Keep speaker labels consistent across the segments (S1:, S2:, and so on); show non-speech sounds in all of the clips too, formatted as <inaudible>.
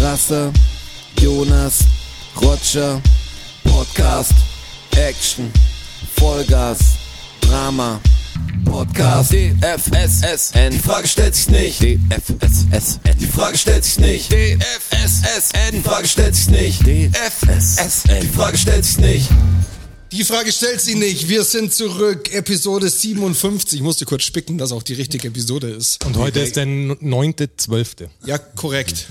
S1: Rasse, Jonas, Roger, Podcast, Action, Vollgas, Drama, Podcast, DFSSN, die Frage stellt sich nicht, DFSSN, die Frage stellt sich nicht, DFSSN, die Frage stellt sich nicht, DFSSN, die Frage stellt sich nicht.
S2: Die Frage stellt sie nicht. Wir sind zurück. Episode 57. Ich musste kurz spicken, dass auch die richtige Episode ist.
S3: Und heute ist der 9.12.
S2: Ja, korrekt.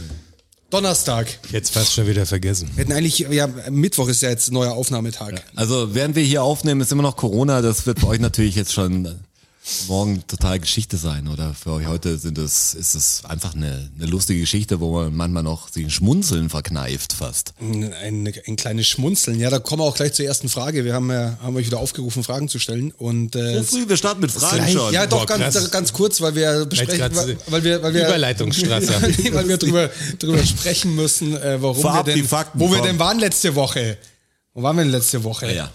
S2: Donnerstag.
S3: Jetzt fast schon wieder vergessen.
S2: Wir hätten eigentlich, ja, Mittwoch ist ja jetzt neuer Aufnahmetag.
S4: Also während wir hier aufnehmen, ist immer noch Corona. Das wird bei euch natürlich jetzt schon äh, morgen total Geschichte sein. Oder für euch heute sind es, ist es einfach eine, eine lustige Geschichte, wo man manchmal noch sich ein Schmunzeln verkneift fast.
S2: Ein, ein, ein kleines Schmunzeln. Ja, da kommen wir auch gleich zur ersten Frage. Wir haben, ja- haben euch wieder aufgerufen, Fragen zu stellen. Und, äh,
S4: So früh, wir starten mit Fragen
S2: gleich-
S4: schon.
S2: ja, doch,
S3: Boah,
S2: ganz,
S3: krass.
S2: ganz kurz, weil wir besprechen,
S3: grad
S2: weil, weil wir, weil wir, <laughs>
S3: Überleitungsstraße.
S2: Nee, weil wir drüber, drüber sprechen müssen, äh, warum
S4: Vorab
S2: wir denn,
S4: die Fakten,
S2: wo wir
S4: vorab.
S2: denn waren letzte Woche. Wo waren wir denn letzte Woche?
S4: Ja, ja.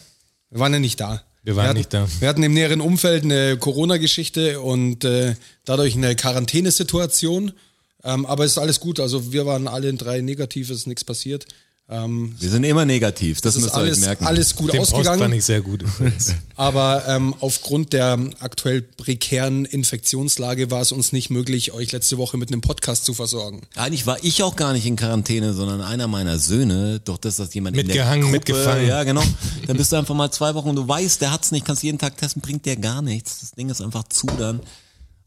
S2: Wir waren ja nicht da.
S3: Wir waren
S2: hatten,
S3: nicht da.
S2: Wir hatten im näheren Umfeld eine Corona-Geschichte und äh, dadurch eine Quarantänesituation. Ähm, aber es ist alles gut. Also wir waren alle drei negativ, es ist nichts passiert. Ähm,
S4: Wir sind immer negativ, das,
S2: es ist
S4: müsst ihr euch
S2: alles,
S4: merken.
S2: alles gut
S3: Den Post fand
S2: ausgegangen.
S3: ich sehr
S2: <laughs>
S3: gut. übrigens.
S2: Aber ähm, aufgrund der aktuell prekären Infektionslage war es uns nicht möglich, euch letzte Woche mit einem Podcast zu versorgen.
S4: Eigentlich war ich auch gar nicht in Quarantäne, sondern einer meiner Söhne. Doch das, dass jemand
S3: Mitgehangen,
S4: in der Gruppe,
S3: mitgefangen.
S5: <laughs>
S4: Ja, genau. Dann bist du einfach mal zwei Wochen und du weißt, der hat's nicht, kannst jeden Tag testen, bringt dir gar nichts. Das Ding ist einfach zu dann.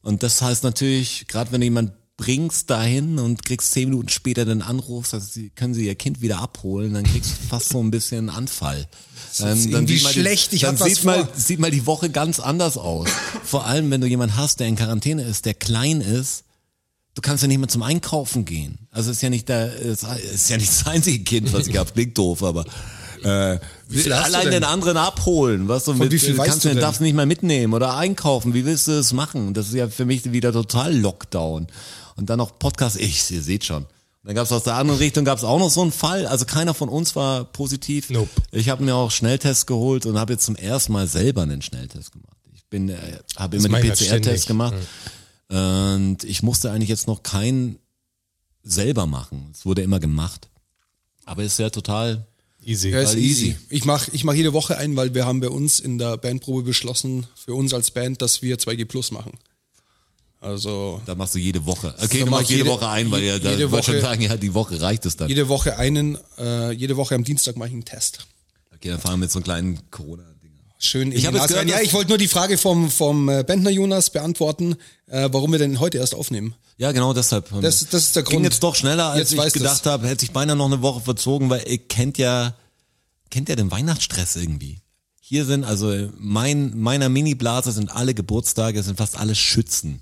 S4: Und das heißt natürlich, gerade wenn du jemand bringst dahin und kriegst zehn Minuten später den Anruf, dass sie, können sie ihr Kind wieder abholen, dann kriegst du fast so ein bisschen einen Anfall. Ähm, Dann,
S2: irgendwie
S4: sieht man
S2: schlecht,
S4: die,
S2: ich
S4: dann
S2: hab was
S4: sieht mal,
S2: vor.
S4: sieht mal die Woche ganz anders aus. Vor allem, wenn du jemand hast, der in Quarantäne ist, der klein ist, du kannst ja nicht mal zum Einkaufen gehen. Also ist ja nicht der, ist, ist ja nicht das einzige Kind, was ich habe. Klingt doof, aber äh,
S2: viel hast du
S4: allein
S2: denn?
S4: den anderen abholen, was du mit,
S2: wie viel weißt
S4: kannst
S2: du
S4: du
S2: denn?
S4: darfst nicht mal mitnehmen oder einkaufen. Wie willst du das machen? Das ist ja für mich wieder total Lockdown. Und dann noch Podcast. Ich, ihr seht schon. Dann gab es aus der anderen Richtung gab es auch noch so einen Fall. Also keiner von uns war positiv.
S3: Nope.
S4: Ich habe mir auch Schnelltest geholt und habe jetzt zum ersten Mal selber einen Schnelltest gemacht. Ich bin, äh, habe
S3: Das
S4: immer
S3: mache
S4: den
S3: ich halt ständig.
S4: PCR-Test gemacht. Und ich musste eigentlich jetzt noch keinen selber machen. Es wurde immer gemacht. Aber ist ja total.
S3: Easy.
S2: Ja, ist
S4: Total
S2: easy.
S4: easy.
S2: Ich mache ich mach jede Woche einen, weil wir haben bei uns in der Bandprobe beschlossen, für uns als Band, dass wir 2G Plus machen. Also
S4: Da machst du jede Woche. Okay,
S2: Da
S4: du
S2: mach
S4: machst
S2: ich
S4: jede,
S2: jede-
S4: Woche ein, weil ja, da
S2: jede
S4: ich wollte schon
S2: Woche-
S4: sagen, ja, die Woche reicht es dann.
S2: jede Woche einen, äh, jede Woche am Dienstag mache ich einen Test.
S4: Okay, dann fahren wir mit so einem kleinen Corona-Ding.
S2: Schön. in
S4: Ich
S2: die
S4: hab jetzt
S2: Nase
S4: gehört,
S2: rein. Ja,
S4: dass-
S2: ich wollte nur die Frage vom, vom äh, Bentner Jonas beantworten, äh, warum wir denn heute erst aufnehmen.
S4: Ja, genau deshalb. Und
S2: Das- das ist der
S4: Ging
S2: Grund.
S4: jetzt doch schneller, als
S2: Jetzt
S4: ich
S2: weißt
S4: gedacht habe. Hätte ich beinahe noch eine Woche verzogen, weil ihr kennt ja, kennt ja den Weihnachtsstress irgendwie. Hier sind, also mein, meiner Mini-Blase sind alle Geburtstage, sind fast alle Schützen.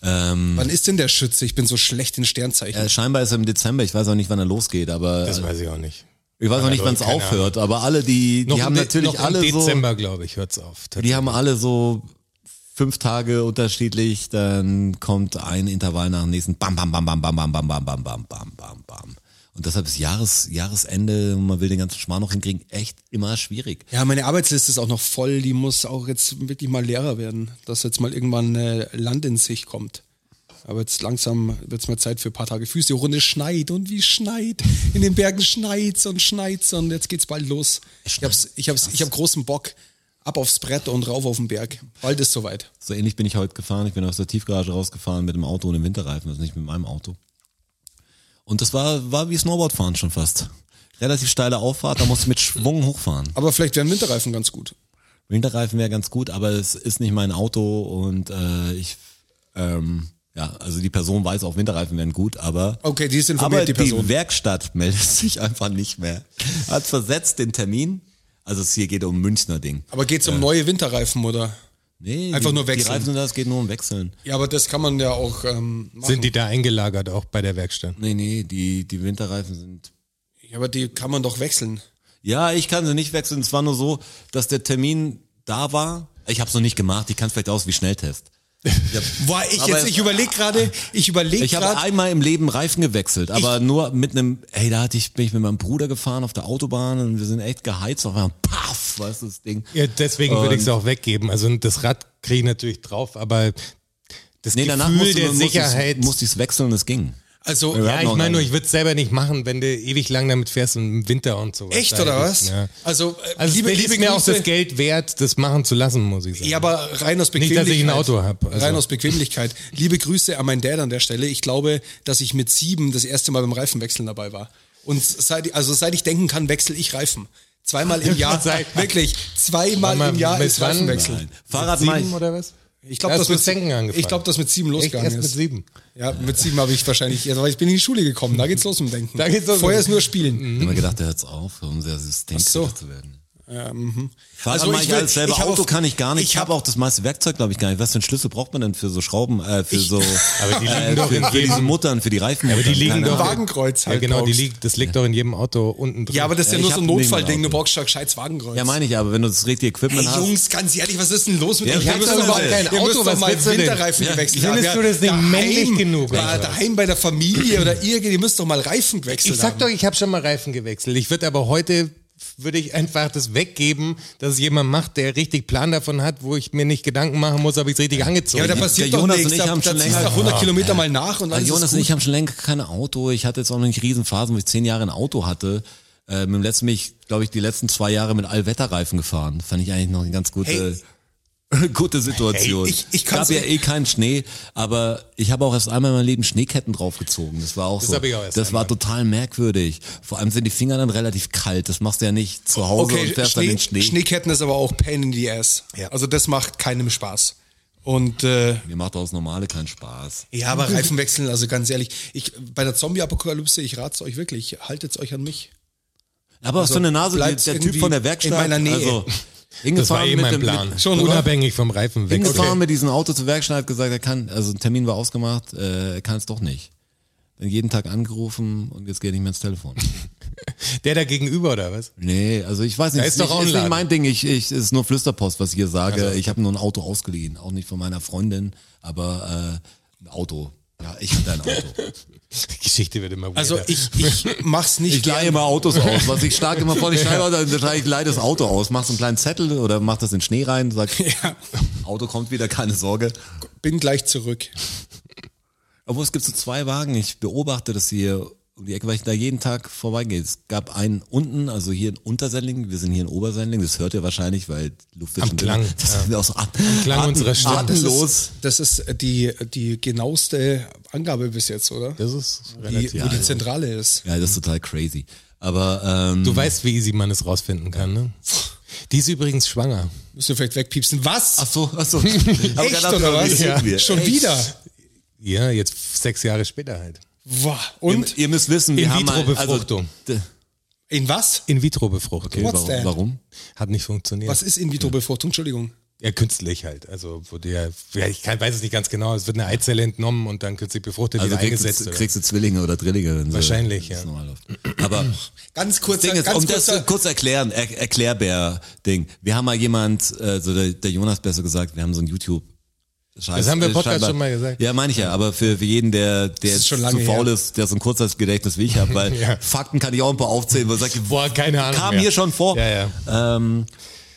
S4: Hm.
S2: Wann ist denn der Schütze? Ich bin so schlecht in Sternzeichen.
S4: Äh, scheinbar ist er im Dezember, ich weiß auch nicht, wann er losgeht, aber
S3: Das weiß ich auch nicht.
S4: ich weiß auch nicht, wann es
S3: Keine Ahnung.
S4: aufhört. Aber alle, die, die
S3: Noch
S4: haben
S3: im De-
S4: natürlich
S3: noch
S4: alle
S3: im
S4: so.
S3: Dezember, glaube ich, hört's auf.
S4: Die haben alle so fünf Tage unterschiedlich, dann kommt ein Intervall nach dem nächsten, bam, bam, bam, bam, bam, bam, bam, bam, bam, bam, bam, bam, bam. Und deshalb ist Jahres, Jahresende, man will den ganzen Schmarrn noch hinkriegen, echt immer schwierig.
S2: Ja, meine Arbeitsliste ist auch noch voll. Die muss auch jetzt wirklich mal leerer werden, dass jetzt mal irgendwann äh, Land in sich kommt. Aber jetzt langsam wird's mal Zeit für ein paar Tage Füße. Die Runde schneit und wie schneit. In den Bergen schneit's und schneit's und jetzt geht's bald los. Ich hab's, ich hab's, ich hab großen Bock. Ab aufs Brett und rauf auf den Berg. Bald ist soweit.
S4: So ähnlich bin ich heute gefahren. Ich bin aus der Tiefgarage rausgefahren mit dem Auto und dem Winterreifen, also nicht mit meinem Auto. Und das war, war wie Snowboardfahren schon fast. Relativ steile Auffahrt, da musst du mit Schwung hochfahren.
S2: Aber vielleicht wären Winterreifen ganz gut.
S4: Winterreifen wäre ganz gut, aber es ist nicht mein Auto und äh, ich, ähm, ja, also die Person weiß auch, Winterreifen wären gut, aber.
S2: Okay, die ist Oh, informiert,
S4: aber
S2: die Person.
S4: Werkstatt meldet <laughs> sich einfach nicht mehr. Hat versetzt den Termin. Also es hier geht um Münchner Ding.
S2: Aber geht's um neue Winterreifen oder?
S4: Nee,
S2: Einfach
S4: die,
S2: nur wechseln.
S4: Die Reifen sind da, es geht nur um Wechseln.
S2: Ja, aber das kann man ja auch ähm, machen.
S3: Sind die da eingelagert, auch bei der Werkstatt?
S4: Nee, nee, die, die Winterreifen sind
S2: ja, aber die kann man doch wechseln.
S4: Ja, ich kann sie nicht wechseln. Es war nur so, dass der Termin da war. Ich habe es noch nicht gemacht. Ich kann es vielleicht aus wie Schnelltest.
S2: Boah, ich
S4: Aber-
S2: jetzt, ich überlege gerade, ich überlege
S4: Ich habe
S2: gerade.
S4: einmal im Leben Reifen gewechselt, aber nur mit einem, hey, da hatte ich, bin ich mit meinem Bruder gefahren auf der Autobahn und wir sind echt geheizt. Auf einmal, paff, was ist das Ding?
S3: Ja, deswegen würde ich es auch weggeben. Also das Rad kriege ich natürlich drauf, aber das
S4: Nee, danach
S3: Gefühl
S4: musste,
S3: der
S4: man- musste,
S3: Sicherheit
S4: ich's- musste ich es wechseln und es ging.
S3: Also,
S4: wir
S3: ja,
S4: hatten
S3: ich
S4: noch
S3: meine
S4: einen.
S3: nur, ich würde es selber nicht machen, wenn du ewig lang damit fährst und im Winter und sowas.
S2: Echt oder
S3: eigentlich,
S2: was?
S3: Ja.
S2: Also, äh,
S3: Also,
S2: liebe,
S3: es
S2: liebe
S3: ist mir auch
S2: Grüße.
S3: das Geld wert, das machen zu lassen, muss ich sagen.
S2: Ja, aber rein aus
S3: Nicht,
S2: Bequemlichkeit.
S3: dass ich ein Auto habe. Also.
S2: Rein aus Bequemlichkeit. Liebe Grüße an meinen Dad an der Stelle. Ich glaube, dass ich mit sieben das erste Mal beim Reifenwechseln dabei war. Und seit, also seit ich denken kann, wechsel ich Reifen. Zweimal
S3: <laughs>
S2: im Jahr,
S3: Seit-
S2: wirklich, zweimal
S3: Mal
S2: im Jahr
S3: mit
S2: ist
S3: wann?
S2: Reifenwechsel.
S4: Fahrrad
S3: Mit
S4: mal.
S3: sieben oder was?
S2: Ich glaube,
S3: Erst
S2: das
S3: mit
S2: mit
S3: Senken angefangen.
S2: Ich glaube, das mit sieben
S3: Echt,
S2: losgegangen
S3: erst mit
S2: ist.
S3: sieben.
S2: Ja, mit sieben habe ich wahrscheinlich, also ich bin in die Schule gekommen, da geht's los mit dem Denken.
S3: Da geht's los
S2: Vorher
S3: mit- Mhm.
S2: ist nur Spielen.
S4: Ich habe mir gedacht, der hört's auf, um sehr systemkritisch
S2: Ach so.
S4: zu werden.
S2: Ja, mhm.
S4: Fahrrad
S2: Also
S4: mache
S2: ich
S4: ich
S2: will-
S4: alles selber.
S2: ich hab
S4: Auto
S2: auf-
S4: kann ich gar nicht.
S2: ich
S4: Ich habe
S2: hab-
S4: auch das meiste Werkzeug, glaube ich, gar nicht. Was für einen Schlüssel braucht man denn für so Schrauben, äh, für so
S3: Aber die liegen
S4: äh,
S3: doch
S4: für,
S3: in
S4: für diese
S3: jedem,
S4: Muttern, für die Reifen?
S3: aber die liegen
S4: Keine
S3: doch
S4: Ahnung.
S2: Wagenkreuz
S3: ja,
S2: halt
S3: genau, die
S2: brauchst.
S3: liegt, das liegt doch in jedem Auto unten drin.
S2: Ja, aber das ist ja,
S4: Ja,
S2: nur so
S4: ich hab
S2: ein
S4: ein Ding
S2: Notfallding,
S4: im
S2: du
S4: Auto.
S2: brauchst schon ein gescheites Wagenkreuz.
S4: Ja, meine ich aber, wenn du das richtige Equipment
S2: Ey,
S4: hast.
S2: Jungs, ganz ehrlich, was ist denn los mit
S4: Ja,
S2: euch? Ihr
S4: ich
S2: müsst
S4: hab
S2: doch
S4: doch
S2: mal,
S4: kein
S2: ihr
S3: Auto,
S2: müsst doch
S3: was
S2: mal
S3: willst du denn?
S2: Winterreifen
S4: Ja,
S2: gewechselt haben.
S3: findest
S2: Ja,
S3: du das nicht
S2: daheim,
S3: männlich genug,
S2: Bei,
S3: oder was?
S2: daheim bei der Familie oder irgendwie, ihr müsst doch mal Reifen gewechselt
S3: Ich sag
S2: haben.
S3: doch, ich habe schon mal Reifen gewechselt. Ich würde aber heute würde ich einfach das weggeben, dass es jemand macht, der richtig Plan davon hat, wo ich mir nicht Gedanken machen muss, ob ich es richtig angezogen
S2: ja, aber da
S3: habe.
S2: passiert
S4: der
S2: doch
S4: Jonas und
S2: nichts.
S4: ich
S2: Da,
S4: haben
S2: da
S4: schon
S2: ziehst du
S4: länger-
S2: nach 100
S4: Ja.
S2: Kilometer mal nach und dann ist
S4: Jonas
S2: es
S4: und
S2: gut.
S4: ich haben schon länger kein Auto. Ich hatte jetzt auch noch nicht Riesenphasen, wo ich zehn Jahre ein Auto hatte. Äh, mit dem letzten mich, glaube ich, die letzten zwei Jahre mit Allwetterreifen gefahren. Fand ich eigentlich noch eine ganz gute, <laughs> gute Situation.
S2: Hey, ich- ich kann's
S4: gab ja
S2: nicht-
S4: eh keinen Schnee, aber ich habe auch erst einmal in meinem Leben Schneeketten draufgezogen. Das war auch so.
S3: hab ich auch erst
S4: das war
S3: einmal.
S4: total merkwürdig. Vor allem sind die Finger dann relativ kalt. Das machst du ja nicht zu Hause und
S2: Okay,
S4: fährst dann
S2: Schnee,
S4: den Schnee.
S2: Schneeketten ist aber auch Pain in the Ass.
S3: Ja.
S2: Also das macht keinem Spaß. Und äh,
S4: Mir macht auch das Normale keinen Spaß.
S2: ja, aber Reifen wechseln, also ganz ehrlich, ich, bei der Zombie-Apokalypse, ich rate es euch wirklich, haltet euch an mich.
S4: Aber was für eine Nase, der,
S2: bleibt's
S4: der Typ
S2: irgendwie
S4: von der
S2: in
S4: Werkstatt.
S2: meiner Nähe.
S4: Also,
S3: das war
S4: hingefahren
S3: eh
S4: mit
S3: mein
S4: dem- mit-
S3: Plan.
S2: Schon, oder?
S3: Unabhängig vom Reifen weg.
S4: hingefahren mit diesem Auto zur Werkstatt, hat gesagt, er kann, also ein Termin war ausgemacht, äh, er kann es doch nicht. Dann jeden Tag angerufen und jetzt geht er nicht mehr
S3: <laughs>
S4: ins Telefon.
S3: Der da gegenüber oder was?
S4: Nee, also ich weiß nicht,
S3: Da
S4: ist,
S3: ist doch
S4: nicht,
S3: auch ein
S4: ist nicht
S3: Laden.
S4: mein Ding, ich, ich, ist nur Flüsterpost, was ich hier sage.
S3: Also.
S4: Ich habe nur ein Auto ausgeliehen, auch nicht von meiner Freundin, aber äh, ein Auto. Ja, ich hatte
S3: <laughs>
S4: ein Auto.
S3: Die Geschichte wird immer weirder.
S2: Also ich, ich <laughs> mach's nicht
S4: Ich leihe immer Autos aus. Was ich stark immer vor die Scheibe habe, dann sage ich, ich leihe das Auto aus. Mach so einen kleinen Zettel oder mach das in den Schnee rein, sag,
S3: <laughs>
S2: Ja,
S4: Auto kommt wieder, keine Sorge.
S2: bin gleich zurück.
S4: Obwohl es gibt so zwei Wagen. Ich beobachte das hier um die Ecke, weil ich da jeden Tag vorbeigehe. Es gab einen unten, also hier in Untersendling. Wir sind hier in Obersendling. Das hört ihr wahrscheinlich, weil die Luft ist
S3: Am
S4: schon
S3: Klang,
S4: dünn. <laughs> Das
S3: ja.
S4: ist aus At
S3: Klang
S4: Atem-
S3: unserer Stimme.
S4: Atemlos.
S2: Das ist die, die genaueste Angabe bis jetzt, oder?
S3: das ist
S2: Die,
S3: relativ.
S2: wo die Zentrale ist.
S4: Ja, das ist total crazy. Aber ähm,
S3: Du weißt, wie easy man es rausfinden kann, ne? Die ist übrigens schwanger.
S2: Müssen wir vielleicht wegpiepsen. Was?
S4: ach so,
S3: <laughs>
S4: ach so. Aber
S2: Echt
S4: gerade
S2: oder was?
S4: erzählen wir.
S2: Schon
S4: Echt?
S2: wieder.
S3: Ja, jetzt sechs Jahre später halt.
S2: Wow.
S4: Und
S2: Und
S4: ihr müsst wissen, wir haben mal, also,
S3: In-vitro-Befruchtung.
S4: d-
S2: in was?
S3: In-vitro-Befruchtung.
S2: What's
S4: warum,
S2: that?
S4: warum?
S3: Hat nicht funktioniert.
S2: Was ist In-vitro-Befruchtung? Entschuldigung.
S3: Ja, künstlich halt. Also wurde ja, ja ich kann, weiß es nicht ganz genau, es wird eine Eizelle entnommen und dann künstlich befruchtet,
S4: Also
S3: wieder eingesetzt.
S4: kriegst, du-
S3: oder?
S4: kriegst du Zwillinge oder Drillinge? Wenn sie-
S3: Wahrscheinlich,
S4: das
S3: ja.
S4: normal läuft.
S3: <clears throat>
S4: Aber
S2: Ganz kurz,
S4: Ding ist,
S2: ganz
S4: um das
S2: kurzer,
S4: zu kurz erklären, er, Erklärbär-Ding. Wir haben mal jemand, also der, der Jonas besser gesagt, wir haben so ein YouTube. Scheiß,
S3: Das haben wir im
S4: äh,
S3: Podcast
S4: scheinbar-
S3: schon mal gesagt.
S4: Ja, meine ich ja, aber für, für jeden, der, der
S2: ist
S4: jetzt
S2: schon
S4: zu
S2: lange
S4: faul
S2: her.
S4: ist, der so ein kurzes Gedächtnis wie ich habe, weil
S3: <laughs> Ja.
S4: Fakten kann ich auch ein paar aufzählen, wo er sagt,
S3: Boah, keine Ahnung.
S4: kam
S3: mehr.
S4: hier schon vor.
S3: Ja, ja.
S4: Ähm,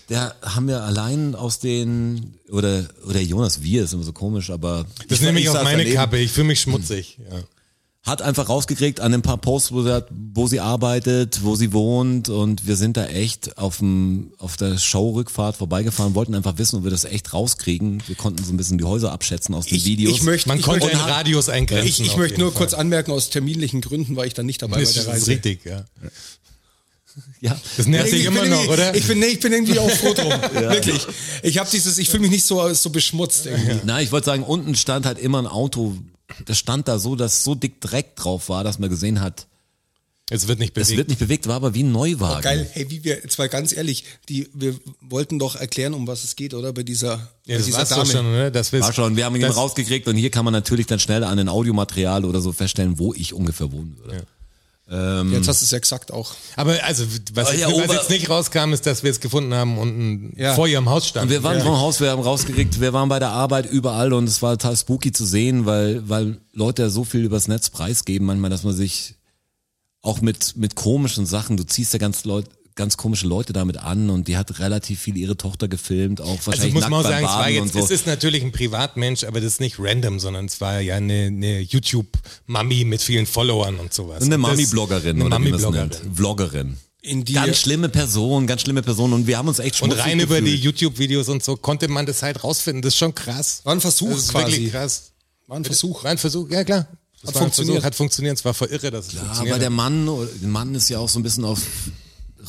S4: da haben wir allein aus den, oder, oder Jonas, wir, ist immer so komisch, aber.
S3: Das
S4: ich-
S3: nehme ich
S4: saß
S3: auf meine
S4: daneben
S3: Kappe, ich fühle mich
S4: Hm.
S3: schmutzig. Ja.
S4: hat einfach rausgekriegt an ein paar Posts, wo sie, hat, wo sie arbeitet, wo sie wohnt und wir sind da echt auf, dem, auf der Showrückfahrt vorbeigefahren, wollten einfach wissen, ob wir das echt rauskriegen. Wir konnten so ein bisschen die Häuser abschätzen aus den
S2: Ich-
S4: Videos.
S2: ich möchte-
S3: Man konnte
S2: möchte-
S3: einen Radius eingrenzen.
S2: ich, ich
S3: auf
S2: möchte
S3: jeden
S2: nur
S3: Fall.
S2: kurz anmerken, aus terminlichen Gründen war ich dann nicht dabei
S3: Das
S2: bei der
S3: ist
S2: Reise.
S3: richtig, ja.
S4: ja.
S3: Das nervt dich
S2: Ich bin
S3: immer noch,
S2: irgendwie-
S3: oder?
S2: Ich bin, nee, ich bin irgendwie auch froh
S3: <laughs>
S2: drum. Wirklich. Ich habe dieses, ich fühle mich nicht so, so
S3: <laughs>
S2: beschmutzt irgendwie.
S4: Na, ich wollte sagen, unten stand halt immer ein Auto. Das stand da so, dass so dick Dreck drauf war, dass man gesehen hat,
S3: es wird nicht
S4: es
S3: bewegt.
S4: wird nicht bewegt, war aber wie ein Neuwagen.
S2: Geil, hey, wie wir, jetzt mal ganz ehrlich, die, wir wollten doch erklären, um was es geht, oder? Bei dieser,
S3: ja,
S2: bei
S3: das
S2: dieser
S3: war's doch schon, oder? Das
S4: War schon, wir haben ihn
S3: das,
S4: rausgekriegt und hier kann man natürlich dann schnell an den Audiomaterial oder so feststellen, wo ich ungefähr wohnen würde.
S2: Jetzt hast du es ja gesagt auch.
S3: Aber also, was,
S4: Oh, ja,
S3: was
S4: Ober-
S3: jetzt nicht rauskam, ist, dass wir es gefunden haben und
S2: Ja.
S3: vor ihrem Haus stand.
S4: Wir waren vom Haus, wir haben rausgekriegt, wir waren bei der Arbeit überall und es war total spooky zu sehen, weil, weil Leute ja so viel übers Netz preisgeben manchmal, dass man sich auch mit, mit komischen Sachen, du ziehst ja ganz Leute, ganz komische Leute damit an und die hat relativ viel ihre Tochter gefilmt, auch
S3: Also ich
S4: wahrscheinlich
S3: muss
S4: nackt
S3: mal
S4: beim
S3: sagen, es, war
S4: Baden
S3: jetzt,
S4: und
S3: es
S4: so.
S3: ist natürlich ein Privatmensch, aber das ist nicht random, sondern es war ja eine, eine YouTube-Mami mit vielen Followern und sowas.
S4: Eine
S3: Und das-
S4: Mami-Bloggerin
S3: Eine
S4: oder wie man es
S3: Mami-Bloggerin.
S4: nennt. Vloggerin.
S2: In die,
S4: Ganz schlimme Person, ganz schlimme Person und wir haben uns echt
S3: Und
S4: schmutzig
S3: rein über die
S4: gefühlt.
S3: YouTube-Videos und so konnte man das halt rausfinden. Das ist schon krass.
S2: War ein Versuch
S3: Das ist
S2: quasi.
S3: wirklich krass.
S2: war ein Versuch.
S3: War ein Versuch, ja klar. Das
S2: Hat
S3: war ein
S2: funktioniert.
S3: Versuch, Hat funktioniert, es war voll irre, dass es
S4: Ja,
S3: funktioniert.
S4: Ah, weil
S3: hat.
S4: der Mann, der Mann ist ja auch so ein bisschen auf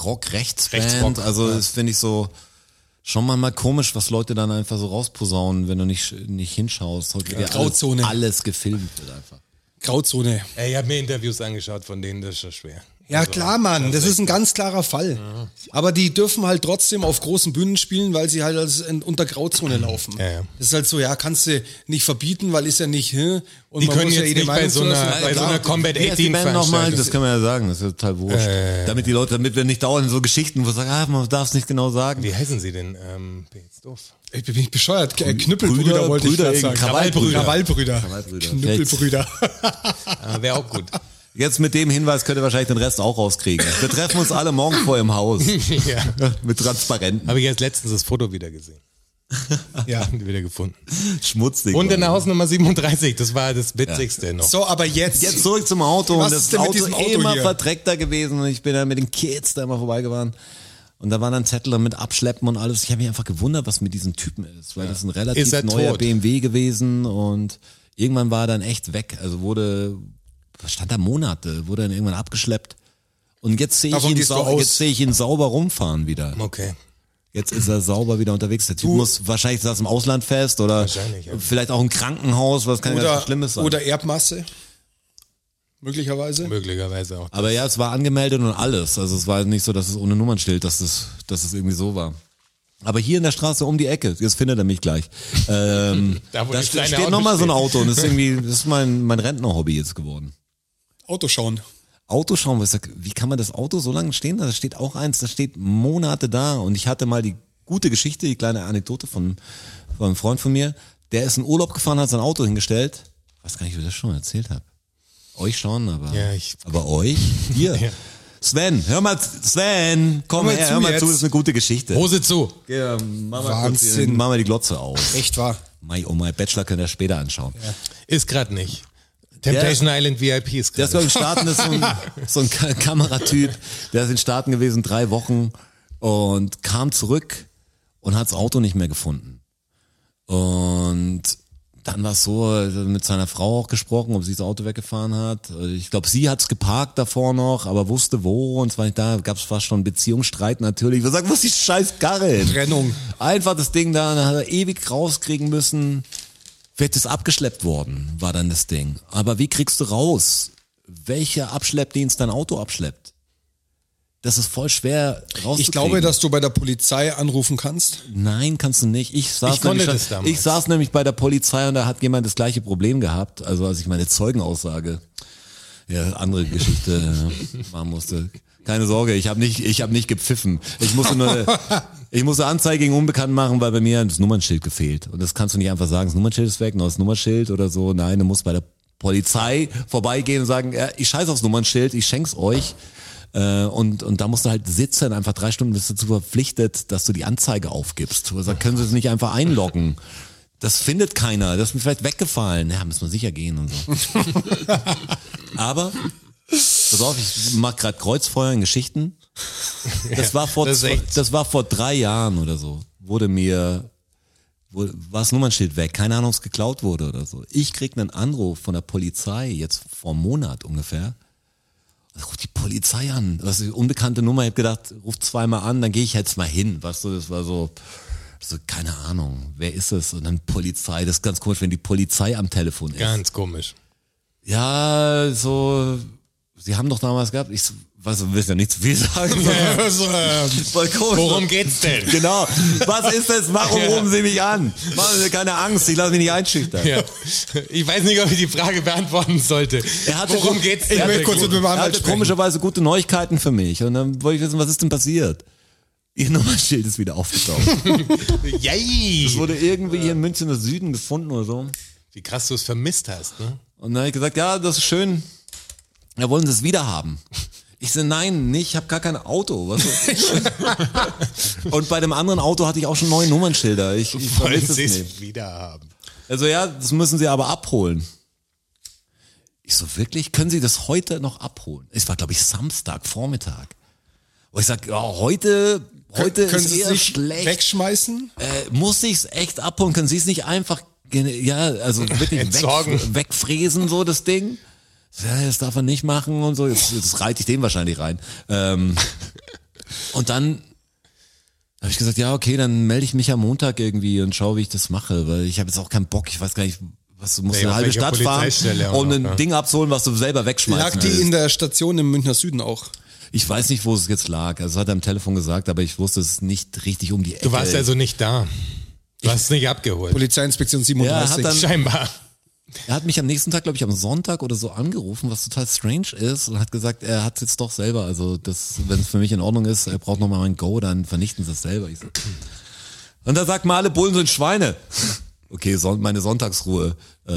S4: Rock-Rechtsband,
S3: Rechtsrock,
S4: also
S3: ja.
S4: das finde ich so schon mal mal komisch, was Leute dann einfach so rausposaunen, wenn du nicht, nicht hinschaust. Heute wird ja alles,
S2: Grauzone.
S4: alles gefilmt wird einfach.
S2: Grauzone.
S3: Ey, ich habe mir Interviews angeschaut von denen, das ist schon schwer.
S2: Ja klar, Mann, das ist ein ganz klarer Fall. Aber die dürfen halt trotzdem auf großen Bühnen spielen, weil sie halt als in, unter
S3: <clears throat>
S2: Grauzone laufen.
S3: Ja, ja.
S2: Das ist halt so, ja, kannst du nicht verbieten, weil ist ja nicht, hä? Und
S3: Die können jetzt
S2: jede
S3: nicht bei
S2: Meinung
S3: so einer-
S2: zulassen.
S3: bei so
S2: Klar.
S3: einer Combat Äh.
S4: Wie heißt die
S3: 18
S4: Band nochmal?
S3: Veranstaltung.
S4: Das können wir ja sagen, das ist ja total wurscht. damit die Leute, damit wir nicht dauernd in so Geschichten, wo es sagt, ah, man darf es nicht genau sagen.
S3: Wie heißen sie denn? Ähm, bin jetzt doof.
S2: Ich bin nicht bescheuert. K- äh, Knüppelbrüder
S4: Brüder,
S2: wollte
S4: Brüder,
S2: ich
S4: irgendein
S2: gerade sagen.
S4: Krawallbrüder.
S2: Krawallbrüder.
S4: Krawallbrüder.
S2: Knüppelbrüder.
S3: Ah, Wäre auch gut. <laughs>
S4: Jetzt mit dem Hinweis könnt ihr wahrscheinlich den Rest auch rauskriegen. Wir treffen uns alle morgen vor
S3: <laughs>
S4: im Haus.
S3: ja.
S4: Mit Transparenten.
S3: Habe ich jetzt letztens das Foto wieder gesehen.
S2: ja.
S3: Wieder gefunden.
S4: Schmutzig.
S3: Und in
S4: Mann.
S3: der Hausnummer 37, das war das Witzigste noch.
S2: So, aber jetzt.
S4: Jetzt zurück zum Auto
S2: Was
S4: und
S2: ist
S4: das
S2: denn mit
S4: Auto,
S2: diesem Auto
S4: immer
S2: hier?
S4: verdreckt da gewesen und ich bin da mit den Kids da immer vorbeigefahren. Und da waren dann Zettel mit Abschleppen und alles. Ich habe mich einfach gewundert, was mit diesem Typen ist, weil das ist ein relativ
S3: Ist er
S4: neuer
S3: tot?
S4: BMW gewesen und irgendwann war er dann echt weg. Also wurde, was stand da Monate, wurde dann irgendwann abgeschleppt. Und jetzt sehe ich,
S2: Davon
S4: ihn
S2: gehst du
S4: sau-
S2: aus?
S4: jetzt sehe ich ihn sauber rumfahren wieder.
S3: Okay.
S4: Jetzt ist er sauber wieder unterwegs. Der Typ muss wahrscheinlich saß im Ausland fest oder
S3: Wahrscheinlich, ja.
S4: vielleicht auch im Krankenhaus, was kann ja ganz
S2: oder,
S4: was Schlimmes sein.
S2: oder Erbmasse. Möglicherweise.
S3: Möglicherweise auch.
S4: Aber ja, es war angemeldet und alles. Also es war nicht so, dass es ohne Nummernschild, dass es, dass es irgendwie so war. Aber hier in der Straße um die Ecke, jetzt findet er mich
S3: <laughs>
S4: gleich. Ähm,
S3: Da,
S4: da
S3: wo
S4: da
S3: das
S4: ste-
S3: kleine
S4: steht
S3: Auto
S4: nochmal so ein
S3: steht.
S4: Auto
S3: <laughs>
S4: und das ist irgendwie, das ist mein, mein Rentnerhobby jetzt geworden.
S2: Autoschauen.
S4: Autoschauen, wo ich sag, wie kann man das Auto so lange stehen? lassen? Da steht auch eins, das steht Monate da. Und ich hatte mal die gute Geschichte, die kleine Anekdote von, von einem Freund von mir, der ist in Urlaub gefahren, hat sein Auto hingestellt. Weiß gar nicht, wie ich das schon mal erzählt habe. Euch schon, aber,
S3: Ja, ich-
S4: aber euch?
S2: <laughs>
S4: Hier.
S3: Ja.
S4: Sven, hör mal, z- Sven,
S2: Hör
S4: komm
S2: mal
S4: her,
S2: zu
S4: hör mal
S2: jetzt.
S4: zu, das ist eine gute Geschichte.
S3: Hose zu.
S4: Ja, mach mal kurz die-
S2: Wahnsinn.
S4: Mach mal die Glotze auf.
S2: Echt wahr.
S4: Mai, oh mein Bachelor könnt ihr später anschauen.
S3: Ist gerade nicht. Temptation Island VIP ist
S4: Der ist, glaube
S3: gerade.
S4: ich, in Staaten, ist so ein, so ein Ka- Kameratyp. Der ist in den Staaten gewesen, drei Wochen und kam zurück und hat das Auto nicht mehr gefunden. Und dann war es so, er hat mit seiner Frau auch gesprochen, ob sie das Auto weggefahren hat. Ich glaube, sie hat es geparkt davor noch, aber wusste wo und zwar nicht da. Gab es fast schon einen Beziehungsstreit natürlich. Wir sagen, was ist die scheiß Karre? hin?
S2: Trennung.
S4: Einfach das Ding da, dann hat er ewig rauskriegen müssen. Wird es abgeschleppt worden, war dann das Ding. Aber wie kriegst du raus, welcher Abschleppdienst dein Auto abschleppt? Das ist voll schwer rauszukriegen.
S2: Ich glaube, dass du bei der Polizei anrufen kannst.
S4: Nein, kannst du nicht. Ich saß,
S3: Ich konnte
S4: nämlich,
S3: das damals.
S4: ich saß nämlich bei der Polizei und da hat jemand das gleiche Problem gehabt. Also als ich meine Zeugenaussage, ja, andere
S3: <laughs>
S4: Geschichte ja, machen musste. Keine Sorge, ich habe nicht, ich habe nicht gepfiffen. Ich
S3: <laughs>
S4: musste nur, ich musste Anzeige gegen Unbekannten machen, weil bei mir das Nummernschild gefehlt. Und das kannst du nicht einfach sagen, das Nummernschild ist weg, neues Nummernschild oder so. Nein, du musst bei der Polizei vorbeigehen und sagen, ja, ich scheiß aufs Nummernschild, ich schenk's euch. Äh, und, und da musst du halt sitzen, einfach drei Stunden bist du dazu verpflichtet, dass du die Anzeige aufgibst. Oder können sie es nicht einfach einloggen? Das findet keiner, das ist mir vielleicht weggefallen. Ja, müssen wir sicher gehen und so.
S3: <laughs>
S4: Aber, pass auf, ich mach gerade Kreuzfeuer in Geschichten. Das war vor,
S3: das ist
S4: zwei-
S3: echt-
S4: das war vor drei Jahren oder so, wurde mir wurde, war das Nummernschild weg, keine Ahnung, ob es geklaut wurde oder so. Ich krieg einen Anruf von der Polizei, jetzt vor einem Monat ungefähr. Da ruft die Polizei an. Das ist eine unbekannte Nummer. Ich hab gedacht, ruf zweimal an, dann gehe ich jetzt mal hin. Weißt du, das war so, so, keine Ahnung, wer ist es? Und dann Polizei, das ist ganz komisch, wenn die Polizei am Telefon ist.
S3: Ganz komisch.
S4: Ja, so, sie haben doch damals gehabt, ich, so, was, wir wissen ja nicht zu viel sagen.
S3: <laughs>
S4: Voll komisch.
S3: ähm, Worum geht's denn?
S4: Genau. Was ist das? Warum rufen Sie mich an? Machen Sie keine Angst, ich lasse mich nicht einschüchtern.
S3: Ja. Ich weiß nicht, ob ich die Frage beantworten sollte. Worum geht's denn?
S4: Ich
S2: möchte kurz mit meinem
S4: er
S2: Anwalt
S4: hatte
S2: sprechen.
S4: komischerweise gute Neuigkeiten für mich. Und dann wollte ich wissen, was ist denn passiert? Ihr <laughs> Nummernschild ist wieder aufgetaucht. Es
S3: Yay!
S4: wurde irgendwie hier in München im Süden gefunden oder so.
S3: Wie krass du es vermisst hast, ne?
S4: Und dann habe ich gesagt, ja, das ist schön. Ja, wollen Sie es wieder haben? Ich so, nein, nicht, ich habe gar kein Auto. Was <laughs> und bei dem anderen Auto hatte ich auch schon neue Nummernschilder. Ich, ich
S3: Wollen
S4: vermisse es
S3: Sie
S4: nicht.
S3: es wieder haben?
S4: Also ja, das müssen sie aber abholen. Ich so, wirklich? Können sie das heute noch abholen? Es war, glaube ich, Samstag, Vormittag. Wo ich sag, ja, heute, heute
S2: können
S4: ist
S2: Sie es
S4: eher
S2: nicht
S4: schlecht.
S2: wegschmeißen?
S4: Äh, muss ich es echt abholen? Können sie es nicht einfach, gen- ja, also
S3: <laughs>
S4: wirklich
S3: Entsorgen.
S4: weg, wegfräsen, so das Ding? Ja, das darf er nicht machen und so. Jetzt, jetzt reite ich den wahrscheinlich rein.
S3: <laughs>
S4: Ähm, und dann habe ich gesagt, ja, okay, dann melde ich mich am Montag irgendwie und schaue, wie ich das mache, weil ich habe jetzt auch keinen Bock, ich weiß gar nicht, was du musst
S3: Nee,
S4: eine
S3: auf
S4: halbe
S3: welcher
S4: Stadt fahren
S3: Polizeistelle auch
S4: und
S3: noch, ne?
S4: ein
S3: ja.
S4: Ding abholen, was du selber
S2: Lag
S4: wegschmeißen
S2: die in
S4: willst.
S2: der Station im Münchner Süden auch.
S4: Ich weiß nicht, wo es jetzt lag. Also das hat er am Telefon gesagt, aber ich wusste es ist nicht richtig um die Ecke.
S3: Du warst also nicht da. Du hast es nicht abgeholt.
S2: Polizeiinspektion
S4: Ja,
S2: 37.
S4: hat dann-
S3: Scheinbar.
S4: Er hat mich am nächsten Tag, glaube ich, am Sonntag oder so angerufen, was total strange ist, und hat gesagt, er hat es jetzt doch selber. Also, das, wenn es für mich in Ordnung ist, er braucht nochmal mein Go, dann vernichten sie es selber. Ich so, <clears throat> und da sagt mal, alle Bullen sind Schweine. <laughs> Okay, son meine Sonntagsruhe. Äh,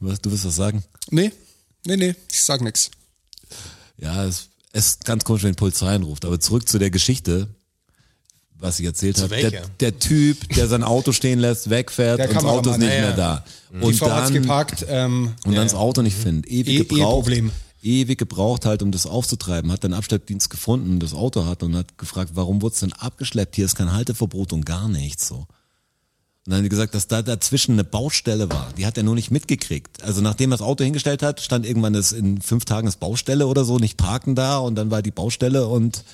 S4: was, du willst was sagen?
S2: nee, nee, nee, ich sag nix.
S4: Ja, es, es ist ganz komisch, wenn die Polizei anruft. Aber zurück zu der Geschichte, was ich erzählt habe. Der,
S3: welcher?
S4: der Typ, der sein Auto stehen lässt, wegfährt
S2: Der
S4: und das Auto ist
S2: Kameramann,
S4: nicht
S2: ja, Mhm.
S4: mehr
S3: ja.
S4: da.
S2: Die
S4: Und
S2: Frau hat's
S4: dann-
S2: geparkt, ähm,
S4: und dann das Auto nicht finden. Ewig
S2: Eh-
S4: gebraucht.
S2: Eheproblem.
S4: Ewig gebraucht halt, um das aufzutreiben. Hat dann Abschleppdienst gefunden, das Auto hat und hat gefragt, warum wurde es denn abgeschleppt? Hier ist kein Halteverbot und gar nichts so. Und dann haben die gesagt, dass da dazwischen eine Baustelle war. Die hat er nur nicht mitgekriegt. Also nachdem er das Auto hingestellt hat, stand irgendwann das in fünf Tagen das Baustelle oder so, nicht parken da und dann war die Baustelle und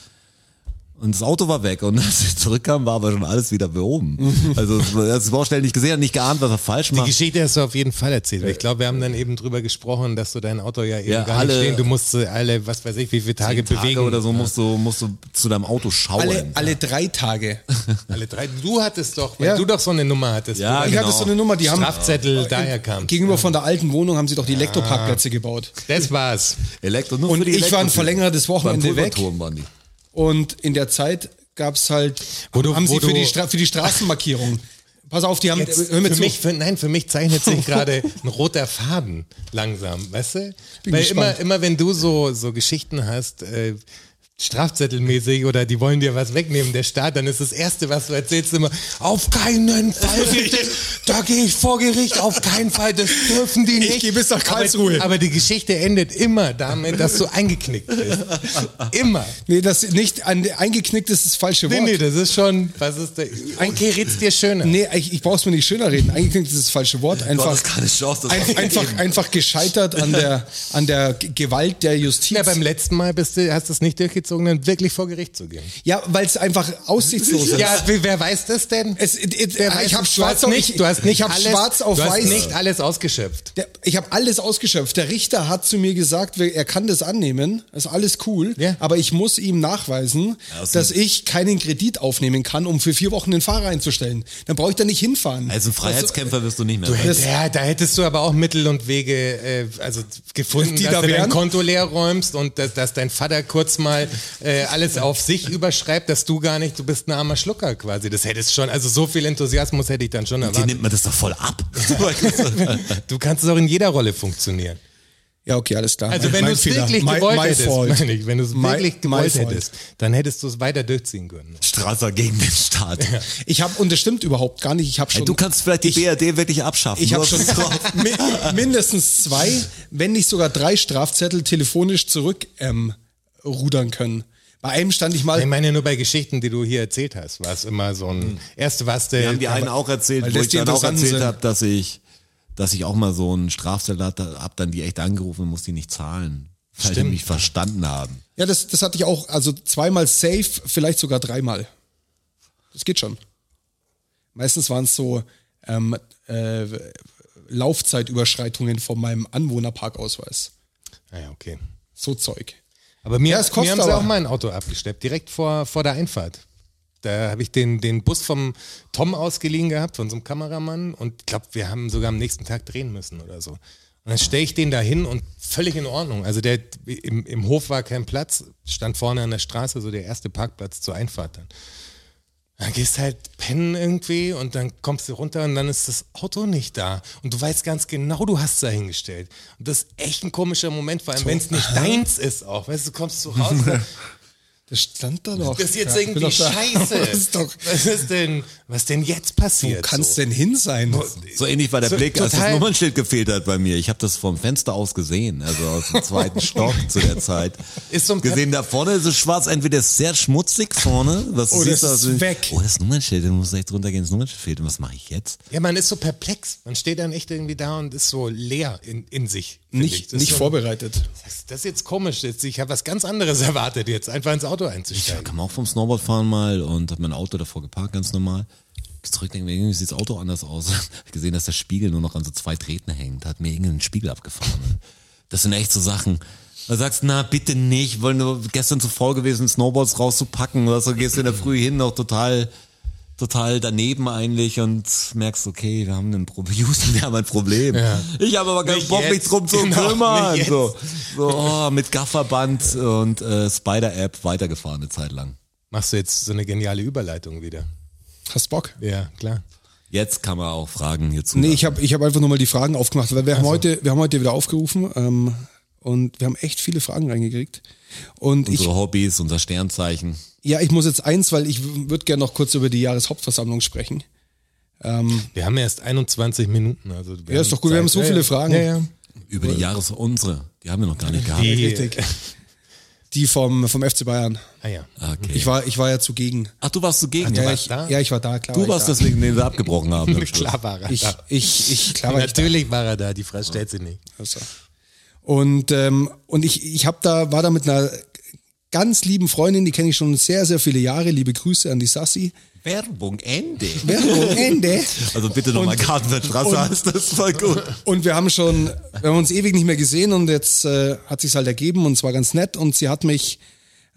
S4: und das Auto war weg und <laughs> als ich zurückkam, war aber schon alles wieder
S2: Mhm.
S4: behoben. Also er hat die Baustelle nicht gesehen, hat nicht geahnt, was er falsch
S3: Die
S4: macht.
S3: Geschichte hast du auf jeden Fall erzählt. weil Ich glaube, wir haben dann eben drüber gesprochen, dass du dein Auto ja eben
S4: Ja,
S3: gar nicht
S4: alle-
S3: stehen. Du musst sie alle, was weiß ich, wie viele Tage
S4: Tage
S3: bewegen.
S4: oder so musst du, musst du zu deinem Auto schauen.
S2: alle, alle drei
S4: <laughs>
S2: Tage.
S3: Alle drei. Du hattest doch, weil
S2: Ja.
S3: du doch so eine Nummer hattest.
S4: Ja, genau.
S3: wo
S2: Ich
S3: dein
S2: hatte so eine Nummer, die haben
S3: Strafzettel daher kam.
S2: gegenüber von der alten Wohnung haben sie doch die Elektroparkplätze gebaut.
S3: Das war's.
S4: Elektro, nur
S2: Und
S4: für die
S2: ich war ein
S4: Elektro-
S2: verlängertes Wochenende
S4: Beim
S2: weg.
S4: Pulverturm waren die.
S2: Und in der Zeit gab's halt,
S3: Wo du-
S2: haben
S3: wo
S2: sie für
S3: du-
S2: die, Stra für die
S3: <laughs>
S2: Straßenmarkierung. Pass auf, die haben,
S3: Jetzt,
S2: hör mir
S3: für
S2: zu.
S3: mich, für, nein, für mich zeichnet
S2: <laughs>
S3: sich gerade ein roter Faden langsam, weißt du?
S2: bin
S3: Weil
S2: gespannt.
S3: immer, immer wenn du so, so Geschichten hast, äh, strafzettelmäßig oder die wollen dir was wegnehmen, der Staat, dann ist das Erste, was du erzählst, immer, auf
S2: <laughs>
S3: keinen Fall, bitte, da gehe ich vor Gericht, auf keinen Fall, das dürfen die nicht.
S2: geh bis nach Karlsruhe.
S3: Aber, aber die Geschichte endet immer damit, dass du
S2: <laughs>
S3: eingeknickt bist. Immer.
S2: Nee, das nicht, an, eingeknickt ist das falsche
S3: Nee,
S2: Wort.
S3: nee, das ist schon, was ist der, okay, red's dir schöner.
S2: Nee, ich, ich brauch's mir nicht schöner reden. Eingeknickt ist das falsche Wort.
S4: Du
S2: Einfach,
S4: hattest keine Chance, das
S2: ein, einfach, einfach gescheitert an der, an der G- Gewalt der Justiz.
S3: Ja, beim letzten Mal bist du, hast du es nicht durchgezogen, dann wirklich vor Gericht zu gehen.
S2: Ja, weil es einfach aussichtslos ist.
S3: Ja, wer, wer weiß das denn?
S2: Es, it, it,
S3: wer weiß
S2: ich habe
S3: es?
S2: schwarz,
S3: du
S2: auf-
S3: hast nicht,
S2: ich-
S3: du hast nicht
S2: ich hab
S3: alles,
S2: schwarz auf
S3: du hast
S2: weiß.
S3: nicht alles ausgeschöpft.
S2: Der, ich habe alles ausgeschöpft. Der Richter hat zu mir gesagt, wer- er kann das annehmen, ist alles cool,
S3: Ja.
S2: aber ich muss ihm nachweisen,
S4: das ist
S2: dass
S4: ein-
S2: ich keinen Kredit aufnehmen kann, um für vier Wochen den Fahrer einzustellen. Dann brauche ich da nicht hinfahren. Also,
S4: Als Also ein Freiheitskämpfer wirst du nicht mehr sein.
S2: Das-
S3: Ja, da hättest du aber auch Mittel und Wege äh, also gefunden,
S2: Die
S3: dass
S2: da
S3: du dein
S2: wären?
S3: Konto leer räumst und dass, dass dein Vater kurz mal äh, alles auf sich überschreibt, dass du gar nicht, du bist ein armer Schlucker quasi. Das hättest schon, also so viel Enthusiasmus hätte ich dann schon
S4: Die
S3: erwartet.
S4: nimmt man das doch voll
S2: <laughs>
S4: ab.
S3: <laughs> Du kannst es auch in jeder Rolle funktionieren.
S2: ja, okay, alles klar.
S3: Also
S2: Mein-
S3: wenn du
S2: mein
S3: es
S2: Fehler.
S3: wirklich
S2: My-
S3: gewollt
S2: my
S3: hättest,
S2: fault.
S3: meine ich, wenn du es
S2: My-
S3: wirklich
S2: my
S3: gewollt
S2: fault.
S3: hättest, dann hättest du es weiter durchziehen können.
S4: Strasser gegen den Staat.
S2: Ich habe und das stimmt überhaupt gar nicht. Ich habe schon
S4: Du kannst vielleicht die BRD wirklich abschaffen.
S2: Ich
S4: Du
S2: habe
S4: hast <laughs>
S2: schon
S4: es drauf.
S2: mi- mindestens zwei, wenn nicht sogar drei Strafzettel telefonisch zurück ähm, rudern können. Bei einem stand ich mal.
S3: Ich meine nur bei Geschichten, die du hier erzählt hast, war es immer so
S2: Hm.
S3: ein erste warst du
S4: Wir haben die einen auch erzählt,
S2: Weil
S4: wo
S2: das
S4: ich
S2: die
S4: dann auch
S2: interessanten
S4: erzählt
S2: sind.
S4: habe, dass ich, dass ich auch mal so einen Strafzettel hatte, hab dann die echt angerufen und muss die nicht zahlen. Weil die
S3: Stimmt.
S4: mich verstanden haben.
S2: Ja, das, das hatte ich auch. Also zweimal safe, vielleicht sogar dreimal. Das geht schon. Meistens waren es so ähm, äh, Laufzeitüberschreitungen von meinem Anwohnerparkausweis.
S3: Ah ja, okay.
S2: So Zeug.
S3: Aber mir,
S2: Ja, es
S3: mir
S2: kostet
S3: haben sie
S2: aber.
S3: auch mal ein Auto abgeschleppt, direkt vor, vor der Einfahrt. Da habe ich den, den Bus vom Tom ausgeliehen gehabt, von so einem Kameramann. Und ich glaube, wir haben sogar am nächsten Tag drehen müssen oder so. Und dann stelle ich den da hin und völlig in Ordnung. Also der im, im Hof war kein Platz, stand vorne an der Straße, so der erste Parkplatz zur Einfahrt dann. Dann gehst halt pennen irgendwie und dann kommst du runter und dann ist das Auto nicht da. Und du weißt ganz genau, du hast es da hingestellt. Und das ist echt ein komischer Moment, vor allem wenn es nicht deins ist auch. Weißt du, du kommst
S2: <laughs>
S3: zu Hause und sagst,
S2: Das stand da doch.
S3: das ist jetzt
S2: Ja, ich bin
S3: irgendwie
S2: doch da. <laughs>
S3: scheiße.
S2: Das ist doch,
S3: was ist denn, was denn jetzt passiert?
S2: wo kannst
S3: so?
S2: denn hin sein?
S4: So ähnlich war der
S3: So,
S4: Blick, als das
S3: total.
S4: Nummernschild gefehlt hat bei mir. Ich habe das vom Fenster aus gesehen, also aus dem zweiten Stock zu der Zeit.
S3: <laughs> Ist so ein
S4: gesehen, da vorne ist es schwarz, entweder ist es sehr schmutzig vorne, was du
S2: Oder
S4: siehst,
S2: es
S4: also,
S2: ist weg.
S4: Oh, das Nummernschild, da muss echt runtergehen, das Nummernschild fehlt. Und was mache ich jetzt?
S3: Ja, man ist so perplex. Man steht dann echt irgendwie da und ist so leer in, in sich. find ich.
S2: Nicht,
S3: Das
S2: nicht
S3: ist so,
S2: vorbereitet.
S3: Das, das ist jetzt komisch. Jetzt, ich habe was ganz anderes <laughs> erwartet, jetzt einfach ins Auto
S4: Ich
S3: einzusteigen.
S4: kam auch vom Snowboardfahren mal und habe mein Auto davor geparkt, ganz normal. Ich zurückdenke, mir, irgendwie sieht das Auto anders aus. <laughs> Hab gesehen, dass der Spiegel nur noch an so zwei Drähten hängt. Hat mir irgendeinen Spiegel abgefahren. Das sind echt so Sachen. Da sagst du, na bitte nicht, wollen nur gestern zu faul gewesen, Snowboards rauszupacken oder so, gehst du in der Früh hin, noch total, total daneben eigentlich und merkst, okay, wir haben einen Pro <laughs> wir haben ein Problem. Ich habe aber keinen
S3: Nicht
S4: Bock, mich
S3: jetzt.
S4: drum zu
S3: Genau,
S4: kümmern.
S3: nicht
S4: So, so oh, mit Gafferband und äh, Spider-App weitergefahren eine Zeit lang.
S3: Machst du jetzt so eine geniale Überleitung wieder?
S2: Hast Bock?
S3: Ja, klar.
S4: Jetzt kann man auch Fragen hierzu.
S2: Nee, ich habe ich hab einfach nur mal die Fragen aufgemacht, weil wir, haben, heute, wir haben heute wieder aufgerufen ähm, und wir haben echt viele Fragen reingekriegt. Und ich,
S4: unsere Hobbys, unser Sternzeichen.
S2: ja, ich muss jetzt eins, weil ich würde gerne noch kurz über die Jahreshauptversammlung sprechen.
S3: Wir haben erst 21 Minuten. Also wir
S2: Ja, ist doch gut, wir haben so
S3: Ja,
S2: viele
S3: ja.
S2: Fragen.
S3: Ja, ja.
S4: Über die Jahres unsere. Die haben wir noch gar nicht gehabt.
S3: Die-
S2: Richtig. Die vom, vom FC Bayern.
S3: Ah, ja.
S4: Okay.
S2: Ich war, ich war ja zugegen.
S4: Ach, du warst zugegen.
S2: ja,
S3: warst
S2: ich,
S3: da?
S2: ja, ich war da, klar. war
S4: du
S2: ich
S4: warst
S2: da.
S4: deswegen, den wir
S2: <laughs>
S4: abgebrochen haben. am Schluss.
S3: Klar war er
S2: Ich,
S3: da.
S2: ich, ich, klar war ich
S4: <laughs>
S2: da.
S3: Natürlich war er da, die Frage stellt sie nicht.
S2: Also. Und, ähm, und ich, ich hab da, war da mit einer ganz lieben Freundin, die kenne ich schon sehr, sehr viele Jahre. Liebe Grüße an die Sassi.
S4: Werbung, Ende.
S2: Werbung,
S4: <laughs>
S2: Ende.
S4: Also bitte nochmal Gartenstraße heißt das voll gut.
S2: Und wir haben schon, wir haben uns ewig nicht mehr gesehen und jetzt äh, hat sich's halt ergeben und zwar ganz nett. Und sie hat mich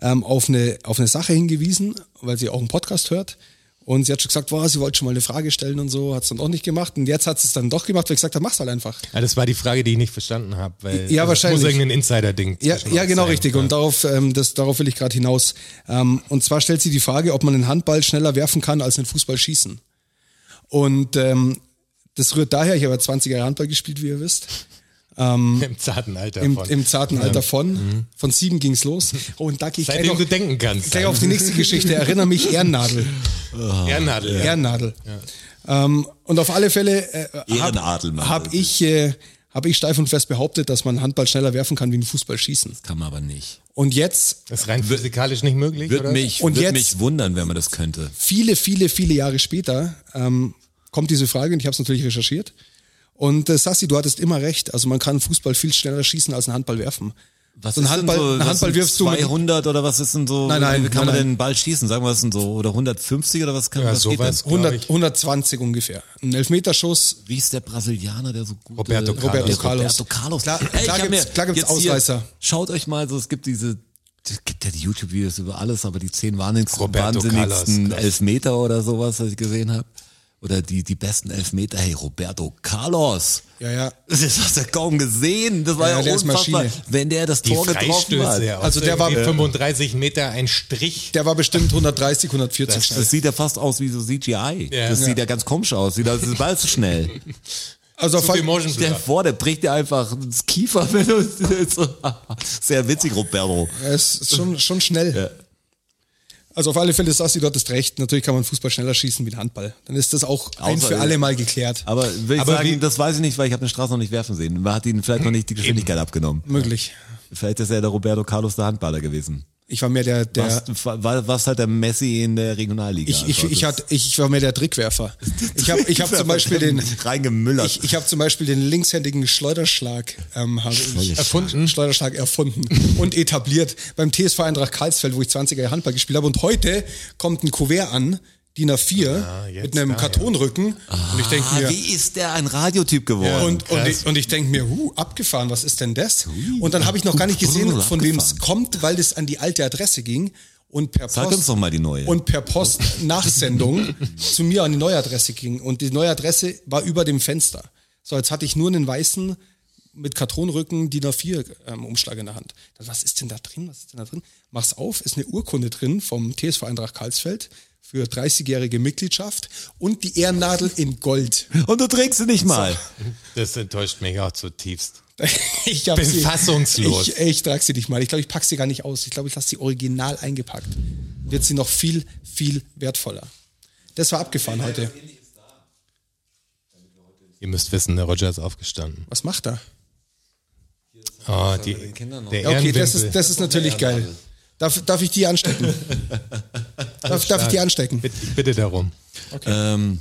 S2: ähm, auf, eine, auf eine Sache hingewiesen, weil sie auch einen Podcast hört. Und sie hat schon gesagt, wow, sie wollte schon mal eine Frage stellen und so, hat's dann auch nicht gemacht. Und jetzt hat's es dann doch gemacht, weil ich gesagt habe, mach's halt einfach.
S3: Ja, das war die Frage, die ich nicht verstanden habe. weil
S2: Ja,
S3: das
S2: wahrscheinlich.
S3: Muss irgendein Insider-Ding.
S2: Ja,
S3: zwischen
S2: ja
S3: uns
S2: genau
S3: sein.
S2: richtig. Und darauf, ähm, das, darauf will ich gerade hinaus. Ähm, und zwar stellt sie die Frage, ob man einen Handball schneller werfen kann als einen Fußball schießen. Und ähm, das rührt daher, ich habe ja 20 Jahre Handball gespielt, wie ihr wisst,
S3: <laughs> Im zarten Alter.
S2: im,
S3: von.
S2: im zarten Alter von. Von sieben ging's los. Oh, und da gehe ich gleich,
S3: Mhm. Seitdem
S2: noch,
S3: du denken kannst.
S2: gleich auf die nächste Geschichte. Erinnere mich, Ehrennadel.
S3: Ehrennadel. Ja.
S2: Ehrennadel. Ähm, und auf alle Fälle äh,
S4: Ehrenadel, Mann.
S2: habe ich, äh, hab ich steif und fest behauptet, dass man Handball schneller werfen kann wie ein Fußball schießen.
S4: Kann man aber nicht.
S2: Und jetzt
S3: Das ist rein physikalisch nicht möglich,
S4: Würde
S3: oder?
S4: mich,
S2: Und
S4: würd
S2: jetzt-
S4: mich wundern, wenn man das könnte.
S2: viele, viele, viele Jahre später ähm, kommt diese Frage und ich habe es natürlich recherchiert. Und äh, Sassi, du hattest immer recht. Also man kann Fußball viel schneller schießen als einen Handball werfen.
S4: Was
S2: so ein
S4: ist denn
S2: Handball,
S4: so,
S2: einen
S4: was
S2: Handball
S4: sind
S2: wirfst du mit,
S4: 200 oder was ist denn so?
S2: Nein, nein,
S4: wie kann
S2: nein,
S4: man
S2: nein.
S4: denn einen Ball schießen? Sagen wir es denn so oder 150 oder was kann
S3: Ja,
S4: was geht
S3: sowas.
S4: denn?
S2: 100,
S3: glaub ich.
S2: 120 ungefähr. Ein Elfmeterschuss.
S4: Wie ist der Brasilianer, der so gut
S3: Roberto Carlos.
S2: Roberto Carlos.
S4: Roberto Carlos.
S2: Klar-
S4: ich
S2: klar
S4: hab
S2: gibt's-
S4: mir
S2: klar gibt's
S4: jetzt hier-
S2: Ausreißer.
S4: Schaut euch mal so, es gibt diese es gibt ja die YouTube-Videos über alles, aber die zehn wahnsinnigsten,
S3: Roberto
S4: wahnsinnigsten
S3: Carlos, krass.
S4: Elfmeter oder sowas, was ich gesehen habe. Oder die, die besten Elfmeter. Hey, Roberto Carlos.
S2: Ja, ja.
S4: Das hast du kaum gesehen. Das war
S2: Ja,
S4: ja,
S2: der ist
S4: unfassbar.
S2: Maschine.
S4: Wenn der das
S3: Die
S4: Tor getroffen hat.
S3: Freistöße. ja,
S2: Also
S3: aus
S2: der war-
S3: irgendwie 35 Meter ein Strich.
S2: Der war bestimmt 130, 140 schnell.
S4: Das sieht ja fast aus wie so CGI.
S3: Ja.
S4: Das
S3: Ja.
S4: sieht ja ganz komisch aus. Sieht aus, das ist bald zu schnell.
S3: <laughs>
S2: Also auf,
S3: Zu viel
S2: all-
S3: Motion
S4: Stell dir
S3: Blur.
S4: vor, der bricht dir einfach das Kiefer. Wenn du, so, <laughs> sehr witzig, Roberto.
S2: Ja, es ist schon, schon schnell.
S4: Ja.
S2: Also auf alle Fälle, Sassi, du hattest recht. Natürlich kann man Fußball schneller schießen wie ein Handball. Dann ist das auch ein
S4: Außer-
S2: für alle Mal geklärt.
S4: Aber will ich
S3: Aber
S4: sagen,
S3: wie-
S4: das weiß ich nicht, weil ich habe den Straße noch nicht werfen sehen. Man hat ihn vielleicht noch nicht die Geschwindigkeit abgenommen.
S2: Möglich.
S4: Vielleicht ist er der Roberto Carlos der Handballer gewesen.
S2: Ich war mehr der, der
S4: Warst, war, warst halt der Messi in der Regionalliga.
S2: Ich, ich,
S4: einfach.
S2: ich,
S4: Das-
S2: hatte, ich, ich war mehr der
S4: <laughs>
S2: Trickwerfer. Ich habe ich hab zum Beispiel den,
S4: reingemüllert.
S2: ich, ich hab zum Beispiel den linkshändigen Schleuderschlag, ähm, habe ich erfunden. Schleuderschlag erfunden <laughs> und etabliert beim TSV Eintracht Karlsfeld, wo ich 20er Jahre Handball gespielt habe. Und heute kommt ein Kuvert an, DIN A4,
S3: jetzt
S2: mit einem
S3: da, ja.
S2: Kartonrücken. Und ich denke
S4: ah,
S2: mir,
S4: wie ist der ein Radiotyp geworden?
S2: und, und ich, und ich denke mir, huh, abgefahren, was ist denn das? Und dann habe ich noch gar nicht gesehen, von wem es
S4: Abgefahren.
S2: kommt, weil das an die alte Adresse ging. Und per
S4: Sag
S2: Post,
S4: uns doch mal die neue.
S2: Und per Post
S4: <laughs>
S2: Nachsendung zu mir an die neue Adresse ging. Und die neue Adresse war über dem Fenster. So, jetzt hatte ich nur einen weißen mit Kartonrücken DIN A4-Umschlag in der Hand. Dann, was ist denn da drin? Was ist denn da drin? Mach's auf, ist eine Urkunde drin vom TSV Eintracht Karlsfeld für 30-jährige Mitgliedschaft und die Ehrennadel in Gold.
S4: Und du trägst sie nicht mal.
S3: Das enttäuscht mich auch zutiefst.
S2: <laughs> Ich hab
S3: Bin fassungslos.
S2: Ich, ich trage sie nicht mal. Ich glaube, ich pack sie gar nicht aus. Ich glaube, ich lasse sie original eingepackt. Wird sie noch viel, viel wertvoller. Das war abgefahren heute.
S3: Ihr müsst wissen, der Roger ist aufgestanden.
S2: Was macht er?
S3: Oh, die, der
S2: Ja, okay, das
S3: Ehrenwimpel.
S2: ist, das ist natürlich geil. Darf, darf ich die anstecken? darf, darf ich die anstecken?
S3: bitte, bitte darum.
S4: Ähm,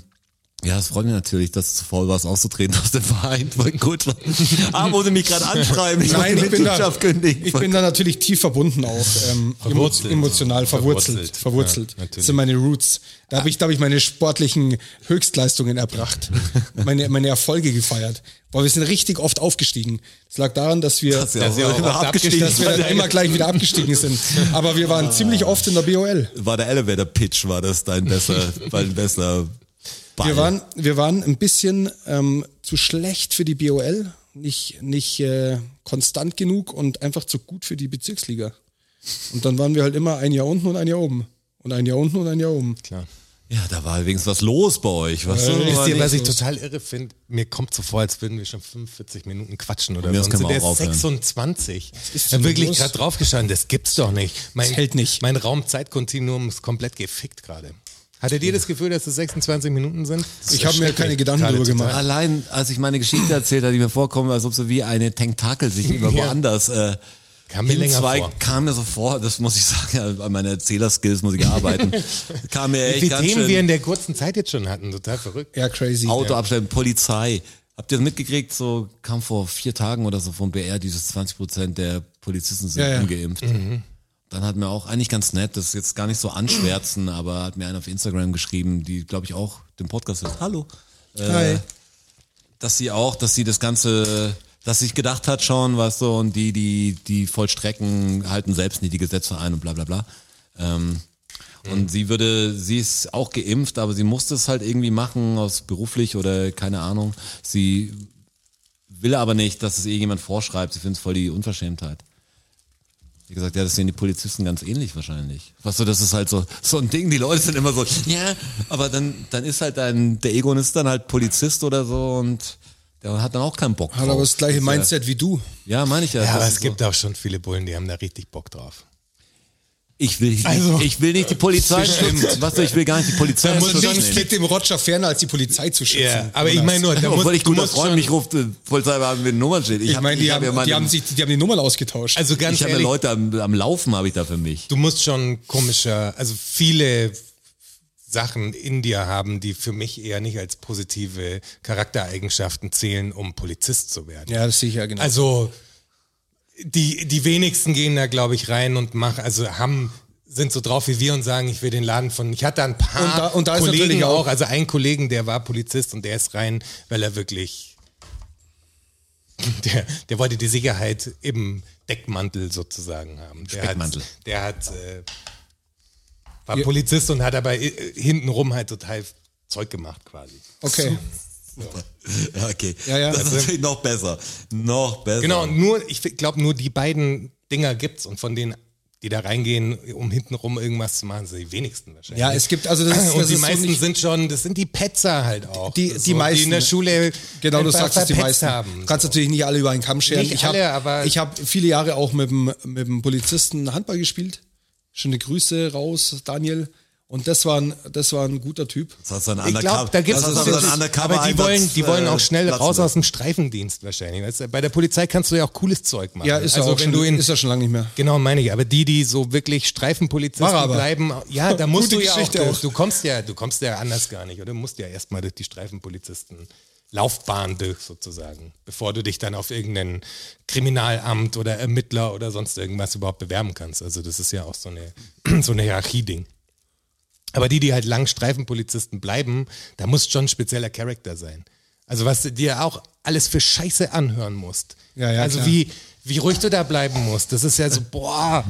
S4: ja, es freut mich natürlich, dass du zu faul warst, auszutreten aus dem Verein. <laughs> Voll Gut. Ah, wollte mich gerade anschreiben. Ich
S2: Nein,
S4: wollte
S2: ich bin, da,
S4: Mitgliedschaft kündigen.
S2: ich bin da natürlich tief verbunden auch. Ähm, emo-
S3: Verwurzelt.
S2: Emotional verwurzelt.
S3: Verwurzelt.
S2: Verwurzelt.
S3: Ja, natürlich.
S2: das sind meine Roots. Da habe ich, da hab ich meine sportlichen Höchstleistungen
S3: <laughs>
S2: erbracht. meine, meine Erfolge gefeiert. Boah, wir sind richtig oft aufgestiegen. Das lag daran, dass wir,
S4: Das ist
S3: Das ist ja
S4: ja
S3: auch
S4: auch immer
S3: oft
S4: abgestiegen.
S2: dass wir dann immer gleich wieder abgestiegen sind. Aber wir
S3: Ah.
S2: waren ziemlich oft in der BOL.
S4: war der Elevator Pitch, war das dein <laughs> besser, dein besser Ball.
S2: Wir waren, wir waren ein bisschen ähm, zu schlecht für die BOL, nicht, nicht äh, konstant genug und einfach zu gut für die Bezirksliga. Und dann waren wir halt immer ein Jahr unten und ein Jahr oben. Und ein Jahr unten und ein Jahr oben.
S3: Klar.
S4: ja, da war übrigens was los bei euch. Was
S2: Äh,
S4: war
S3: Wisst ihr,
S4: nicht-
S3: was ich total irre finde? Mir kommt so vor, als würden wir schon 45 Minuten quatschen oder
S4: Von mir
S3: so.
S4: aus
S3: Und
S4: können
S3: so
S4: wir
S3: der
S4: auch
S3: ist
S4: aufhören.
S3: 26.
S2: ist
S3: Ich
S2: denn
S3: wirklich
S2: los?
S3: gerade draufgeschaut, das gibt's doch nicht. Mein,
S2: Das hält nicht.
S3: Mein Raumzeitkontinuum ist komplett gefickt gerade. Hattet ihr das Gefühl, dass es 26 Minuten sind? Das
S2: Ich hab mir
S3: erschreckt
S2: keine
S3: mich
S2: Gedanken
S3: gerade
S2: drüber
S3: total.
S2: gemacht.
S4: Allein, als ich meine Geschichte erzählt habe, die mir vorkommen, als ob so wie eine Tentakel sich
S3: <laughs>
S4: über
S3: Ja.
S4: woanders äh,
S3: Kam mir länger
S4: hinzweigt,
S3: vor.
S4: kam mir so vor, das muss ich sagen, an meinen Erzählerskills muss
S3: <laughs>
S4: ich arbeiten, kam mir
S3: Wie
S4: echt
S3: viele
S4: ganz
S3: Themen
S4: schön,
S3: wir in der kurzen Zeit jetzt schon hatten, total verrückt.
S2: Ja, crazy.
S4: Auto abstellen, Polizei. Habt ihr das mitgekriegt? So kam vor vier Tagen oder so vom BR, dieses 20 Prozent der Polizisten sind
S2: Ja, ja.
S4: ungeimpft.
S3: Mhm.
S4: Dann hat mir auch eigentlich ganz nett, das ist jetzt gar nicht so anschwärzen, aber hat mir einer auf Instagram geschrieben, die glaube ich auch den Podcast hört. Hallo.
S2: Hi.
S4: dass sie auch, dass sie das Ganze, dass sie sich gedacht hat schon, was so, und die, die, die vollstrecken, halten selbst nicht die Gesetze ein und bla bla bla. Ähm, und sie würde, sie ist auch geimpft, aber sie musste es halt irgendwie machen, aus beruflich oder keine Ahnung. Sie will aber nicht, dass es irgendjemand vorschreibt. Sie findet es voll die Unverschämtheit. Wie gesagt, ja, das sehen die Polizisten ganz ähnlich wahrscheinlich. Was so, das ist halt so, so ein Ding, die Leute sind immer so, ja, aber dann, dann ist halt dein, der Egon ist dann halt Polizist oder so und der hat dann auch keinen Bock.
S2: Hat aber
S4: drauf.
S2: das gleiche
S4: Ist
S2: Mindset wie du.
S4: Ja, ja meine ich ja.
S3: Ja,
S4: das
S3: aber
S4: ist
S3: es gibt auch schon viele Bullen, die haben da richtig Bock drauf.
S4: Ich will, nicht-
S3: Also-
S4: ich will nicht die Polizei schützen. Was, ich will gar nicht die Polizei
S3: Da muss
S4: schützen.
S3: nichts
S2: Nichts liegt dem Roger ferner, als die Polizei zu schützen.
S3: aber ich meine nur, da
S4: Obwohl
S3: muss,
S4: ich guter Freund mich ruft, äh, Polizei haben wir ein Nummernschild.
S2: Ich meine, die,
S4: hab ja
S2: haben, die,
S4: meine-
S2: haben sich, die haben die Nummern ausgetauscht.
S3: also ganz
S4: ich habe ja
S3: ehrlich,
S4: Leute am, am Laufen, habe ich da für mich.
S3: du musst schon komischer, also viele Sachen in dir haben, die für mich eher nicht als positive Charaktereigenschaften zählen, um Polizist zu werden.
S2: ja, das sehe ich ja genau.
S3: Also die, die wenigsten gehen da, glaube ich, rein und machen, also haben sind so drauf wie wir und sagen, ich will den Laden von. Ich hatte da ein paar
S2: Und da- und da ist
S3: Kollegen
S2: natürlich
S3: auch,
S2: auch-
S3: also einen Kollegen, der war Polizist und der ist rein, weil er wirklich <laughs> der, der wollte die Sicherheit im Deckmantel sozusagen haben. Der
S4: Speckmantel.
S3: Hat, der hat äh, war
S2: Ja.
S3: Polizist und hat aber äh, hintenrum halt total Zeug gemacht quasi.
S2: okay.
S4: <laughs> Ja, okay.
S2: Ja, ja.
S4: Das ist natürlich noch besser. Noch besser.
S3: Genau, und nur, ich glaube, nur die beiden Dinger gibt's und von denen, die da reingehen, um hintenrum irgendwas zu machen, sind die wenigsten wahrscheinlich.
S2: Ja, es gibt, also das ist,
S3: und
S2: das
S3: die
S2: ist
S3: meisten
S2: so nicht,
S3: sind schon, das sind die Petzer halt auch.
S2: Die-
S3: Das
S2: die
S3: Die in der
S2: meisten.
S3: Schule
S2: Genau, du
S3: einfach
S2: sagst es die
S3: verpetzt
S2: meisten.
S3: haben.
S2: Du kannst natürlich nicht alle über einen Kamm scheren.
S3: Nicht
S2: ich habe
S3: alle, aber-
S2: hab viele Jahre auch mit dem, mit dem Polizisten Handball gespielt. Schöne Grüße raus, Daniel. Und das war ein, das war ein guter Typ.
S4: Das hast du an
S3: Ich glaube, da gibt's
S4: das hast du an
S3: wirklich,
S4: Undercover
S3: aber die
S4: Einsatz,
S3: wollen, die wollen auch
S4: äh,
S3: schnell
S4: platzen
S3: raus
S4: lassen.
S3: aus dem Streifendienst wahrscheinlich. Weißt du, bei der Polizei kannst du ja auch cooles Zeug machen.
S2: Ja, ist
S3: also
S2: er auch
S3: wenn
S2: schon,
S3: du in,
S2: ist er schon lange nicht mehr.
S3: Genau, meine ich. Aber die, die so wirklich
S2: War er
S3: Streifenpolizisten
S2: aber.
S3: bleiben,
S2: <laughs>
S3: ja, da musst
S2: Gute
S3: du ja auch,
S2: Geschichte
S3: du,
S2: auch.
S3: du kommst ja, du kommst ja anders gar nicht, oder? Du musst ja erstmal durch die Streifenpolizisten Laufbahn durch sozusagen, bevor du dich dann auf irgendein Kriminalamt oder Ermittler oder sonst irgendwas überhaupt bewerben kannst. Also das ist ja auch so eine, <clears throat> so eine Hierarchie-Ding. Aber die, die halt lang Streifenpolizisten bleiben, da muss schon ein spezieller Charakter sein. Also was du dir auch alles für Scheiße anhören musst.
S2: Ja, ja,
S3: also
S2: klar.
S3: wie, wie ruhig du da bleiben musst. Das ist ja so, boah.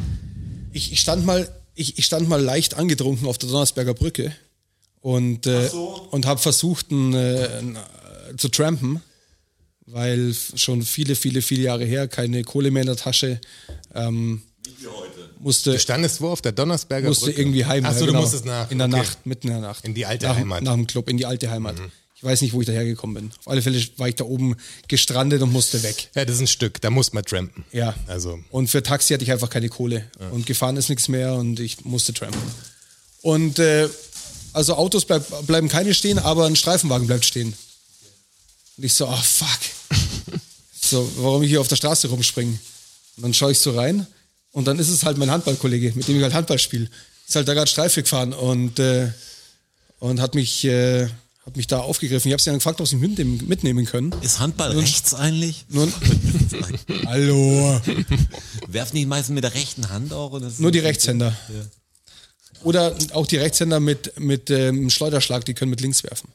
S2: Ich, ich stand mal, ich, ich stand mal leicht angetrunken auf der Donnersberger Brücke und, äh, und habe versucht, einen, äh, einen, äh, zu trampen. weil f- schon viele, viele, viele Jahre her keine Kohle mehr in der Tasche. Ähm, musste,
S3: Du standest wo auf der Donnersberger
S2: musste
S3: Brücke?
S2: irgendwie heim.
S3: Achso,
S2: ja,
S3: du
S2: genau.
S3: musstest nach.
S2: In der
S3: okay.
S2: Nacht, mitten in der Nacht.
S3: In die alte
S2: nach,
S3: Heimat. Mhm.
S2: Nach dem Club, in die alte Heimat. Ich weiß nicht, wo ich dahergekommen bin. Auf alle Fälle war ich da oben gestrandet und musste weg.
S3: Ja, das ist ein Stück, da muss man trampen.
S2: Ja.
S3: Also,
S2: Und für Taxi hatte ich einfach keine Kohle. Und gefahren ist nichts mehr und ich musste trampen. Und äh, also Autos bleib, bleiben keine stehen, aber ein Streifenwagen bleibt stehen. Und ich so, ah fuck. so, warum ich hier auf der Straße rumspringe? Und dann schaue ich so rein und dann ist es halt mein Handballkollege, mit dem ich halt Handball spiele. Ist halt da gerade Streife gefahren und, äh, und hat mich, äh, hat mich da aufgegriffen. Ich habe sie dann gefragt, ob sie mich mitnehmen, mitnehmen können.
S4: Ist Handball rechts eigentlich?
S2: Nun, hallo.
S4: <laughs> Werfen die meisten mit der rechten Hand auch? Und das ist-
S2: Nur die Rechtshänder. Oder auch die Rechtshänder mit, mit ähm, Schleuderschlag, die können mit links werfen.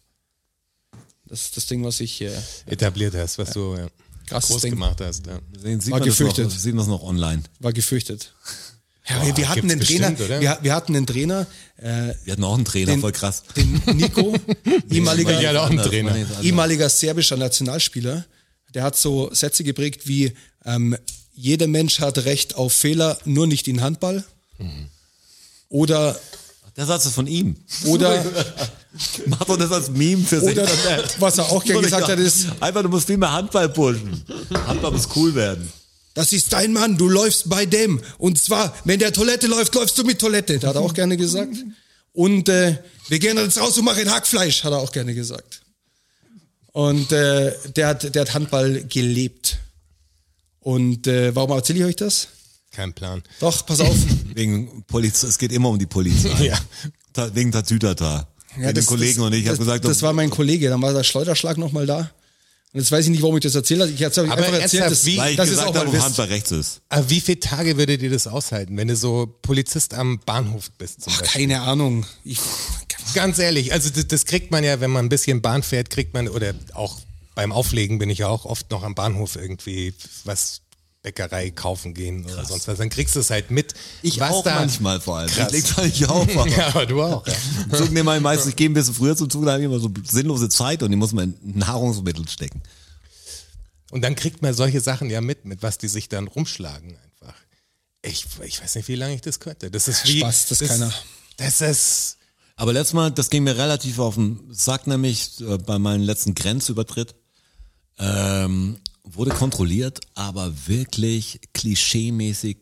S2: Das ist das Ding, was ich. Äh,
S3: etabliert hast, was du ja,
S2: Krasses
S3: groß
S2: Ding.
S3: gemacht hast. Ja.
S4: Sehen, sieht
S2: War
S4: man das noch,
S2: gefürchtet.
S4: sehen das noch online.
S2: war
S3: <laughs>
S2: gefürchtet. Ja, wir, wir,
S3: Boah,
S2: hatten einen
S3: gibt's
S2: Trainer,
S3: bestimmt, oder?
S2: wir, wir hatten einen Trainer,
S4: Wir hatten auch einen Trainer,
S2: Den-
S4: voll krass.
S2: den
S3: <laughs>
S2: Nico, ehemaliger,
S3: Ja, auch ein
S4: Anders,
S3: Trainer.
S4: man ist anders.
S2: ehemaliger serbischer Nationalspieler. Der hat so Sätze geprägt wie: ähm, Jeder Mensch hat Recht auf Fehler, nur nicht in Handball.
S3: Mhm. <laughs>
S2: Oder,
S4: Der Satz ist von ihm.
S2: oder,
S4: Macht doch das als Meme für sich.
S2: oder, was er auch gerne gesagt hat, ist:
S4: Einfach, du musst viel mehr Handball pushen. Handball muss cool werden.
S2: Das ist dein Mann, du läufst bei dem. Und zwar, wenn der Toilette läuft, läufst du mit Toilette. Das hat er auch gerne gesagt. Und äh, wir gehen jetzt raus und machen Hackfleisch, hat er auch gerne gesagt. Und äh, der, hat, der hat Handball gelebt. Und äh, warum erzähle ich euch das?
S3: Kein Plan. <laughs>
S2: Doch, pass
S4: <laughs>
S2: auf.
S4: Wegen Polizei, es geht immer um die
S2: <laughs>
S4: Polizei.
S3: Ja.
S4: Ta wegen Tatütata. Ja,
S2: das-
S4: den Kollegen
S2: das-
S4: und ich habe
S2: das-
S4: gesagt,
S2: Das war mein Kollege, dann war der Schleuderschlag nochmal da. Und jetzt weiß ich nicht, warum ich das erzählt habe. Ich habe
S3: Aber
S2: einfach erzählt,
S3: ernsthaft,
S2: das,
S3: wie-
S4: weil ich
S2: das ist auch
S4: gesagt
S2: mal
S4: habe,
S2: Witz.
S4: ob Handball rechts ist.
S3: Aber wie viele Tage würdet ihr das aushalten, wenn du so Polizist am Bahnhof bist? Zum
S2: Ach,
S3: Beispiel?
S2: keine Ahnung. Ich,
S3: Ganz ehrlich, also das, das kriegt man ja, wenn man ein bisschen Bahn fährt, kriegt man, oder auch beim Auflegen bin ich ja auch oft noch am Bahnhof irgendwie was Bäckerei kaufen gehen oder sonst was. Dann kriegst du es halt mit.
S4: Ich
S3: was
S4: auch
S3: da,
S4: manchmal vor allem.
S3: Krass.
S4: Ich leg's halt nicht auf.
S2: <laughs>
S3: <laughs>
S4: aber-
S3: Ja, aber du auch. Ja.
S4: Im Zug nehmen wir meistens, ich gehe ein bisschen früher zum Zug, da habe ich immer so sinnlose Zeit und die muss man in Nahrungsmittel stecken.
S3: Und dann kriegt man solche Sachen ja mit, mit was die sich dann rumschlagen einfach. Ich, ich weiß nicht, wie lange ich das könnte. Das ist wie.
S2: Spaß, das keiner.
S3: Das ist.
S4: Aber letztes Mal, das ging mir relativ auf den Sack, nämlich äh, bei meinem letzten Grenzübertritt. Ähm, wurde kontrolliert, aber wirklich klischeemäßig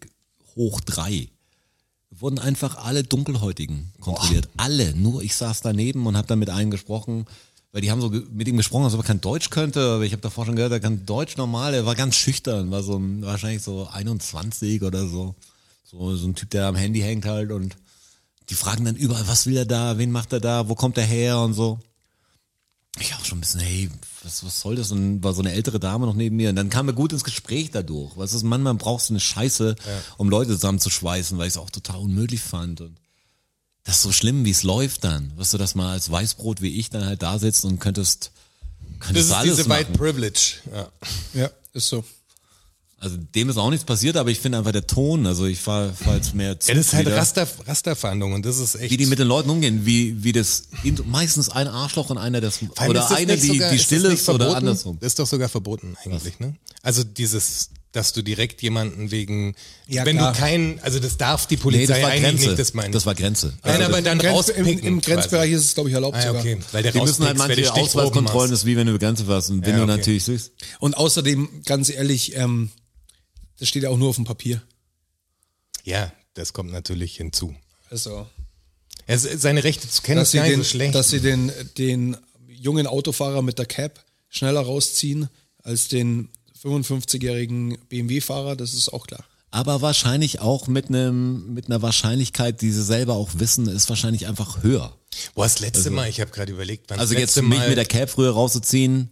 S4: hoch drei. Wurden einfach alle Dunkelhäutigen kontrolliert. Alle. Nur ich saß daneben und habe dann mit einem gesprochen, weil die haben so ge- mit ihm gesprochen, als ob er kein Deutsch könnte. Aber ich habe davor schon gehört, er kann Deutsch normal. Er war ganz schüchtern, war so ein- wahrscheinlich so 21 oder so. So, so ein Typ, der am Handy hängt halt und die fragen dann überall, was will er da, wen macht er da, wo kommt er her und so. Ich auch schon ein bisschen, hey, was, was soll das? Und war so eine ältere Dame noch neben mir. Und dann kam er gut ins Gespräch dadurch. Was ist, manchmal brauchst du eine Scheiße, um Leute zusammenzuschweißen, weil ich es auch total unmöglich fand. Und das ist so schlimm, wie es läuft dann. Wirst du das mal als Weißbrot wie ich dann halt da sitzt und könntest,
S3: Das
S4: könntest
S3: ist
S4: alles
S3: diese White
S4: machen.
S3: Privilege. Ja.
S2: ja, ist so.
S4: Also dem ist auch nichts passiert, aber ich finde einfach der Ton, also ich war, war jetzt mehr
S3: Ja, das ist halt
S4: wieder.
S3: Raster, Rasterfahndung und das ist echt.
S4: wie die mit den Leuten umgehen, wie, wie das meistens ein Arschloch und einer das
S3: Vor allem
S4: oder
S3: ist das
S4: eine,
S3: nicht
S4: die,
S3: sogar-
S4: die
S3: ist das
S4: still
S3: nicht
S4: ist oder
S3: verboten?
S4: andersrum.
S3: Das ist doch sogar verboten eigentlich, ne? Also dieses, dass du direkt jemanden wegen,
S2: Ja,
S3: wenn
S2: klar.
S3: du keinen, also das darf die Polizei eigentlich nicht, das meine ich.
S4: war Grenze.
S3: Nein,
S4: Also,
S3: aber dann
S2: Grenz, im,
S3: rauspicken.
S2: Im Grenzbereich
S3: quasi.
S2: ist es, glaube ich, erlaubt
S3: Ah, ja,
S2: sogar.
S3: okay. Weil der
S4: die müssen
S3: rauspickst,
S4: halt
S3: wenn du
S4: manche
S3: Stichproben
S4: Ausweiskontrollen,
S3: machst.
S4: das ist wie wenn du über Grenze fährst und wenn
S3: Ja,
S4: du
S3: okay.
S4: natürlich siehst.
S2: Und außerdem, ganz ehrlich, ähm, das steht ja auch nur auf dem Papier.
S3: Ja, das kommt natürlich hinzu.
S2: Also,
S3: Es, seine Rechte zu kennen
S2: dass
S3: ist
S2: sie,
S3: gar nicht
S2: den,
S3: so schlecht.
S2: dass sie den, den jungen Autofahrer mit der Cap schneller rausziehen als den 55-jährigen BMW-Fahrer, das ist auch klar.
S4: Aber wahrscheinlich auch mit einem, mit einer Wahrscheinlichkeit, die sie selber auch wissen, ist wahrscheinlich einfach höher.
S3: Boah, das letzte Mal, ich habe gerade überlegt, wann
S4: Also
S3: das
S4: jetzt
S3: letzte
S4: mich
S3: Mal,
S4: mit der Cap früher rauszuziehen,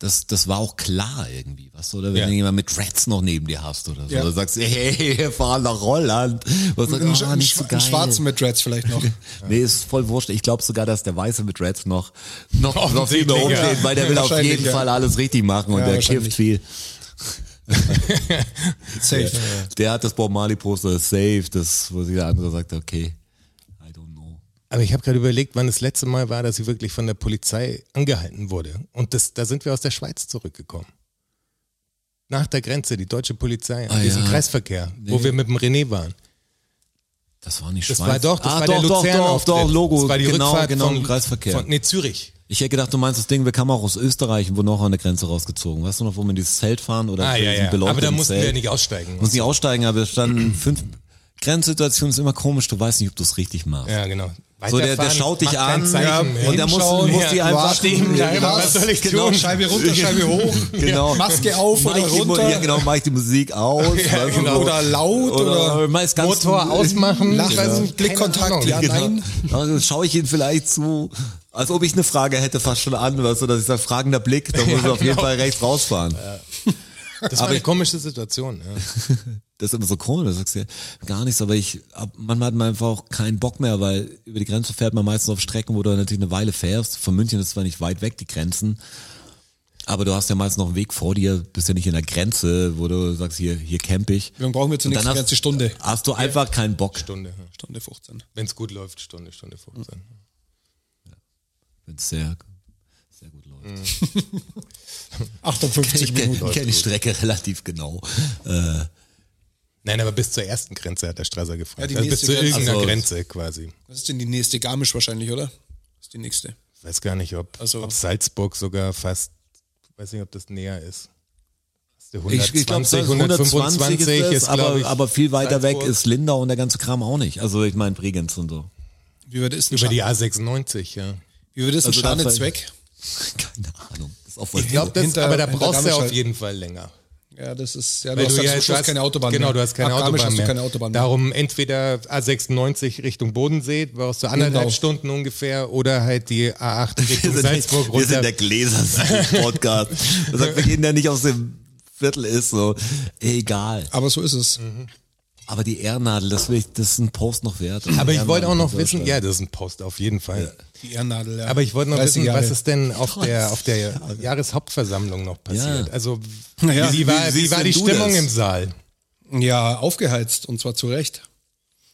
S4: das, das war auch klar irgendwie, was oder wenn
S3: Ja.
S4: du jemand mit Reds noch neben dir hast oder so,
S2: Ja.
S4: du sagst, hey, <laughs> wir fahren nach Holland, was sagt,
S2: Ein,
S4: oh,
S2: ein,
S4: nicht so
S2: Schwa-
S4: geil.
S2: ein schwarzen mit Dreads vielleicht
S3: <laughs>
S2: noch.
S4: Nee, ist voll wurscht. Ich glaube sogar, dass der Weiße mit Reds noch, noch, noch viel mehr
S3: Offensichtlich, ja.
S4: rumsteht, weil der will auf
S2: Wahrscheinlich,
S4: jeden
S2: ja.
S4: Fall alles richtig machen und
S2: Ja,
S4: der
S2: wahrscheinlich.
S4: kifft viel.
S2: Safe.
S4: Der hat das Bob Marley Poster, das ist safe, das, wo sich der andere sagt, okay, I don't know.
S3: Aber ich habe gerade überlegt, wann das letzte Mal war, dass ich wirklich von der Polizei angehalten wurde. Und das, da sind wir aus der Schweiz zurückgekommen. Nach der Grenze, die deutsche Polizei, an
S4: Ah,
S3: diesem
S4: ja.
S3: Kreisverkehr, wo wir mit dem René waren.
S4: Das war nicht
S3: Das
S4: Schweiz.
S3: war doch, das
S4: ah,
S3: war
S4: doch,
S3: der
S4: doch,
S3: Luzern
S4: doch, doch, Logo.
S3: Das war die
S4: genau,
S3: Rückfahrt
S4: genau,
S3: von,
S4: im Kreisverkehr.
S3: Von, nee, Zürich.
S4: ich hätte gedacht, du meinst das Ding, wir kamen auch aus Österreich und wurden auch an der Grenze rausgezogen. Weißt du noch, wo wir dieses Zelt fahren oder
S3: Ah, ja,
S4: diese
S3: ja.
S4: Leute
S3: Aber da
S4: im
S3: mussten
S4: Zelt?
S3: wir nicht aussteigen.
S4: Muss nicht aussteigen, aber wir standen fünf. Grenzsituation ist immer komisch, du weißt nicht, ob du es richtig machst.
S3: Ja, genau.
S4: So, der, der
S3: Weiterfahren
S4: schaut dich
S3: macht kein
S4: an
S3: Zeichen mehr.
S4: und der muss, muss die
S3: ja,
S4: einfach
S3: warten,
S4: stehen.
S3: ja, immer,
S4: lassen.
S3: was soll ich
S4: genau,
S3: tun?
S2: Scheibe runter,
S4: <laughs>
S2: Scheibe hoch.
S4: Genau.
S2: Maske auf
S4: Mach
S2: oder
S4: ich die Mu-
S2: runter.
S4: Ja, genau, mach ich die Musik aus.
S3: Ja,
S4: weißt du,
S3: genau.
S2: Oder laut oder,
S4: mach ich's ganz- <laughs>
S3: Motor ausmachen.
S2: Lachweisen,
S3: Keine Ahnung.
S2: Blickkontakt, ja,
S4: Genau.
S2: nein.
S4: Also schaue ich ihn vielleicht zu, als ob ich eine Frage hätte, fast schon an, weißt du, dass ich sage, fragender Blick, da muss ich auf jeden
S3: genau.
S4: Fall rechts rausfahren.
S3: Das war eine komische Situation. Ja.
S4: Das ist immer so komisch, das sagst du ja gar nichts, aber ich, ab, manchmal hat man einfach auch keinen Bock mehr, weil über die Grenze fährt man meistens auf Strecken, wo du natürlich eine Weile fährst. Von München ist zwar nicht weit weg, die Grenzen, aber du hast ja meistens noch einen Weg vor dir, bist ja nicht in der Grenze, wo du sagst, hier, hier camp ich.
S2: Wie lange brauchen wir zunächst?
S4: Dann
S2: Eine ganze Stunde.
S4: Hast du einfach keinen Bock,
S3: Stunde.
S2: Stunde 15.
S3: Wenn es gut läuft, Stunde, Stunde
S4: Hm.
S3: 15.
S4: wenn es sehr, sehr gut läuft.
S2: 58 <laughs>
S4: Ich kenne
S2: Minuten.
S4: kenn die Strecke relativ genau. Äh,
S3: Nein, aber bis zur ersten Grenze hat der Strasser gefragt.
S2: Ja, die
S3: also bis
S2: nächste
S3: zu
S2: Grenze.
S3: irgendeiner
S4: Also-
S3: Grenze quasi.
S2: Was ist denn die nächste? Garmisch wahrscheinlich, oder? Das ist die nächste.
S3: Ich weiß gar nicht, ob,
S2: Also-
S3: ob Salzburg sogar fast, ich weiß nicht, ob das näher ist. Ist der
S4: ich ich glaube, 120 ist, es,
S3: glaub
S4: aber, aber viel weiter weg
S3: Salzburg.
S4: ist Lindau und der ganze Kram auch nicht. Also ich meine Bregenz und so.
S2: Wie würde es denn
S3: über
S2: schaden?
S3: die A96, ja.
S2: Wie würde es denn
S4: Also
S2: schaden?
S4: darf
S2: Jetzt
S4: sein.
S2: weg?
S4: Keine Ahnung. Das ist auch voll
S3: Ich glaube, das,
S2: Hinter-
S3: aber da
S2: hinter
S3: brauchst du ja
S2: Garmisch
S3: auf
S2: halt.
S3: jeden Fall länger.
S2: Ja, das ist, ja, du
S3: Weil
S2: hast, ja,
S3: ja-
S2: du hast keine Autobahn
S3: Genau,
S2: mehr.
S3: du hast keine
S2: Ab Garmisch
S3: Autobahn,
S2: hast
S3: mehr.
S2: du keine Autobahn mehr.
S3: Darum entweder A96 Richtung Bodensee, brauchst du anderthalb
S2: Genau.
S3: Stunden ungefähr, oder halt die A8
S4: Wir
S3: Richtung
S4: sind,
S3: Salzburg
S4: wir
S3: runter.
S4: sind
S3: <laughs>
S4: der Gläser-Podcast. Das sagt für jeden, der nicht aus dem Viertel ist, so egal.
S2: Aber so ist es.
S3: Mhm.
S4: Aber die Ehrnadel, das, will ich, das ist ein Post noch wert.
S3: Aber ich
S4: Ehrnadel
S3: wollte auch noch
S4: in
S3: wissen,
S4: Deutschland.
S3: ja, das ist ein Post auf jeden Fall.
S2: Die Ehrennadel, ja.
S3: Aber ich wollte noch
S2: 30
S3: wissen,
S2: Jahre.
S3: was ist denn auf der, auf der Jahreshauptversammlung noch passiert?
S4: Ja.
S3: Also,
S2: Naja,
S3: wie, wie war,
S4: wie
S3: wie war die
S4: siehst denn du
S3: Stimmung
S4: das?
S3: im Saal?
S2: Ja, aufgeheizt und zwar zu Recht.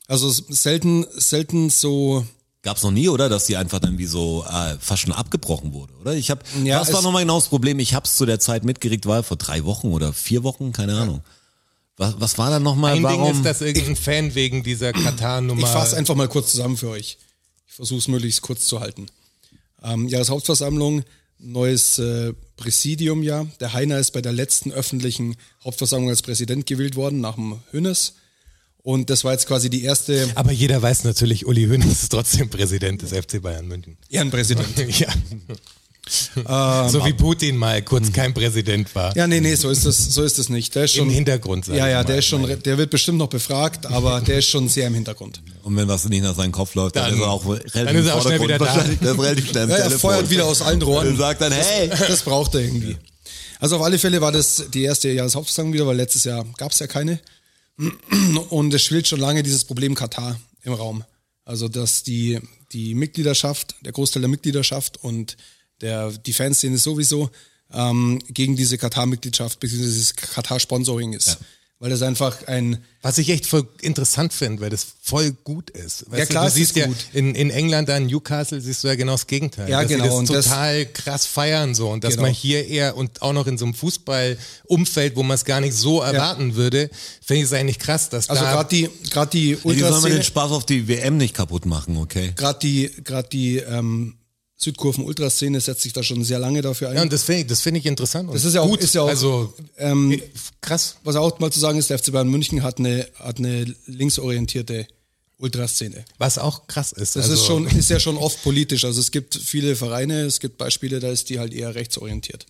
S2: Also s- selten, selten so.
S4: Gab's noch nie, oder? Dass die einfach dann wie so äh, fast schon abgebrochen wurde, oder? Ich habe,
S2: Ja,
S4: was war
S2: es-
S4: nochmal genau das Problem? Ich hab's zu der Zeit mitgekriegt, war vor drei Wochen oder vier Wochen, keine Ahnung. Was, was war dann nochmal?
S3: Ein
S4: Warum?
S3: Ding ist, dass irgendein Fan wegen dieser
S2: Ich fasse
S3: Katar-Nummer.
S2: einfach mal kurz zusammen für euch. Ich versuche es möglichst kurz zu halten. Ähm, Jahreshauptversammlung, neues äh, Präsidium, ja. Der Heiner ist bei der letzten öffentlichen Hauptversammlung als Präsident gewählt worden, nach dem Hönes. Und das war jetzt quasi die erste
S3: Aber jeder weiß natürlich, Uli Hoeneß ist trotzdem Präsident des FC Bayern München. <laughs>
S2: Ehrenpräsident.
S3: ja. so wie Putin mal kurz kein Präsident war.
S2: Ähm, Mhm. Ja, nee, nee, so ist das, so ist das nicht. Der ist schon,
S3: Im Hintergrund, sag
S2: Ja,
S3: ich
S2: ja,
S3: mal.
S2: der ist schon, re- der wird bestimmt noch befragt, aber der ist schon sehr im Hintergrund.
S4: Und wenn was nicht nach seinem Kopf läuft, dann,
S3: Dann-
S4: ist er auch relativ
S3: dann ist er auch schnell
S4: im Vordergrund.
S3: wieder da.
S4: Wahrscheinlich- Der ist relativ schnell im
S2: Ja, er
S4: Telefon.
S2: feuert wieder aus allen Rohren.
S4: Und sagt dann, hey,
S2: Das braucht er irgendwie. Also auf alle Fälle war das die erste Jahreshauptversammlung wieder, weil letztes Jahr gab es ja keine. Und es schwillt schon lange dieses Problem Katar im Raum. Also dass die, die Mitgliedschaft, der Großteil der Mitgliedschaft und der, die Fanszene sowieso ähm, gegen diese Katar-Mitgliedschaft bzw. dieses Katar-Sponsoring ist. Weil das einfach ein,
S3: Was ich echt voll interessant finde, weil das voll gut ist. Weißt
S2: Ja, klar,
S3: du,
S2: es
S3: du siehst
S2: ist
S3: ja
S2: gut.
S3: in, in England, da in Newcastle, siehst du ja genau das Gegenteil.
S2: Ja,
S3: dass sie
S2: genau,
S3: Das
S2: und das-
S3: total krass feiern so. Und dass
S2: Genau.
S3: man hier eher und auch noch in so einem Fußballumfeld, wo man es gar nicht so erwarten würde, finde ich es eigentlich krass, dass
S2: also
S3: da.
S2: gerade die, gerade die
S4: wie soll man
S2: Ultraszene,
S4: den Spaß auf die WM nicht kaputt machen, okay?
S2: gerade die, gerade die ähm, Südkurven-Ultraszene setzt sich da schon sehr lange dafür ein.
S3: ja, und das finde ich, das finde ich interessant. und
S2: Das ist ja auch-
S3: gut.
S2: ist ja auch- ähm,
S3: also krass.
S2: was auch mal zu sagen ist, der FC Bayern München hat eine, hat eine linksorientierte Ultraszene.
S3: Was auch krass ist.
S2: Das
S3: also,
S2: ist schon, ist ja schon oft politisch. Also es gibt viele Vereine, es gibt Beispiele, da ist die halt eher rechtsorientiert.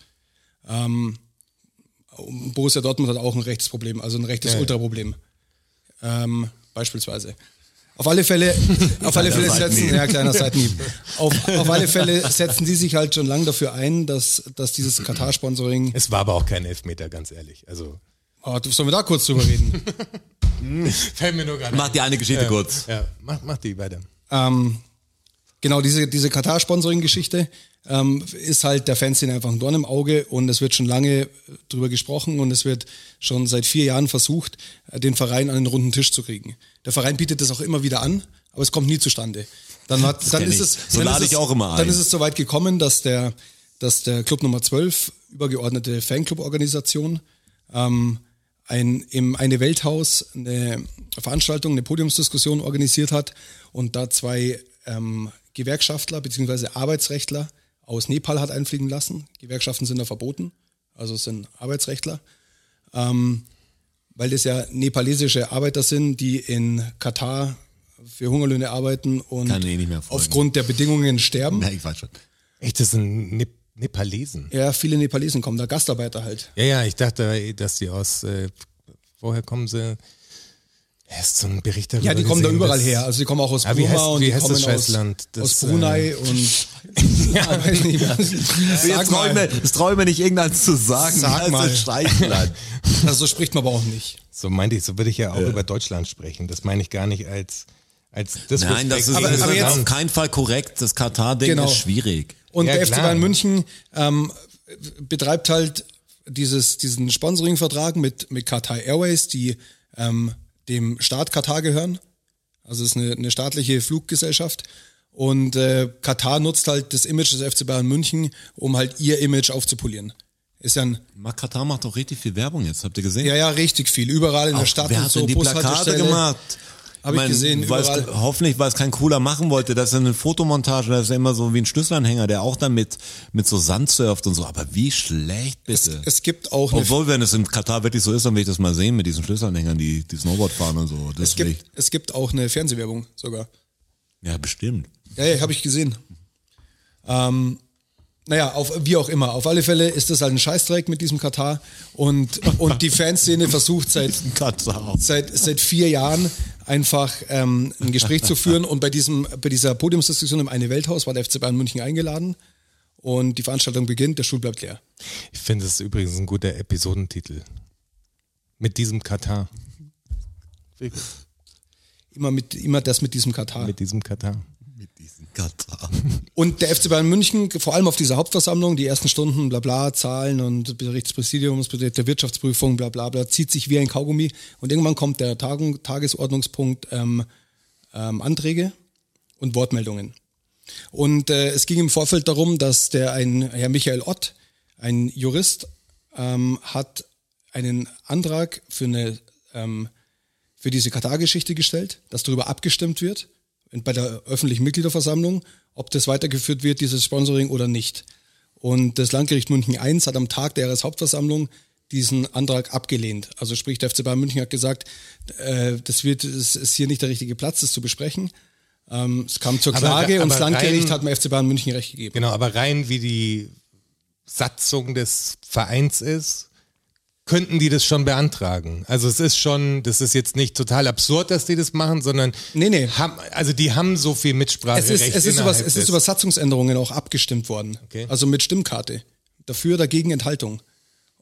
S2: Ähm, Borussia Dortmund hat auch ein rechtes Problem, also ein rechtes
S3: Ja, ja.
S2: Ultraproblem. Ähm, beispielsweise. Auf alle
S3: <laughs>
S2: Fälle, auf alle Fälle setzen,
S4: Seitenhieb.
S2: ja, kleiner Seitenhieb. Auf, auf alle Fälle setzen die sich halt schon lang dafür ein, dass, dass dieses Katar-Sponsoring,
S3: Es war aber auch kein Elfmeter, ganz ehrlich. Also
S2: oh, sollen wir da kurz drüber reden?
S3: fällt mir nur gerade.
S4: Mach die eine Geschichte kurz.
S3: Ja, mach, mach die weiter.
S2: Ähm, genau, diese, diese Katar-Sponsoring-Geschichte ähm, ist halt der Fanszene einfach ein Dorn im Auge und es wird schon lange drüber gesprochen und es wird schon seit vier Jahren versucht, äh, den Verein an den runden Tisch zu kriegen. Der Verein bietet das auch immer wieder an, aber es kommt nie zustande. Dann, hat, dann
S4: kenn
S2: ist
S4: ich.
S2: es.
S4: So
S2: dann
S4: lade
S2: ist
S4: ich
S2: es,
S4: auch immer ein.
S2: Dann ist es soweit gekommen, dass der, dass der Club Nummer 12, übergeordnete Fanclub-Organisation, ähm, ein, im eine Welthaus eine Veranstaltung, eine Podiumsdiskussion organisiert hat und da zwei ähm, Gewerkschaftler bzw. Arbeitsrechtler aus Nepal hat einfliegen lassen. Gewerkschaften sind da verboten, also es sind Arbeitsrechtler Ähm, weil das ja nepalesische Arbeiter sind, die in Katar für Hungerlöhne arbeiten und
S4: Kann eh nicht mehr folgen.
S2: aufgrund der Bedingungen sterben.
S4: Ja, ich weiß schon.
S3: Echt, das sind Nep Nepalesen.
S2: Ja, viele Nepalesen kommen da, Gastarbeiter halt.
S3: Ja, ja, ich dachte, dass die aus, äh, woher kommen sie? Er ist so ein Bericht darüber
S2: Ja, die kommen da
S3: gesehen,
S2: überall
S3: dass-
S2: her. Also die kommen auch aus
S3: Ja, wie
S2: Burma
S3: heißt-
S2: und
S3: wie
S2: die
S3: heißt das
S2: kommen aus,
S3: Scheißland? Das, äh, also
S2: aus Brunei
S3: <laughs>
S2: und <laughs> ja, weiß nicht, was- sag
S4: Jetzt traue
S2: mal.
S4: mir, jetzt trau ich mir nicht irgendeins zu sagen.
S2: Sag
S4: Das ist
S2: mal.
S4: ein
S2: <laughs>
S4: Scheißland.
S2: Also so spricht man aber auch nicht.
S3: So meinte ich, so würde ich ja auch über Deutschland sprechen. Das meine ich gar nicht als, als
S4: Nein, das ist,
S2: Aber-
S4: das
S2: aber
S4: ist
S2: jetzt-
S4: auf keinen Fall korrekt. Das Katar-Ding
S2: Genau.
S4: ist schwierig.
S2: Und
S3: Ja,
S2: der FC
S3: klar.
S2: Bayern München ähm, betreibt halt dieses, diesen Sponsoring-Vertrag mit, mit Qatar Airways, die ähm, dem Staat Katar gehören. Also es ist eine, eine staatliche Fluggesellschaft. Und äh, Katar nutzt halt das Image des FC Bayern München, um halt ihr Image aufzupolieren. Ist ja ein,
S4: Ma- Katar macht doch richtig viel Werbung jetzt. Habt ihr gesehen?
S2: ja, ja, richtig viel. Überall in der
S4: Auch,
S2: Stadt
S4: wer
S2: und
S4: hat
S2: so
S4: denn die Plakate
S2: Bushaltestelle.
S4: gemacht?
S2: Hab ich gesehen,
S4: weil's-
S2: überall.
S4: hoffentlich, weil es kein Cooler machen wollte, das ist ja eine Fotomontage, das ist ja immer so wie ein Schlüsselanhänger, der auch dann mit, mit so Sand surft und so. Aber wie schlecht bitte.
S2: Es gibt auch eine
S4: Obwohl, wenn es in Katar wirklich so ist, dann will ich das mal sehen mit diesen Schlüsselanhängern, die, die Snowboard fahren und so. Das
S2: es
S4: will ich,
S2: gibt, es gibt auch eine Fernsehwerbung sogar.
S4: ja, bestimmt.
S2: Ja, ja, habe ich gesehen. Ähm, naja, auf, wie auch immer. Auf alle Fälle ist das halt ein Scheißdreck mit diesem Katar. Und, und die Fanszene versucht seit, <laughs>
S4: Katar.
S2: seit, seit vier Jahren einfach ähm, ein Gespräch zu führen. Und bei, diesem, bei dieser Podiumsdiskussion im Eine Welthaus war der FC Bayern München eingeladen. Und die Veranstaltung beginnt, der Stuhl bleibt leer.
S3: Ich finde es übrigens ein guter Episodentitel. Mit diesem Katar.
S2: Immer, mit, immer das mit diesem Katar.
S3: Mit diesem Katar.
S4: Mit diesen Katar.
S2: Und der FC Bayern München, vor allem auf dieser Hauptversammlung, die ersten Stunden, bla bla, Zahlen und Bericht des Präsidiums, Bericht der Wirtschaftsprüfung, bla bla bla, zieht sich wie ein Kaugummi. Und irgendwann kommt der Tagung, Tagesordnungspunkt ähm, ähm, Anträge und Wortmeldungen. Und äh, es ging im Vorfeld darum, dass der ein Herr Michael Ott, ein Jurist, ähm, hat einen Antrag für eine ähm, für diese Katar-Geschichte gestellt, dass darüber abgestimmt wird in- bei der öffentlichen Mitgliederversammlung, ob das weitergeführt wird, dieses Sponsoring oder nicht. Und das Landgericht München I hat am Tag der Jahreshauptversammlung diesen Antrag abgelehnt. Also sprich, der FC Bayern München hat gesagt, äh, das wird, es ist hier nicht der richtige Platz, das zu besprechen. Ähm, es kam zur
S3: Aber-
S2: Klage und
S3: aber
S2: das Landgericht
S3: rein-
S2: hat dem FC Bayern München recht gegeben.
S3: Genau, aber rein wie die Satzung des Vereins ist, könnten die das schon beantragen. Also es ist schon, das ist jetzt nicht total absurd, dass die das machen, sondern
S2: Nee, nee.
S3: Haben, also die haben so viel
S2: Es
S3: Mitspracherecht.
S2: ist, es, ist über,
S3: innerhalb
S2: es
S3: des-
S2: ist über Satzungsänderungen auch abgestimmt worden.
S3: Okay.
S2: Also mit Stimmkarte. Dafür, dagegen Enthaltung.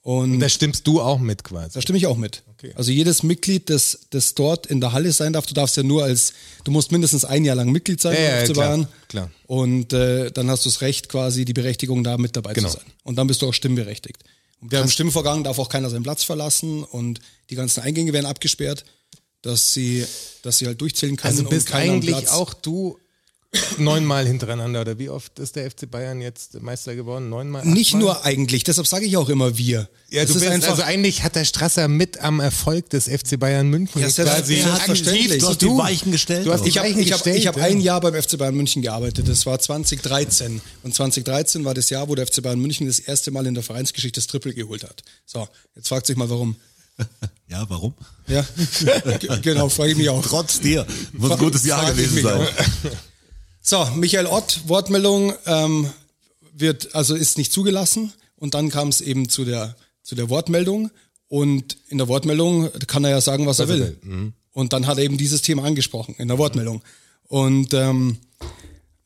S2: Und
S3: Da stimmst du auch mit quasi.
S2: Da stimme ich auch mit. Also jedes Mitglied, das, das dort in der Halle sein darf, du darfst ja nur als, du musst mindestens ein Jahr lang Mitglied sein
S3: Ja, ja,
S2: im FC
S3: klar,
S2: Bayern.
S3: klar.
S2: Und äh, dann hast du das Recht, quasi die Berechtigung, da mit dabei
S3: Genau.
S2: zu sein. Und dann bist du auch stimmberechtigt. Und während dem Stimmvorgang darf auch keiner seinen Platz verlassen und die ganzen Eingänge werden abgesperrt, dass sie, dass sie halt durchzählen können.
S3: Also
S2: und
S3: bist
S2: keiner am
S3: eigentlich
S2: Platz-
S3: auch du neunmal hintereinander oder wie oft ist der FC Bayern jetzt Meister geworden? Neunmal?
S2: Nicht
S3: achtmal?
S2: nur eigentlich, deshalb sage ich auch immer wir.
S3: Ja, du
S2: Das
S3: bist also eigentlich hat der Strasser mit am Erfolg des FC Bayern München
S2: Ja, selbst-
S3: quasi
S2: ja,
S3: aktiv
S2: selbstverständlich.
S4: Du
S3: zu
S4: hast die
S3: tun.
S4: Weichen gestellt.
S3: Du hast
S2: Also
S3: die
S2: Ich habe
S3: Weichen
S2: ich hab,
S3: gestellt.
S2: ich hab
S3: ja.
S2: ein Jahr beim FC Bayern München gearbeitet. Das war 2013. Und 2013 war das Jahr, wo der FC Bayern München das erste Mal in der Vereinsgeschichte das Triple geholt hat. So, jetzt fragt sich mal warum.
S4: Ja, warum?
S2: Ja, <laughs> G- genau, frage ich mich auch.
S4: Trotz dir. Muss ein gutes Jahr
S2: Frag ich
S4: gewesen
S2: mich
S4: sein.
S2: auch. So, Michael Ott, Wortmeldung ähm, wird, also ist nicht zugelassen. Und dann kam es eben zu der, zu der Wortmeldung. Und in der Wortmeldung kann er ja sagen, was, er will.
S4: Mhm.
S2: Und dann hat er eben dieses Thema angesprochen in der Wortmeldung. Und ähm,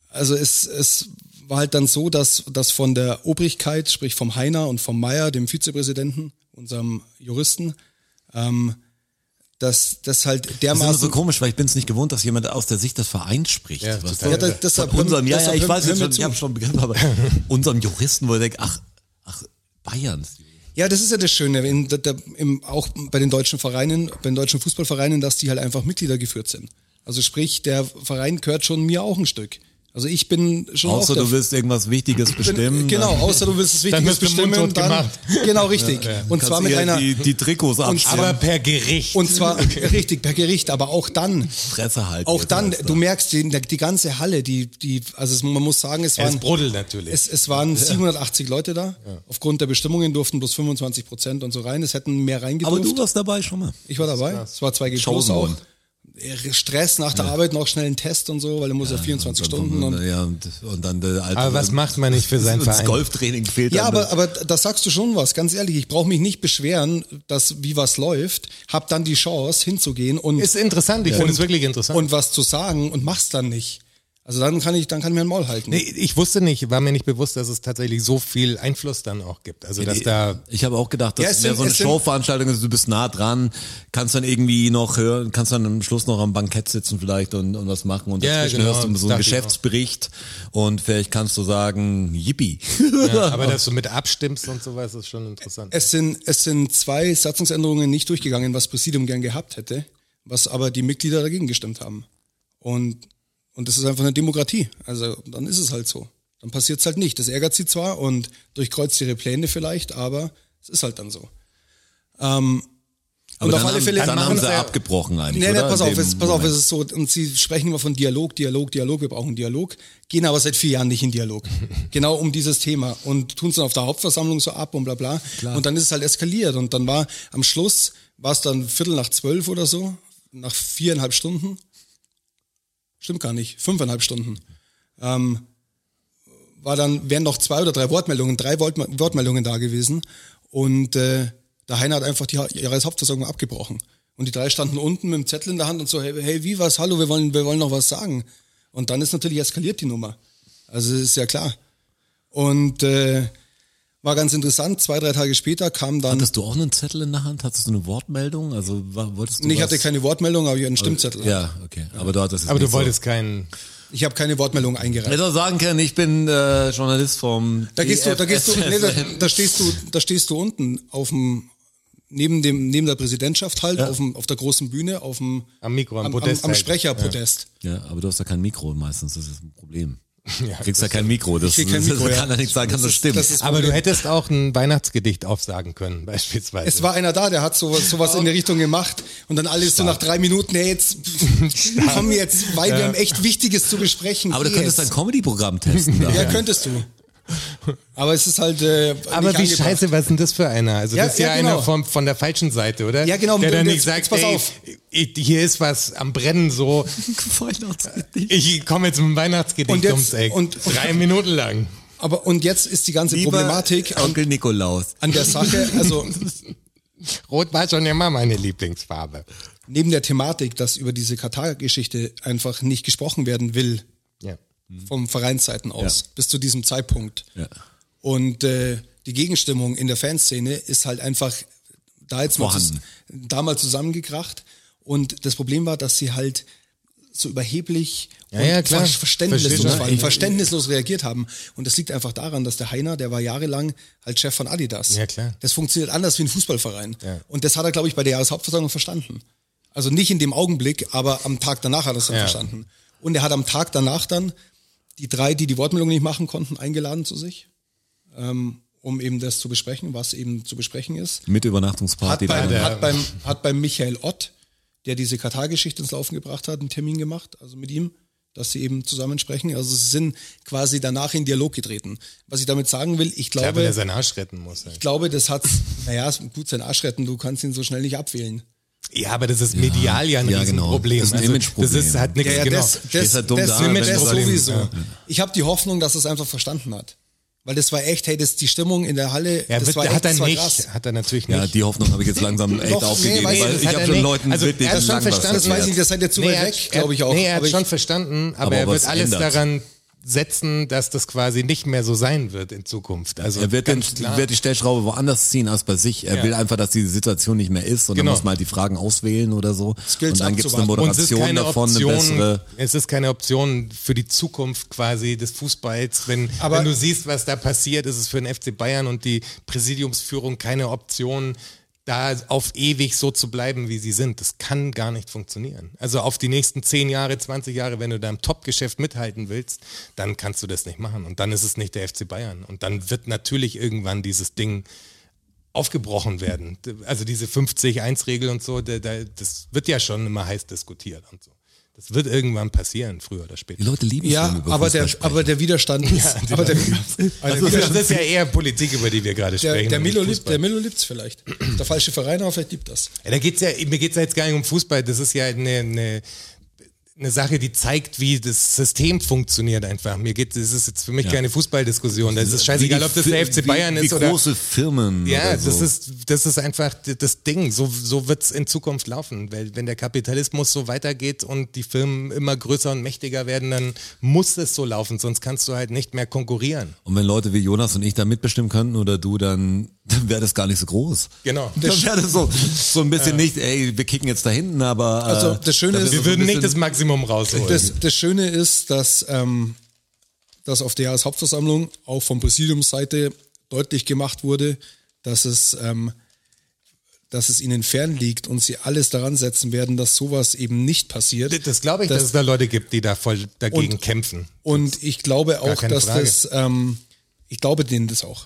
S2: also es, es war halt dann so, dass, dass von der Obrigkeit, sprich vom Heiner und vom Meier, dem Vizepräsidenten, unserem Juristen, ähm, dass das halt
S4: Das ist immer
S2: dermaßen
S4: so komisch, weil ich bin es nicht gewohnt, dass jemand aus der Sicht des Vereins spricht.
S3: Ja,
S4: Was
S3: total.
S4: da-
S2: Ja, da- deshalb-
S4: Von unserem, ja, ja,
S2: deshalb
S4: ich
S2: hör-
S4: weiß
S2: hör
S4: jetzt
S2: mir
S4: schon,
S2: zu.
S4: ich habe schon
S2: <laughs>
S4: begriffen, aber unserem Juristen, wo ich denke, ach, ach, Bayern.
S2: Ja, das ist ja das Schöne, in, da, da, im, auch bei den deutschen Vereinen, bei den deutschen Fußballvereinen, dass die halt einfach Mitglieder geführt sind. Also sprich, der Verein gehört schon mir auch ein Stück. Also ich bin schon auch
S4: Außer
S2: der
S4: du willst irgendwas Wichtiges
S2: bin-
S4: bestimmen.
S2: Genau, außer du willst es
S3: Dann
S2: Wichtiges
S3: wird mit
S2: bestimmen.
S3: dem
S2: und
S3: Mund
S2: dann,
S3: gemacht.
S2: <laughs> genau, richtig. Und
S4: Kannst
S2: zwar mit
S4: ihr
S2: einer,
S4: die, die Trikots abstimmen.
S3: Aber per Gericht.
S2: und
S4: <laughs>
S2: zwar richtig per Gericht, aber auch dann,
S4: Fresse halten.
S2: auch
S4: jetzt
S2: dann,
S4: heißt das.
S2: du merkst die, die ganze Halle, die, die, also es, man muss sagen, es
S3: Ja, es
S2: waren,
S3: brodelt natürlich.
S2: es, es waren 780 Leute da. Aufgrund der Bestimmungen durften bloß 25 Prozent und so rein. Es hätten mehr
S4: Aber du
S2: reingedurft.
S4: warst dabei schon mal.
S2: Ich war dabei. Es war 2G plus auch.
S4: Schausenhund.
S2: Stress nach der Arbeit, noch schnell einen Test und so, weil du musst ja 24 Stunden und
S4: ja, und, und dann der alte.
S3: Aber was macht man nicht für seinen
S4: das
S3: Verein?
S4: Golftraining fehlt
S2: Ja,
S4: dann
S2: aber, aber da sagst du schon was, ganz ehrlich. Ich brauche mich nicht beschweren, dass wie was läuft, hab dann die Chance hinzugehen und,
S3: Ist interessant, ich finde es wirklich interessant.
S2: und was zu sagen und mach's dann nicht. Also dann kann ich, dann kann ich mir ein Maul halten.
S3: Nee, ich wusste nicht, war mir nicht bewusst, dass es tatsächlich so viel Einfluss dann auch gibt. Also dass da
S4: Ich habe auch gedacht,
S2: Ja,
S4: das
S2: es
S4: wäre
S2: sind-
S4: so eine
S2: es sind-
S4: Showveranstaltung, also du bist nah dran, kannst dann irgendwie noch hören, kannst dann am Schluss noch am Bankett sitzen vielleicht und, und was machen und
S3: Ja,
S4: dazwischen
S3: genau,
S4: hörst du
S3: das
S4: so einen
S3: dachte ich auch.
S4: Geschäftsbericht und vielleicht kannst du sagen,
S2: <laughs>
S4: yippie.
S3: aber dass du mit abstimmst und sowas ist schon interessant.
S2: Es sind, es sind zwei Satzungsänderungen nicht durchgegangen, was Präsidium gern gehabt hätte, was aber die Mitglieder dagegen gestimmt haben. Und, und das ist einfach eine Demokratie. Also dann ist es halt so. Dann passiert es halt nicht. Das ärgert sie zwar und durchkreuzt ihre Pläne vielleicht, aber es ist halt dann so. Ähm,
S4: Aber
S2: auf
S4: dann,
S2: alle
S4: haben-
S2: Fälle-
S4: dann
S2: dann
S4: haben
S2: machen
S4: sie
S2: sie-
S4: abgebrochen eigentlich,
S2: Nee, nee,
S4: oder?
S2: pass
S4: In
S2: auf,
S4: dem
S2: es, pass auf, es
S4: Moment.
S2: ist so, und sie sprechen immer von Dialog, Dialog, Dialog, wir brauchen Dialog, gehen aber seit vier Jahren nicht in Dialog.
S4: <laughs>
S2: genau um dieses Thema und tun es dann auf der Hauptversammlung so ab und bla bla. Und dann ist es halt eskaliert und dann war am Schluss, war es dann Viertel nach zwölf oder so, nach viereinhalb Stunden. Stimmt gar nicht, fünfeinhalb Stunden. Ähm, war dann, wären noch zwei oder drei Wortmeldungen, drei Wort, Wortmeldungen da gewesen. Und äh, der Heiner hat einfach die Ha- Jahreshauptversammlung abgebrochen. Und die drei standen unten mit dem Zettel in der Hand und so, hey, hey wie was, hallo, wir wollen, wir wollen noch was sagen. Und dann ist natürlich eskaliert die Nummer. Also ist ja klar. Und äh, war ganz interessant, zwei, drei Tage später kam dann,
S4: Hattest du auch einen Zettel in der Hand? Hattest du eine Wortmeldung? Also war- wolltest du
S2: nee, ich
S4: was?
S2: hatte keine Wortmeldung, aber ich hatte einen Stimmzettel.
S4: Ja, okay. Aber du hattest jetzt
S3: aber du
S4: nicht so-
S3: wolltest keinen.
S2: Ich habe keine Wortmeldung eingereicht.
S4: Hätte auch sagen können, ich bin äh, Journalist vom E
S2: Da gehst du, da gehst du, nee, da, da stehst du, da stehst du unten auf dem neben dem neben der Präsidentschaft halt auf dem auf der großen Bühne auf dem
S3: Am Mikro, am
S2: am, am,
S3: Podest
S2: am
S3: halt.
S2: Sprecherpodest.
S4: Ja, aber du hast da kein Mikro meistens, das ist ein
S2: <laughs>
S4: Problem. Du kriegst da kein Mikro, das,
S2: krieg kein
S4: das- das
S2: Mikro, ja.
S4: kann da nichts sagen, kann das,
S2: ist-
S4: stimmt.
S2: das ist-
S3: Aber du hättest auch ein Weihnachtsgedicht aufsagen können, <laughs> beispielsweise.
S2: Es war einer da, der hat sowas, sowas in die Richtung gemacht und dann alles so nach drei Minuten, hey,
S3: <laughs>
S2: jetzt komm jetzt, weil wir haben echt Wichtiges zu besprechen.
S4: aber du
S2: Geh
S4: könntest
S2: jetzt.
S4: dein Comedy-Programm testen da.
S2: <laughs> ja,
S4: <laughs>
S2: könntest du. Aber es ist halt. Äh,
S3: aber
S2: nicht
S3: wie
S2: angebracht.
S3: scheiße, was ist denn das für einer? Also
S2: Ja,
S3: das ist ja,
S2: ja, genau.
S3: einer von, von der falschen Seite, oder?
S2: Ja, genau.
S3: Der dann
S2: Und
S3: nicht
S2: jetzt-
S3: sagt,
S2: jetzt pass
S3: ey,
S2: auf.
S3: ich- hier ist was am Brennen so. Ich komme jetzt mit dem Weihnachtsgedicht
S2: Und jetzt-
S3: ums Eck.
S2: und-
S3: drei Minuten lang.
S2: Aber und jetzt ist die ganze
S4: Lieber
S2: Problematik an,
S4: Onkel Nikolaus.
S2: an der Sache, also
S3: Rot war schon immer meine Lieblingsfarbe.
S2: neben der Thematik, dass über diese Katar-Geschichte einfach nicht gesprochen werden will,
S3: Ja.
S2: vom Vereinsseiten aus,
S4: Ja.
S2: bis zu diesem Zeitpunkt.
S4: Ja.
S2: Und äh, die Gegenstimmung in der Fanszene ist halt einfach da jetzt mal, zus
S4: Vorhanden.
S2: da mal zusammengekracht. Und das Problem war, dass sie halt so überheblich
S3: Ja,
S2: und
S3: ja, klar.
S2: ver- verständnislos,
S3: Verstehe schon.
S2: vor allem verständnislos reagiert haben. Und das liegt einfach daran, dass der Heiner, der war jahrelang halt Chef von Adidas.
S3: Ja, klar.
S2: Das funktioniert anders wie ein Fußballverein.
S3: Ja.
S2: Und das hat er, glaube ich, bei der Jahreshauptversammlung verstanden. Also nicht in dem Augenblick, aber am Tag danach hat er es dann
S3: Ja.
S2: verstanden. Und er hat am Tag danach dann die drei, die die Wortmeldung nicht machen konnten, eingeladen zu sich, ähm, um eben das zu besprechen, was eben zu besprechen ist.
S4: Mit
S2: Hat,
S4: Übernachtungsparty.
S2: beim,
S4: dann.
S2: hat, beim, hat beim Michael Ott, der diese Katar-Geschichte ins Laufen gebracht hat, einen Termin gemacht, also mit ihm, dass sie eben zusammensprechen. Also sie sind quasi danach in Dialog getreten. Was ich damit sagen will, ich
S3: Klar, wenn er
S2: glaube,
S3: seinen Arsch retten muss. ey.
S2: ich glaube, das hat, naja, ist gut sein Arsch retten, du kannst ihn so schnell nicht abwählen.
S3: Ja, aber das ist medial ja ein
S4: ja, genau.
S3: Riesenproblem. Also,
S4: Das ist ein Imageproblem.
S3: Das ist halt nichts,
S2: Ja, ja,
S3: genau.
S2: das, das,
S4: Stehst halt dumm
S2: das,
S4: da,
S2: das,
S4: wenn
S2: das
S4: du
S2: sowieso.
S3: Ja.
S2: Ich habe die Hoffnung, dass es einfach verstanden hat. Weil das war echt, hey, das, die Stimmung in der Halle,
S3: ja,
S2: das
S3: wird,
S2: war echt,
S3: hat er
S2: das war
S3: nicht.
S2: krass.
S3: Hat er natürlich nicht.
S4: ja, die Hoffnung habe ich
S2: <laughs>
S4: jetzt langsam echt
S2: Doch, nee,
S4: aufgegeben,
S2: weiß ich,
S4: weil
S2: das
S4: ich
S3: hat
S4: habe
S3: er
S4: schon
S3: nicht.
S4: Leuten
S3: Also,
S4: wirklich
S3: er hat schon
S4: lang was
S3: verstanden,
S2: Das weiß ich
S4: erklärt.
S2: nicht, das seid ihr zu
S3: Nee,
S2: weit
S3: er-
S2: weg,
S3: er-
S2: glaube ich auch.
S3: Nee, er
S2: Aber
S3: hat
S2: ich,
S3: schon verstanden, aber,
S4: Aber
S3: er
S4: ob
S3: wird
S4: er's
S3: alles
S4: ändert.
S3: daran setzen, dass das quasi nicht mehr so sein wird in Zukunft. Also
S4: Er wird, den,
S3: ganz klar.
S4: wird die Stellschraube woanders ziehen als bei sich. Er
S3: Ja.
S4: will einfach, dass diese Situation nicht mehr ist und dann
S3: Genau.
S4: muss man halt die Fragen auswählen oder so.
S2: Skills
S4: und dann gibt es eine
S2: abzuwarten.
S3: und es ist
S4: Moderation
S3: keine
S4: davon,
S3: Option,
S4: eine bessere.
S3: es ist keine Option für die Zukunft quasi des Fußballs. Wenn,
S2: Aber-
S3: wenn du siehst, was da passiert, ist es für den FC Bayern und die Präsidiumsführung keine Option, da auf ewig so zu bleiben, wie sie sind, das kann gar nicht funktionieren. Also auf die nächsten 10 Jahre, 20 Jahre, wenn du da im Top-Geschäft mithalten willst, dann kannst du das nicht machen. Und dann ist es nicht der FC Bayern. Und dann wird natürlich irgendwann dieses Ding aufgebrochen werden. Also diese 50-1-Regel und so, da, da, das wird ja schon immer heiß diskutiert und so. Das wird irgendwann passieren, früher oder
S4: Die
S3: später.
S4: Leute lieben es, wenn wir
S2: Ja,
S4: über
S2: aber
S4: Fußball
S2: der,
S4: sprechen.
S2: aber der Widerstand ist. aber der, aber
S3: Also
S2: der,
S3: das
S2: Widerstand,
S3: ist ja eher Politik, über die wir gerade
S2: der,
S3: sprechen.
S2: der,
S3: und
S2: Milo
S3: nicht
S2: liebt,
S3: Fußball.
S2: der Milo liebt's vielleicht. Der falsche Verein, aber vielleicht liebt das.
S3: Ja, da geht's ja, mir geht's ja jetzt gar nicht um Fußball. Das ist ja eine, eine, eine Sache, die zeigt, wie das System funktioniert einfach. Mir geht, es ist jetzt für mich keine Fußballdiskussion. Das ist scheißegal, Also ob das der FC Bayern
S4: wie,
S3: ist
S4: wie
S3: oder.
S4: große Firmen.
S3: Ja,
S4: oder so.
S3: das ist, das ist einfach d- das Ding. So, so wird's in Zukunft laufen. Weil, wenn der Kapitalismus so weitergeht und die Firmen immer größer und mächtiger werden, dann muss es so laufen. Sonst kannst du halt nicht mehr konkurrieren.
S4: Und wenn Leute wie Jonas und ich da mitbestimmen könnten oder du, dann, <laughs> dann wäre das gar nicht so groß.
S3: Genau.
S4: Dann wäre das so, so ein bisschen nicht, ey, wir kicken jetzt da hinten, aber. Äh,
S2: Also, das Schöne
S4: da
S2: ist-
S4: bist du
S3: Wir
S4: so ein
S3: würden nicht das
S4: bisschen-
S3: Maximum rausholen.
S2: Das, das Schöne ist, dass, ähm, dass auf der Jahreshauptversammlung auch von Präsidiumsseite deutlich gemacht wurde, dass es, ähm, dass es ihnen fern liegt und sie alles daran setzen werden, dass sowas eben nicht
S3: das
S2: passiert.
S3: das glaube ich,
S2: das-
S3: dass es da Leute gibt, die da voll dagegen
S2: Und-
S3: kämpfen.
S2: Und ich glaube auch,
S3: keine
S2: dass
S3: Frage.
S2: das, ähm, ich glaube denen das auch.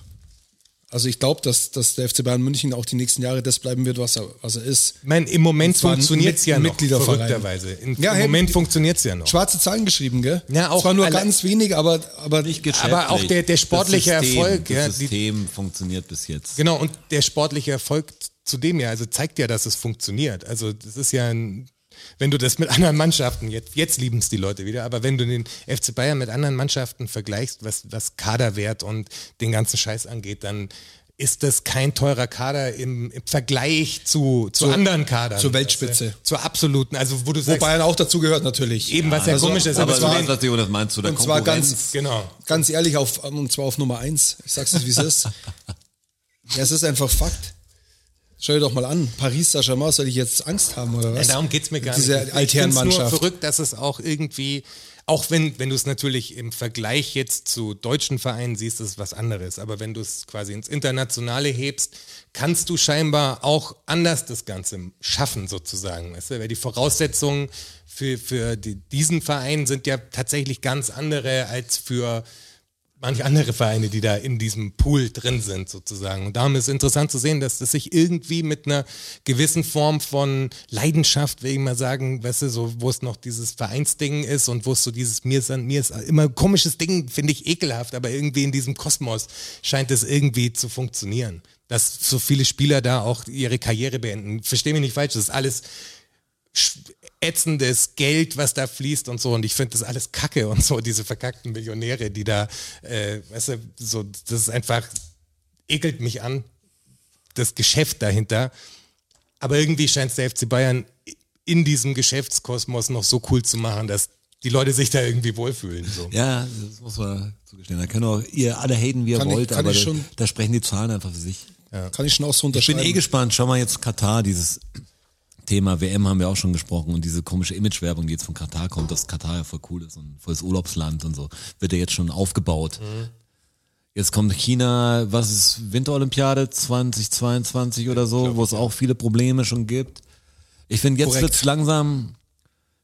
S2: Also ich glaube, dass, dass der FC Bayern München auch die nächsten Jahre das bleiben wird, was er, was er ist.
S3: Ich meine, im Moment
S2: zwar
S3: funktioniert's
S2: mit-
S3: ja noch,
S2: Mitgliederverein.
S3: verrückterweise. In,
S2: Ja,
S3: Im
S2: hey,
S3: Moment funktioniert's ja noch.
S2: Schwarze Zahlen geschrieben, gell?
S3: Ja, auch
S2: Zwar nur
S3: alle-
S2: ganz wenig, aber, aber
S4: nicht
S3: Aber auch
S4: geschäftlich.
S3: der- der sportliche
S4: das System,
S3: Erfolg,
S4: Das
S3: ja, die-
S4: System funktioniert bis jetzt.
S3: Genau, und der sportliche Erfolg zudem ja, also zeigt ja, dass es funktioniert. Also das ist ja ein, wenn du das mit <laughs> anderen Mannschaften, jetzt, jetzt lieben es die Leute wieder, aber wenn du den FC Bayern mit anderen Mannschaften vergleichst, was, was Kaderwert und den ganzen Scheiß angeht, dann ist das kein teurer Kader im, im Vergleich zu, zu,
S2: Zur-
S3: anderen Kadern.
S2: zur Weltspitze.
S3: Also, zur absoluten, also wo du
S2: wo
S3: sagst,
S2: Bayern auch dazu gehört natürlich.
S3: eben was ja
S2: also-
S3: komisch ist,
S4: aber
S3: aber,
S4: du
S3: zu
S4: weißt,
S3: den,
S4: was Jonas meinst, zu der
S2: Und zwar
S4: Konkurrenz.
S2: ganz,
S3: genau.
S2: ganz ehrlich, auf, ähm, und zwar auf Nummer eins. Ich sag's jetzt, wie es
S3: <laughs>
S2: ist. Ja, es ist einfach Fakt. Schau dir doch mal an. Paris, Saint-Germain, soll ich jetzt Angst haben oder was?
S3: Ja, darum geht's mir gar
S2: Diese
S3: nicht. Ich- Ich find's
S2: Altherrenmannschaft.
S3: nur verrückt, dass es auch irgendwie, auch wenn, wenn du es natürlich im Vergleich jetzt zu deutschen Vereinen siehst, ist es was anderes. Aber wenn du es quasi ins Internationale hebst, kannst du scheinbar auch anders das Ganze schaffen, sozusagen. Weißt du? Weil die Voraussetzungen für, für die, diesen Verein sind ja tatsächlich ganz andere als für manche andere Vereine, die da in diesem Pool drin sind sozusagen. Und darum ist interessant zu sehen, dass das sich irgendwie mit einer gewissen Form von Leidenschaft, will ich mal sagen, weißt du, so, wo es noch dieses Vereinsding ist und wo es so dieses mir ist, an- mir ist immer ein komisches Ding, finde ich ekelhaft, aber irgendwie in diesem Kosmos scheint es irgendwie zu funktionieren. Dass so viele Spieler da auch ihre Karriere beenden. Versteh mich nicht falsch, das ist alles ätzendes Geld, was da fließt und so. Und ich finde das alles Kacke und so, diese verkackten Millionäre, die da, äh, weißt du, so, das ist einfach, ekelt mich an, das Geschäft dahinter. Aber irgendwie scheint es der FC Bayern in diesem Geschäftskosmos noch so cool zu machen, dass die Leute sich da irgendwie wohlfühlen. So.
S4: Ja, das muss man zugestehen. Da können auch ihr alle haten, wie ihr
S2: Kann ich-
S4: wollt,
S2: kann
S4: aber
S2: ich
S4: da,
S2: schon-
S4: da sprechen die Zahlen einfach für sich.
S2: Kann ich schon auch so
S4: Ich bin
S2: unterschreiben.
S4: eh gespannt. Schau mal jetzt Katar, dieses Thema WM haben wir auch schon gesprochen und diese komische Imagewerbung, die jetzt von Katar kommt, dass Katar ja voll cool ist und volles Urlaubsland und so, wird ja jetzt schon aufgebaut. Jetzt kommt China, was ist Winterolympiade 2022 oder so, wo es auch viele Probleme schon gibt. Ich finde, jetzt
S2: Korrekt.
S4: wird's langsam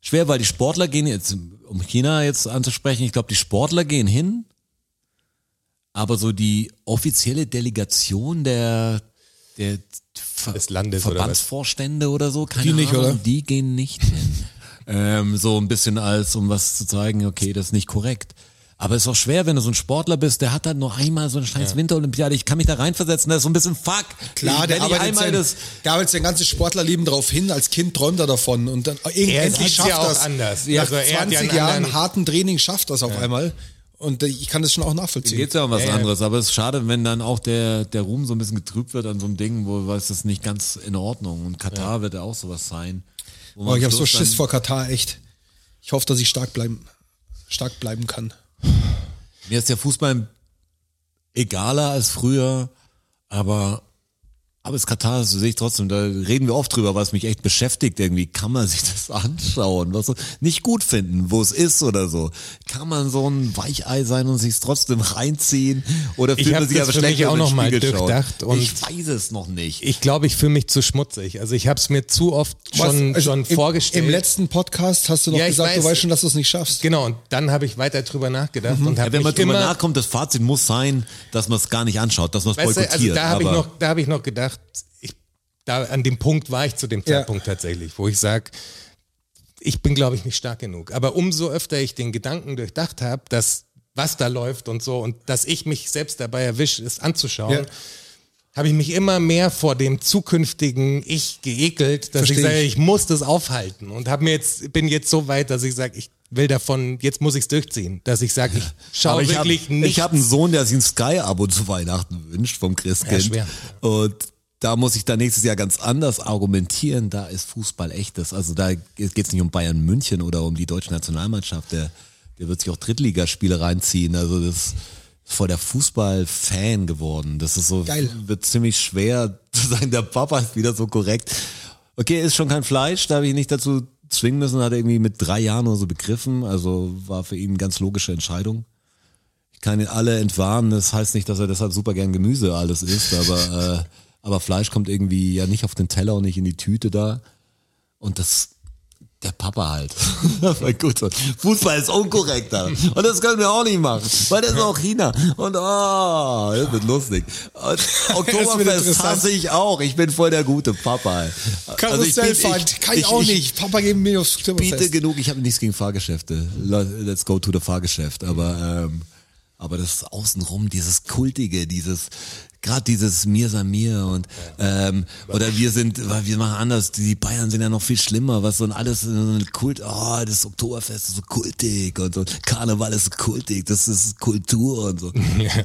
S4: schwer, weil die Sportler gehen jetzt, um China jetzt anzusprechen, ich glaube, die Sportler gehen hin, aber so die offizielle Delegation der, der Ver
S3: Des Landes oder was?
S4: Verbandsvorstände oder so, keine
S2: Die nicht,
S4: Ahnung,
S2: oder?
S4: die gehen nicht hin. <laughs> ähm, so ein bisschen als, um was zu zeigen, okay, das ist nicht korrekt. Aber es ist auch schwer, wenn du so ein Sportler bist, der hat halt nur einmal so eine scheiß Winterolympiade. Ich kann mich da reinversetzen, das ist so ein bisschen fuck.
S2: Klar, Ah, der
S4: wenn ich
S2: arbeitet,
S4: einmal
S2: sein,
S4: das,
S2: der arbeitet sein ganzes Sportlerleben drauf hin. Als Kind träumt er davon. Und dann oh, irgend-
S3: Er
S2: endlich
S3: sieht's
S2: schafft
S3: ja auch
S2: das.
S3: anders.
S2: Nach
S3: Also er hat ja
S2: 20
S3: einen
S2: Jahren
S3: anderen-
S2: harten Training schafft das auf einmal. Und äh, ich kann das schon auch nachvollziehen.
S4: Geht's ja um was
S3: Ja, ja.
S4: anderes, aber es ist schade, wenn dann auch der, der Ruhm so ein bisschen getrübt wird an so einem Ding, wo weiß das nicht ganz in Ordnung. Und Katar wird ja auch sowas sein. wo man
S2: Oh, ich
S4: am
S2: habe so
S4: Schluss
S2: Schiss
S4: dann-
S2: vor Katar, echt. Ich hoffe, dass ich stark bleiben, stark bleiben kann.
S4: Mir ist der Fußball egaler als früher, aber Aber das Katar das sehe ich trotzdem, da reden wir oft drüber, was mich echt beschäftigt irgendwie. Kann man sich das <laughs> anschauen? Was so- nicht gut finden, wo es ist oder so. Kann man so ein Weichei sein und sich's trotzdem <laughs> reinziehen? Oder
S3: Ich
S4: fühlt man
S3: hab
S4: sich
S3: das
S4: aber
S3: für mich
S4: schlecht, wenn
S3: auch
S4: man in
S3: noch mal
S4: den Spiegel schaut?
S3: durchdacht und-
S4: Ich weiß es noch nicht.
S3: Ich glaube, ich fühle mich zu schmutzig. Also ich habe es mir zu oft schon,
S2: Was- also
S3: schon
S2: im,
S3: vorgestellt.
S2: Im letzten Podcast hast du noch
S3: Ja, ich
S2: gesagt,
S3: weiß.
S2: du weißt schon, dass du es nicht schaffst.
S3: Genau, und dann habe ich weiter drüber nachgedacht
S2: Mhm.
S3: und
S4: Ja,
S3: habe
S4: wenn man
S3: mich
S4: drüber
S3: immer,
S4: nachkommt, das Fazit muss sein, dass man es gar nicht anschaut, dass man es
S3: weißt du,
S4: boykottiert.
S3: also da habe ich
S4: aber-
S3: noch, da habe ich noch gedacht, ich, da an dem Punkt war ich zu dem
S2: Ja.
S3: Zeitpunkt tatsächlich, wo ich sage, ich bin glaube ich nicht stark genug. Aber umso öfter ich den Gedanken durchdacht habe, dass was da läuft und so und dass ich mich selbst dabei erwische, es anzuschauen.
S2: Ja.
S3: Habe ich mich immer mehr vor dem zukünftigen Ich geekelt, dass
S2: Versteh
S3: ich sage,
S2: ich.
S3: ich. muss das aufhalten und habe mir jetzt bin jetzt so weit, dass ich sage, ich will davon, jetzt muss ich es durchziehen, dass ich sage, ich
S4: Aber
S3: schaue
S4: ich
S3: wirklich
S4: hab,
S3: nicht.
S4: Ich habe einen Sohn, der sich ein Sky-Abo zu Weihnachten wünscht vom Christkind.
S3: Ja, schwer.
S4: Und da muss ich dann nächstes Jahr ganz anders argumentieren. Da ist Fußball echtes. Also da geht es nicht um Bayern München oder um die deutsche Nationalmannschaft. Der, der wird sich auch Drittligaspiele reinziehen. Also das ist voll der Fußball-Fan geworden. Das ist so,
S2: Geil.
S4: wird ziemlich schwer zu sagen, der Papa ist wieder so korrekt. Okay, ist schon kein Fleisch, da habe ich ihn nicht dazu zwingen müssen, hat er irgendwie mit drei Jahren oder so begriffen. Also war für ihn eine ganz logische Entscheidung kann ihn alle entwarnen. Das heißt nicht, dass er deshalb super gern Gemüse alles isst, aber, äh, aber Fleisch kommt irgendwie ja nicht auf den Teller und nicht in die Tüte da. Und das, der Papa halt. <laughs> Aber gut, so. Fußball ist unkorrekt da. Und das können wir auch nicht machen, weil das ist auch China. Und oh, das wird lustig.
S2: <laughs>
S4: Und Oktoberfest
S2: interessant.
S4: hasse ich auch. Ich bin voll der gute Papa. Also
S2: Karussellfahrt, kann ich, auch nicht. Papa geben mir aufs
S4: biete
S2: Oktoberfest.
S4: genug, ich habe nichts gegen Fahrgeschäfte. Le- Let's go to the Fahrgeschäft. Aber, ähm, aber das außenrum, dieses Kultige, dieses, gerade dieses Mir sei mir und ähm, oder wir sind, weil wir machen anders, die Bayern sind ja noch viel schlimmer, was so und alles so ein Kult, oh, das Oktoberfest ist so kultig und so, Karneval ist so kultig, das ist Kultur und so.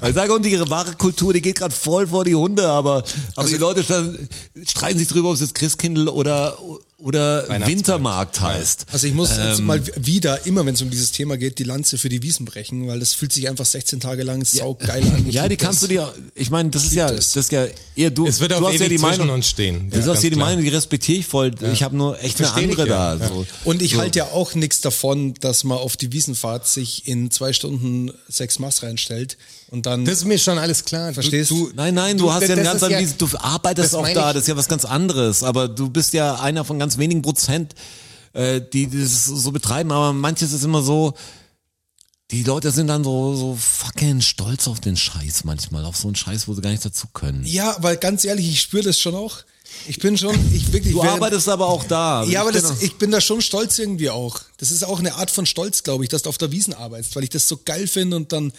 S4: Ich sage, und ihre wahre Kultur, die geht gerade voll vor die Hunde, aber, aber die Leute standen- streiten sich drüber, ob es jetzt Christkindl oder oder Wintermarkt heißt.
S2: Also ich muss jetzt mal wieder, immer wenn es um dieses Thema geht, die Lanze für die Wiesen brechen, weil das fühlt sich einfach 16 Tage lang saugeil an. Ich
S4: <laughs> Ja, die
S2: lieb
S4: kannst du
S2: das.
S4: dir, ich meine, das ist ja,
S2: das.
S4: das ist ja eher du,
S3: Es wird
S4: du
S3: auf
S4: hast ja
S3: ewig
S4: die
S3: zwischen
S4: Meinung,
S3: uns stehen.
S4: du
S3: Ja,
S4: hast
S3: ganz
S4: ja die
S3: klar.
S4: Meinung, die respektiere ich voll. Ich habe nur echt eine
S3: Versteh
S4: andere
S3: dich, ja.
S4: da. So.
S2: Und ich
S4: so.
S2: halte ja auch nichts davon, dass man auf die Wiesenfahrt sich in zwei Stunden sechs Maß reinstellt und dann
S3: Das ist mir schon alles klar.
S2: Verstehst
S3: du?
S2: du?
S3: du
S4: Nein, nein, du, hast
S3: das-
S4: ja ein
S3: das
S4: ganz
S3: ist ja-
S4: anderes, du arbeitest
S3: das
S4: auch
S3: meine
S4: da,
S3: ich.
S4: das ist ja was ganz anderes, aber du bist ja einer von ganz wenigen Prozent, äh, die das so betreiben, aber manches ist immer so, die Leute sind dann so, so fucking stolz auf den Scheiß manchmal, auf so einen Scheiß, wo sie gar nicht dazu können.
S2: Ja, weil ganz ehrlich, ich spüre das schon auch. Ich bin schon, ich wirklich.
S4: Du
S2: wenn-
S4: arbeitest genau. aber auch da.
S2: Ja, aber
S4: Ich bin
S2: das,
S4: auch-
S2: ich bin da schon stolz irgendwie auch. Das ist auch eine Art von Stolz, glaube ich, dass du auf der Wiesen arbeitest, weil ich das so geil finde und dann,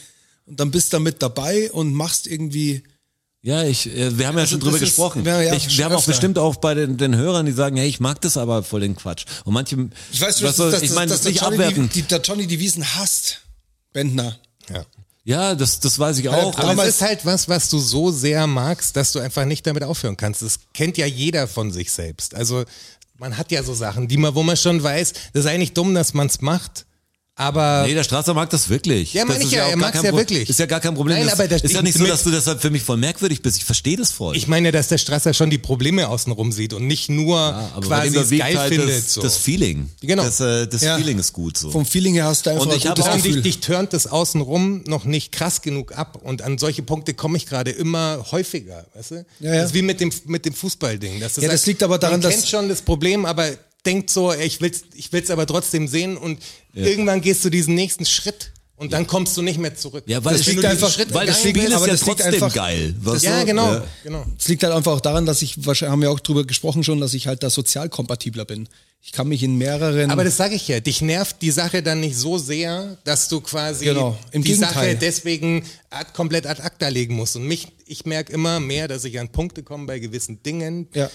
S2: und dann bist du da mit dabei und machst irgendwie.
S4: Ja, ich, äh, wir haben ja schon drüber
S2: das ist-
S4: gesprochen.
S2: ja, ja,
S4: ich,
S2: schon
S4: wir haben auch
S2: öfter.
S4: bestimmt auch bei den, den Hörern, die sagen, hey, ich mag das aber voll den Quatsch. Und manche,
S2: Ich weiß,
S4: was soll- ich meine, das
S2: der
S4: nicht
S2: Johnny
S4: abwerten.
S2: Die, die, der Johnny die Wiesen hasst. Bentner.
S3: Ja.
S4: ja, das, das weiß ich auch.
S3: Aber
S4: Aber
S3: es ist halt was, was du so sehr magst, dass du einfach nicht damit aufhören kannst. Das kennt ja jeder von sich selbst. Also man hat ja so Sachen, die man, wo man schon weiß, das ist eigentlich dumm, dass man es macht. Aber
S4: Nee, der Strasser mag das wirklich.
S3: Ja,
S4: das
S3: meine ich ja,
S4: auch
S3: er
S4: gar
S3: mag's
S4: kein
S3: ja
S4: Pro-
S3: wirklich.
S4: Ist ja gar kein Problem.
S3: Nein,
S4: das,
S3: aber das-
S4: ist ja
S3: ich-
S4: nicht so,
S3: mit-
S4: dass du deshalb für mich voll merkwürdig bist. Ich verstehe das voll.
S3: ich meine, dass der Strasser schon die Probleme außenrum sieht und nicht nur
S4: ja, Ah, aber bei dem
S3: quasi es
S4: überwiegt
S3: geil
S4: halt
S3: findet.
S4: das,
S3: so.
S4: das Feeling.
S3: Genau.
S4: Das, äh, das
S2: Ja.
S4: Feeling ist gut so.
S2: Vom Feeling her hast du einfach
S4: Und
S2: ein
S4: ich hab
S2: gutes
S4: auch-
S3: und
S2: Gefühl.
S3: dich, dich turnt das außenrum noch nicht krass genug ab. Und an solche Punkte komme ich gerade immer häufiger, weißt du?
S2: Ja, ja.
S3: Das ist wie mit dem, mit dem Fußballding. dass du
S2: Ja, das
S3: sagst,
S2: liegt aber daran,
S3: man
S2: dass-
S3: kennt schon das Problem, aber denkt so, ey, ich will's, ich will's aber trotzdem sehen und irgendwann gehst du diesen nächsten Schritt und dann kommst du nicht mehr zurück.
S4: ja, weil
S2: das
S4: es
S2: liegt
S4: Spiel-
S2: einfach-
S4: weil das
S2: geil
S4: Spiel
S2: ist,
S4: ist
S2: aber
S4: ja
S2: das liegt
S4: trotzdem
S2: einfach-
S4: geil. äh, Weißt
S3: ja,
S4: du?
S3: genau,
S4: Ja.
S3: genau.
S2: Es liegt halt einfach auch daran, dass ich, wahrscheinlich haben wir auch drüber gesprochen schon, dass ich halt da sozial kompatibler bin. Ich kann mich in mehreren.
S4: Hm.
S3: Aber das sage ich ja, dich nervt die Sache dann nicht so sehr, dass du quasi
S2: Genau, im
S3: die
S2: Gegenteil.
S3: Sache deswegen ad, komplett ad acta legen musst. Und mich, ich merke immer mehr, dass ich an Punkte komme bei gewissen Dingen,
S2: ja.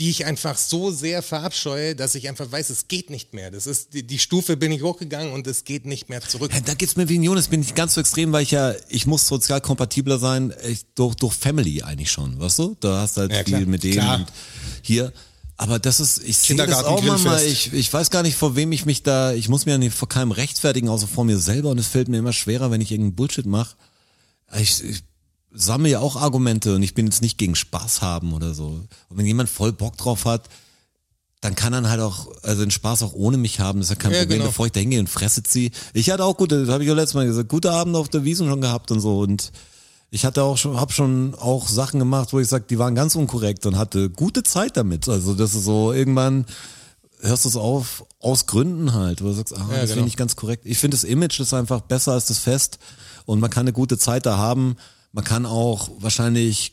S3: die ich einfach so sehr verabscheue, dass ich einfach weiß, es geht nicht mehr. Das ist die, die Stufe bin ich hochgegangen und es geht nicht mehr zurück.
S4: Ja, Da geht's mir wie ein Jonas, bin ich ganz so extrem, weil ich ja, ich muss sozial kompatibler sein, ich, durch, durch Family eigentlich schon, weißt du? Da hast du halt
S3: Ja, klar.
S4: viel mit denen
S2: Klar.
S4: und hier. Aber das ist, ich sehe das
S2: Kindergarten,
S4: auch manchmal,
S2: Grillfest.
S4: ich, ich weiß gar nicht, vor wem ich mich da, ich muss mir ja nicht vor keinem rechtfertigen, außer vor mir selber und es fällt mir immer schwerer, wenn ich irgendeinen Bullshit mache. Ich, ich sammle ja auch Argumente und ich bin jetzt nicht gegen Spaß haben oder so. Und wenn jemand voll Bock drauf hat, dann kann er halt auch, also den Spaß auch ohne mich haben, das ist ja kein
S3: Ja,
S4: Problem,
S3: genau.
S4: bevor ich da hingehe und fresse ziehe. Ich hatte auch gute, das habe ich ja letztes Mal gesagt, gute Abende auf der Wiesn schon gehabt und so und ich hatte auch schon, hab schon auch Sachen gemacht, wo ich sag, die waren ganz unkorrekt und hatte gute Zeit damit. Also das ist so, irgendwann hörst du es auf, aus Gründen halt, wo du sagst, ah, das finde
S3: genau.
S4: ich ganz korrekt. Ich finde das Image ist einfach besser als das Fest und man kann eine gute Zeit da haben. Man kann auch wahrscheinlich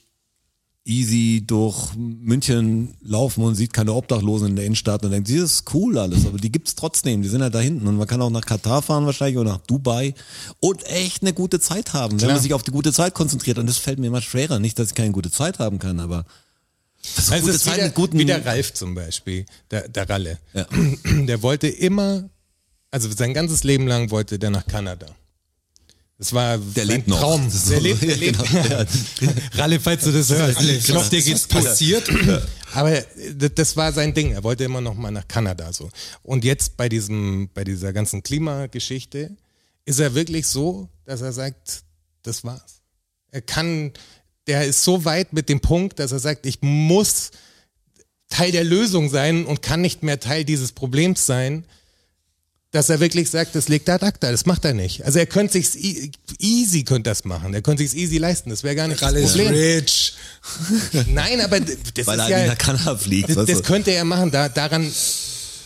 S4: easy durch München laufen und sieht keine Obdachlosen in der Innenstadt und denkt, das ist cool alles, aber die gibt's trotzdem, die sind halt da hinten und man kann auch nach Katar fahren wahrscheinlich oder nach Dubai und echt eine gute Zeit haben, wenn man sich auf die gute Zeit konzentriert und das fällt mir immer schwerer, nicht, dass ich keine gute Zeit haben kann, aber das
S3: Also
S4: gute
S3: es ist
S4: Zeit
S3: wieder,
S4: mit guten
S3: wie der Ralf zum Beispiel, der, der Ralle.
S4: Ja.
S3: <clears throat> Der wollte immer, also sein ganzes Leben lang wollte der nach Kanada. Das war
S4: der
S3: sein
S4: lebt noch.
S3: Traum.
S4: Das ist
S3: Der
S4: so-
S3: lebt, der
S4: <laughs> ja,
S3: lebt.
S4: genau. Ja.
S3: Ralle, falls du das hörst. Ich glaube, dir geht's
S2: passiert.
S3: <clears throat> Aber d- das war sein Ding. Er wollte immer noch mal nach Kanada so. Und jetzt bei diesem, bei dieser ganzen Klimageschichte ist er wirklich so, dass er sagt, das war's. Er kann, der ist so weit mit dem Punkt, dass er sagt, ich muss Teil der Lösung sein und kann nicht mehr Teil dieses Problems sein, dass er wirklich sagt, das legt ad acta, das macht er nicht. Also er könnte sich's e- easy könnte das machen, er könnte sich's easy leisten, das wäre gar nicht
S2: Ralle
S3: das
S2: ist
S3: Problem.
S2: rich.
S3: <laughs> Nein, aber d- das
S4: Weil er
S3: ist
S4: halt
S3: ja,
S4: nicht nach Kanada fliegt.
S3: das,
S4: weißt du.
S3: das könnte er machen, da, daran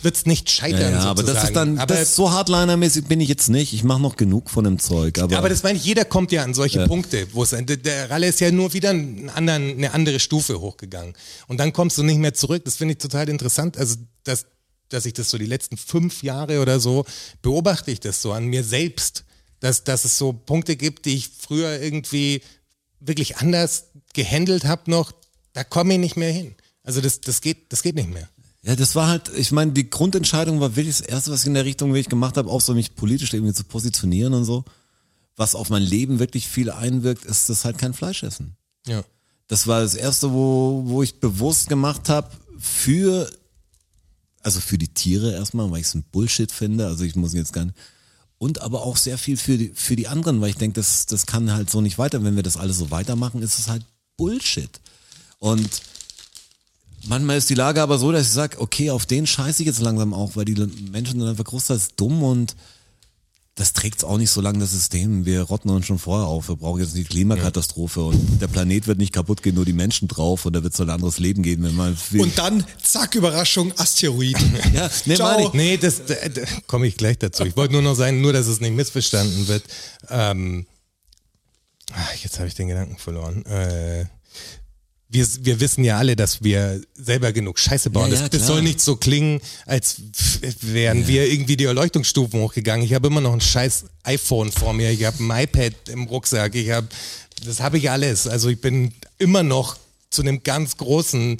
S3: wird's nicht scheitern.
S4: ja, ja,
S3: sozusagen.
S4: aber das ist dann,
S3: aber,
S4: das so Hardliner-mäßig bin ich jetzt nicht. Ich mache noch genug von dem Zeug. Aber,
S3: aber das meine ich, jeder kommt ja an solche Punkte, wo es, der- der Ralle ist ja nur wieder einen anderen, eine andere Stufe hochgegangen. Und dann kommst du nicht mehr zurück. Das finde ich total interessant. Also, dass, dass ich das so die letzten fünf Jahre oder so beobachte ich das so an mir selbst, dass, dass es so Punkte gibt, die ich früher irgendwie wirklich anders gehandelt habe noch. Da komme ich nicht mehr hin. Also, das, das geht, das geht nicht mehr.
S4: Ja, das war halt, ich meine, die Grundentscheidung war wirklich das Erste, was ich in der Richtung wirklich gemacht habe, auch so mich politisch irgendwie zu positionieren und so. Was auf mein Leben wirklich viel einwirkt, ist das halt kein Fleisch essen.
S3: Ja.
S4: Das war das Erste, wo, wo ich bewusst gemacht habe, für, also für die Tiere erstmal, weil ich es ein Bullshit finde, also ich muss jetzt gar nicht, und aber auch sehr viel für die, für die anderen, weil ich denke, das, das kann halt so nicht weiter. Wenn wir das alles so weitermachen, ist es halt Bullshit. Und manchmal ist die Lage aber so, dass ich sage, okay, auf den scheiße ich jetzt langsam auch, weil die Menschen sind einfach großteils dumm und das trägt's auch nicht so lange, das System. Wir rotten uns schon vorher auf. Wir brauchen jetzt nicht die Klimakatastrophe und der Planet wird nicht kaputt gehen, nur die Menschen drauf und da wird es ein anderes Leben geben, wenn man viel.
S2: Und dann, zack, Überraschung, Asteroid.
S4: <laughs> ja, nee,
S2: Ciao.
S4: meine ich.
S3: Nee, das da, da, komme ich gleich dazu. Ich wollte nur noch sagen, nur dass es nicht missverstanden wird. Ähm, ah, jetzt habe ich den Gedanken verloren. Äh, wir, wir wissen ja alle, dass wir selber genug Scheiße bauen.
S4: Ja, ja,
S3: das, das
S4: klar.
S3: soll nicht so klingen, als wären wir irgendwie die Erleuchtungsstufen hochgegangen. Ich habe immer noch ein scheiß iPhone vor mir, ich habe ein iPad im Rucksack, ich habe, das habe ich alles. Also ich bin immer noch zu einem ganz großen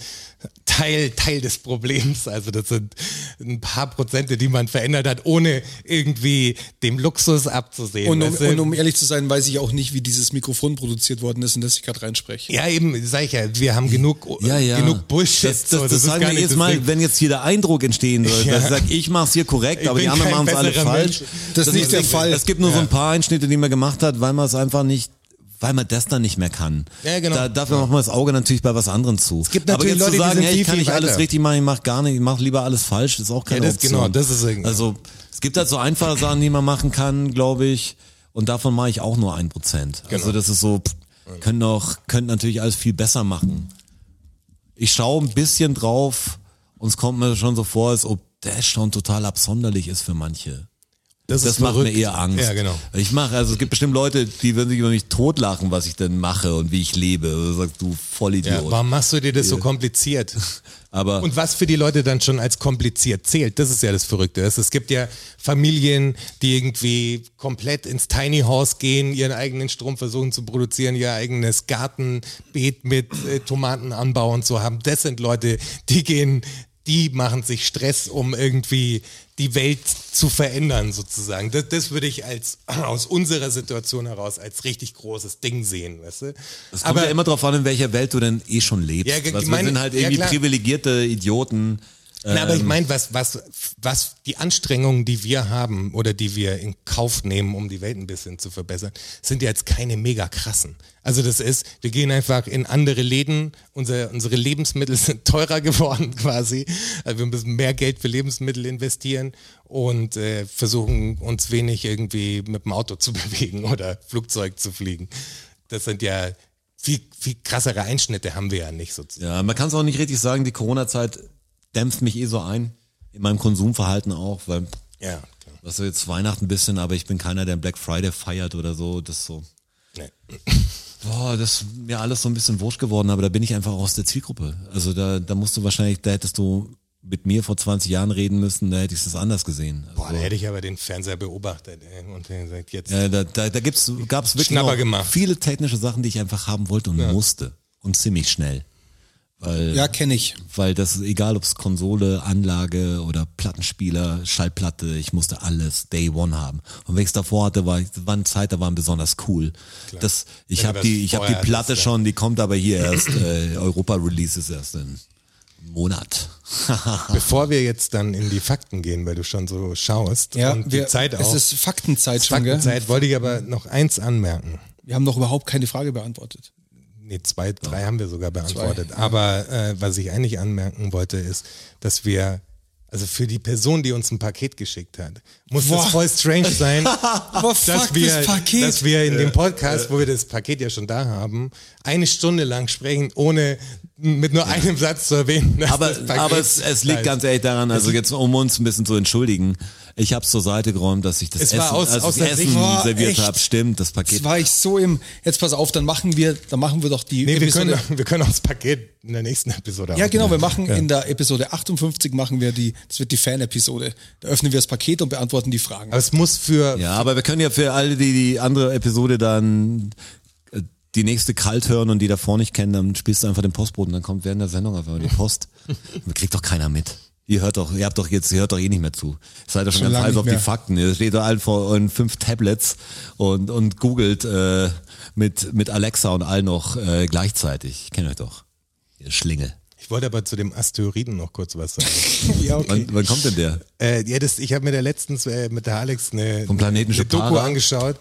S3: Teil, Teil des Problems. Also das sind ein paar Prozente, die man verändert hat, ohne irgendwie dem Luxus abzusehen.
S2: Und um,
S3: weißt du?
S2: und um ehrlich zu sein, weiß ich auch nicht, wie dieses Mikrofon produziert worden ist, in das ich gerade reinspreche.
S3: ja, eben, sag ich ja, wir haben genug,
S4: Ja, ja.
S3: genug Bullshit.
S4: Das, das,
S3: so,
S4: das, sagen
S3: gar
S4: wir
S3: nicht
S4: jetzt
S3: das
S4: mal,
S3: Ding.
S4: wenn jetzt hier der Eindruck entstehen würde,
S3: Ja.
S4: dass ich sage, ich mache es hier korrekt,
S3: Ich
S4: aber die
S3: bin
S4: anderen
S3: kein
S4: machen es alle
S3: besserer
S4: falsch.
S3: Mensch.
S2: Das ist nicht der Fall.
S4: Es gibt nur so ein paar Einschnitte, die man gemacht hat, weil man es einfach nicht, weil man das dann nicht mehr kann.
S3: Ja, genau.
S4: Da, dafür macht man das Auge natürlich bei was anderem zu. Es
S3: gibt
S4: aber
S3: natürlich
S4: jetzt
S3: Leute,
S4: zu
S3: die
S4: sagen,
S3: sind
S4: hey, ich
S3: viel,
S4: kann
S3: viel
S4: nicht alles
S3: weiter.
S4: richtig machen, ich mache gar nicht, ich mache lieber alles falsch, ist auch keine
S3: Ja, das-
S4: Option.
S3: genau, das ist irgendwie-
S4: Also es gibt halt so einfache Sachen, die man machen kann, glaube ich. Und davon mache ich auch nur ein Prozent. Also
S3: Genau.
S4: das ist so, pff, können doch, könnt natürlich alles viel besser machen. Ich schaue ein bisschen drauf und es kommt mir schon so vor, als ob das schon total absonderlich ist für manche.
S3: Das,
S4: Das
S3: ist
S4: macht mir
S3: verrückt.
S4: eher Angst.
S3: Ja, genau.
S4: Ich mache, also es gibt bestimmt Leute, die würden sich über mich totlachen, was ich denn mache und wie ich lebe. Also, Du sagst, du
S3: Ja,
S4: Vollidiot.
S3: warum machst du dir das so kompliziert?
S4: Aber
S3: Und was für die Leute dann schon als kompliziert zählt, das ist ja das Verrückte. Es es gibt ja Familien, die irgendwie komplett ins Tiny House gehen, ihren eigenen Strom versuchen zu produzieren, ihr eigenes Gartenbeet mit äh, Tomaten anbauen zu haben. Das sind Leute, die gehen, die machen sich Stress, um irgendwie die Welt zu verändern sozusagen. Das, das würde ich als <clears throat> aus unserer Situation heraus als richtig großes Ding sehen, weißt du?
S4: es kommt ja immer darauf an, in welcher Welt du denn eh schon lebst.
S3: Ja, ge-
S4: also, wir
S3: meine-
S4: sind halt
S3: ja,
S4: irgendwie
S3: klar.
S4: privilegierte Idioten.
S3: Na, aber ich meine, was, was, was die Anstrengungen, die wir haben oder die wir in Kauf nehmen, um die Welt ein bisschen zu verbessern, sind ja jetzt keine mega krassen. Also das ist, wir gehen einfach in andere Läden, unser, unsere Lebensmittel <laughs> sind teurer geworden quasi. Also wir müssen mehr Geld für Lebensmittel investieren und äh, versuchen uns wenig irgendwie mit dem Auto <laughs> zu bewegen oder Flugzeug zu fliegen. Das sind ja viel, viel krassere Einschnitte haben wir ja nicht sozusagen.
S4: Ja, man kann es auch nicht richtig sagen, die Corona-Zeit dämpft mich eh so ein. In meinem Konsumverhalten auch, weil,
S3: Ja, klar.
S4: was so jetzt Weihnachten ein bisschen, aber ich bin keiner, der Black Friday feiert oder so, das so.
S3: Nee.
S4: Boah, das ist mir alles so ein bisschen wurscht geworden, aber da bin ich einfach auch aus der Zielgruppe. Also da, da musst du wahrscheinlich, da hättest du mit mir vor 20 Jahren reden müssen, da hätte ich das anders gesehen. Also,
S3: Boah, da hätte ich aber den Fernseher beobachtet ey, und hätte gesagt, jetzt
S4: äh, da da, da gibt's, gab's wirklich
S3: Schnapper
S4: auch
S3: gemacht.
S4: viele technische Sachen, die ich einfach haben wollte und musste. Und ziemlich schnell.
S2: Ja, kenne ich.
S4: Weil das, egal ob es Konsole, Anlage oder Plattenspieler, Schallplatte, ich musste alles Day One haben. Und wenn ich es davor hatte, war, waren Zeit, da waren besonders cool. Das, ich
S3: Wenn du
S4: habe
S3: das
S4: die, ich habe die
S3: vorher hattest,
S4: Platte
S3: ja.
S4: schon, die kommt aber hier erst, äh, Europa-Release ist erst in einem
S3: <laughs>
S4: Monat.
S3: Bevor wir jetzt dann in die Fakten gehen, weil du schon so schaust
S2: Ja,
S3: und die
S2: wir,
S3: Zeit auch.
S2: Es ist Faktenzeit schon, gell?
S3: Faktenzeit wollte ich aber noch eins anmerken.
S2: Wir haben noch überhaupt keine Frage beantwortet.
S3: Nee, zwei, drei haben wir sogar beantwortet. Aber äh, was ich eigentlich anmerken wollte, ist, dass wir, also für die Person, die uns ein Paket geschickt hat, muss
S2: Boah.
S3: das voll strange sein,
S2: Aber
S3: dass, wir, dass wir in dem Podcast, wo wir das Paket ja schon da haben, eine Stunde lang sprechen, ohne mit nur einem Satz zu erwähnen. dass
S4: aber,
S3: das Paket
S4: aber es, es liegt
S3: da ist.
S4: ganz ehrlich daran, also jetzt um uns ein bisschen zu entschuldigen, ich habe zur Seite geräumt, dass ich das
S3: Es
S4: Essen,
S3: war aus-
S4: also
S3: aus
S4: das
S3: der Sicht.
S4: Essen
S2: Boah,
S4: serviert
S2: echt?
S4: habe. Stimmt, das Paket
S2: Jetzt war ich so im. Jetzt pass auf, dann machen wir, dann machen wir doch die.
S3: Nee, wir
S2: Episode-
S3: können, wir können auch das Paket in der nächsten Episode
S2: ja,
S3: aufnehmen.
S2: genau. Wir machen in der Episode 58 machen wir die. Das wird die Fan-Episode. Da öffnen wir das Paket und beantworten die Fragen.
S3: Aber es muss für,
S4: Ja, aber wir können ja für alle, die die andere Episode dann äh, die nächste kalt hören und die davor nicht kennen, dann spielst du einfach den Postboten, dann kommt während der Sendung einfach die Post. <laughs> Kriegt doch keiner mit. Ihr hört doch, ihr habt doch jetzt, ihr hört doch eh nicht mehr zu. Seid doch schon,
S2: Schon
S4: ganz
S2: lange
S4: heiß
S2: nicht
S4: auf die
S2: mehr.
S4: Fakten. Ihr steht da allen vor euren fünf Tablets und, und googelt äh, mit, mit Alexa und allen noch äh, gleichzeitig. Ich kenne euch doch. Ihr Schlingel.
S3: ich wollte aber zu dem Asteroiden noch kurz was sagen.
S2: ja, okay.
S4: Wann, wann kommt denn der?
S3: äh, ja, das, ich habe mir da letztens äh, mit der Alex eine,
S4: Vom Planeten
S3: eine Doku
S4: Chupara.
S3: angeschaut.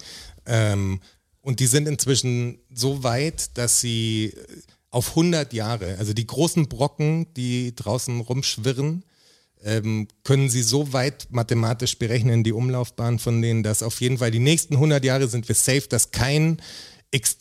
S3: Ähm, und die sind inzwischen so weit, dass sie äh, auf 100 Jahre, also die großen Brocken, die draußen rumschwirren, ähm, können sie so weit mathematisch berechnen, die Umlaufbahn von denen, dass auf jeden Fall die nächsten 100 Jahre sind wir safe, dass kein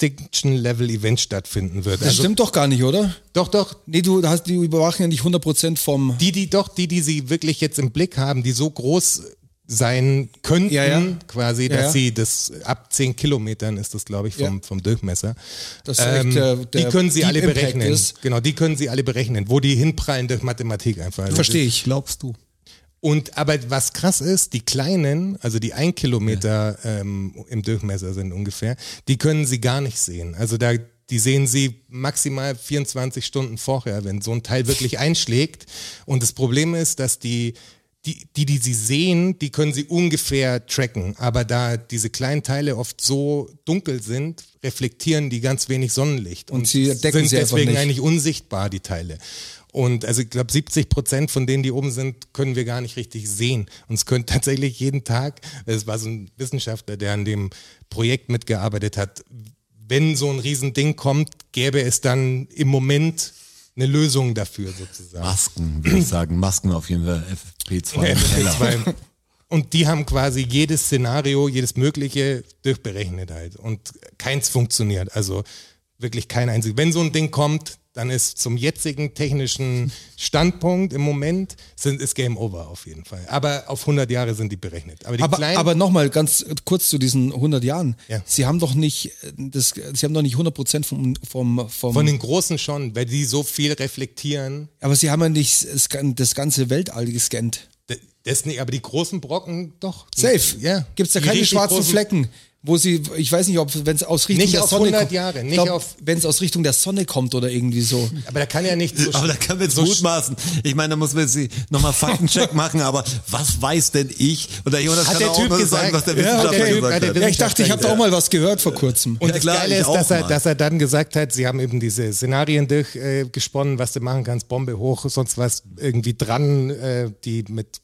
S3: Extinction-Level-Event stattfinden wird. Also
S2: das stimmt doch gar nicht, oder?
S3: Doch, doch,
S2: Nee, du hast die überwachen ja nicht 100% vom.
S3: die, die doch, die, die sie wirklich jetzt im Blick haben, die so groß sein könnten,
S2: Ja, ja.
S3: quasi,
S2: Ja,
S3: dass
S2: ja.
S3: sie das ab 10 Kilometern ist das, glaube ich, vom,
S2: Ja.
S3: vom Durchmesser.
S2: Das ist
S3: ähm,
S2: echt, äh,
S3: die
S2: der
S3: können sie
S2: Deep
S3: alle
S2: Impact
S3: berechnen.
S2: ist.
S3: Genau, die können sie alle berechnen, wo die hinprallen durch Mathematik einfach. Also
S2: Verstehe ich.
S4: Glaubst du?
S3: und aber was krass ist, die kleinen, also die ein Kilometer ähm, im Durchmesser sind ungefähr, die können sie gar nicht sehen. Also da, die sehen sie maximal 24 Stunden vorher, wenn so ein Teil
S2: <laughs>
S3: wirklich einschlägt. Und das Problem ist, dass die die, die, die sie sehen, die können sie ungefähr tracken. Aber da diese kleinen Teile oft so dunkel sind, reflektieren die ganz wenig Sonnenlicht. Und,
S2: sie entdecken
S3: sind
S2: sie einfach
S3: deswegen
S2: nicht.
S3: eigentlich unsichtbar, die Teile. Und also ich glaube, 70 Prozent von denen, die oben sind, können wir gar nicht richtig sehen. Und es können <laughs> tatsächlich jeden Tag, es war so ein Wissenschaftler, der an dem Projekt mitgearbeitet hat, wenn so ein Riesending kommt, gäbe es dann im Moment eine Lösung dafür sozusagen.
S4: Masken, würde ich sagen. Masken auf jeden Fall.
S2: <laughs>
S4: FP2. im Keller.
S3: Weil- Und die haben quasi jedes Szenario, jedes Mögliche durchberechnet halt. Und keins funktioniert. Also wirklich kein einziges. Wenn so ein Ding kommt, dann ist zum jetzigen technischen Standpunkt im Moment sind, ist Game Over auf jeden Fall. Aber auf 100 Jahre sind die berechnet. Aber die
S2: Aber,
S3: kleinen,
S2: aber nochmal ganz kurz zu diesen 100 Jahren.
S3: Ja.
S2: Sie haben doch nicht, äh, das, Sie haben doch nicht 100% vom, vom, vom,
S3: von den großen schon, weil die so viel reflektieren.
S2: aber Sie haben ja nicht das gan- das ganze Weltall gescannt.
S3: d- Das nicht, aber die großen Brocken doch.
S2: Safe.
S3: Ja.
S2: Gibt's da
S3: Die
S2: keine
S3: richtig
S2: schwarzen
S3: großen-
S2: Flecken? wo sie, ich weiß nicht, ob wenn es aus Richtung
S3: Nicht
S2: der
S3: auf
S2: Sonne
S3: 100
S2: kommt,
S3: Jahre, nicht auf-
S2: wenn es aus Richtung der Sonne kommt oder irgendwie so.
S3: Aber da kann ja nicht so
S4: <laughs> Aber da können wir jetzt mutmaßen. Ich meine, da muss man jetzt
S3: <laughs>
S4: nochmal Faktencheck machen, aber was weiß denn ich? Oder Jonas
S3: Hat
S4: kann
S3: der
S4: auch
S3: Typ
S4: immer
S3: gesagt?
S4: sagen, was der
S3: Ja,
S4: Wissenschaftler
S3: okay. Hat
S4: gesagt
S3: der
S4: hat.
S2: Ja, ich dachte, ich habe da auch mal was gehört vor kurzem.
S4: Und
S3: das Geile ist, dass er, dass er dann gesagt hat, sie haben eben diese Szenarien durchgesponnen, äh, gesponnen, was du machen kannst, Bombe hoch, sonst was irgendwie dran, äh, die mit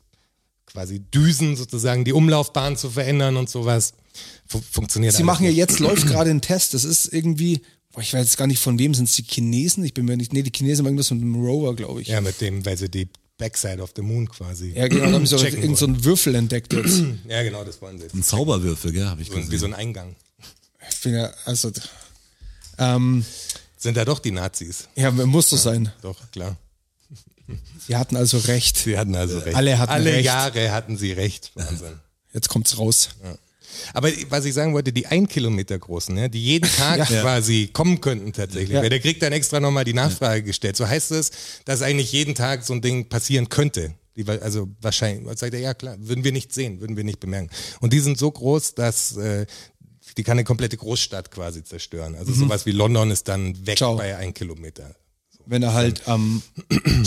S3: quasi Düsen sozusagen die Umlaufbahn zu verändern und sowas. Fu- Funktioniert
S2: Sie
S3: alles
S2: machen ja
S3: nicht.
S2: jetzt, läuft gerade ein Test. Das ist irgendwie, boah, ich weiß jetzt gar nicht von wem, sind es die Chinesen? Ich bin mir nicht, nee, die Chinesen machen das mit einem Rover, glaube ich.
S3: Ja, mit dem, weil sie die Backside of the Moon quasi.
S2: Ja, genau, da haben sie auch
S3: checken
S2: irgendeinen so einen Würfel entdeckt jetzt.
S3: wollen. ja genau, das wollen sie.
S4: Ein Zauberwürfel, gell, habe ich
S3: Irgendwie so
S4: gesehen.
S3: ein Eingang.
S2: Ich bin ja, also, ähm,
S3: Sind da doch die Nazis.
S2: ja, muss so sein.
S3: Doch, klar.
S2: Wir hatten also recht.
S3: Sie hatten also recht.
S2: Alle hatten
S3: Alle
S2: recht.
S3: Jahre hatten sie recht. Wahnsinn.
S2: Jetzt kommt's raus.
S3: Aber was ich sagen wollte, die ein Kilometer großen, ja,
S2: <laughs>
S3: die jeden Tag
S2: Ja.
S3: quasi kommen könnten tatsächlich.
S2: Ja.
S3: Weil der kriegt dann extra nochmal die Nachfrage gestellt. So heißt es, dass eigentlich jeden Tag so ein Ding passieren könnte. Die, wa- also wahrscheinlich, was sagt er, ja klar, würden wir nicht sehen, würden wir nicht bemerken. Und die sind so groß, dass äh, die kann eine komplette Großstadt quasi zerstören. Also sowas wie London ist dann weg
S2: Mhm. Ciao.
S3: bei ein Kilometer.
S2: Wenn er halt am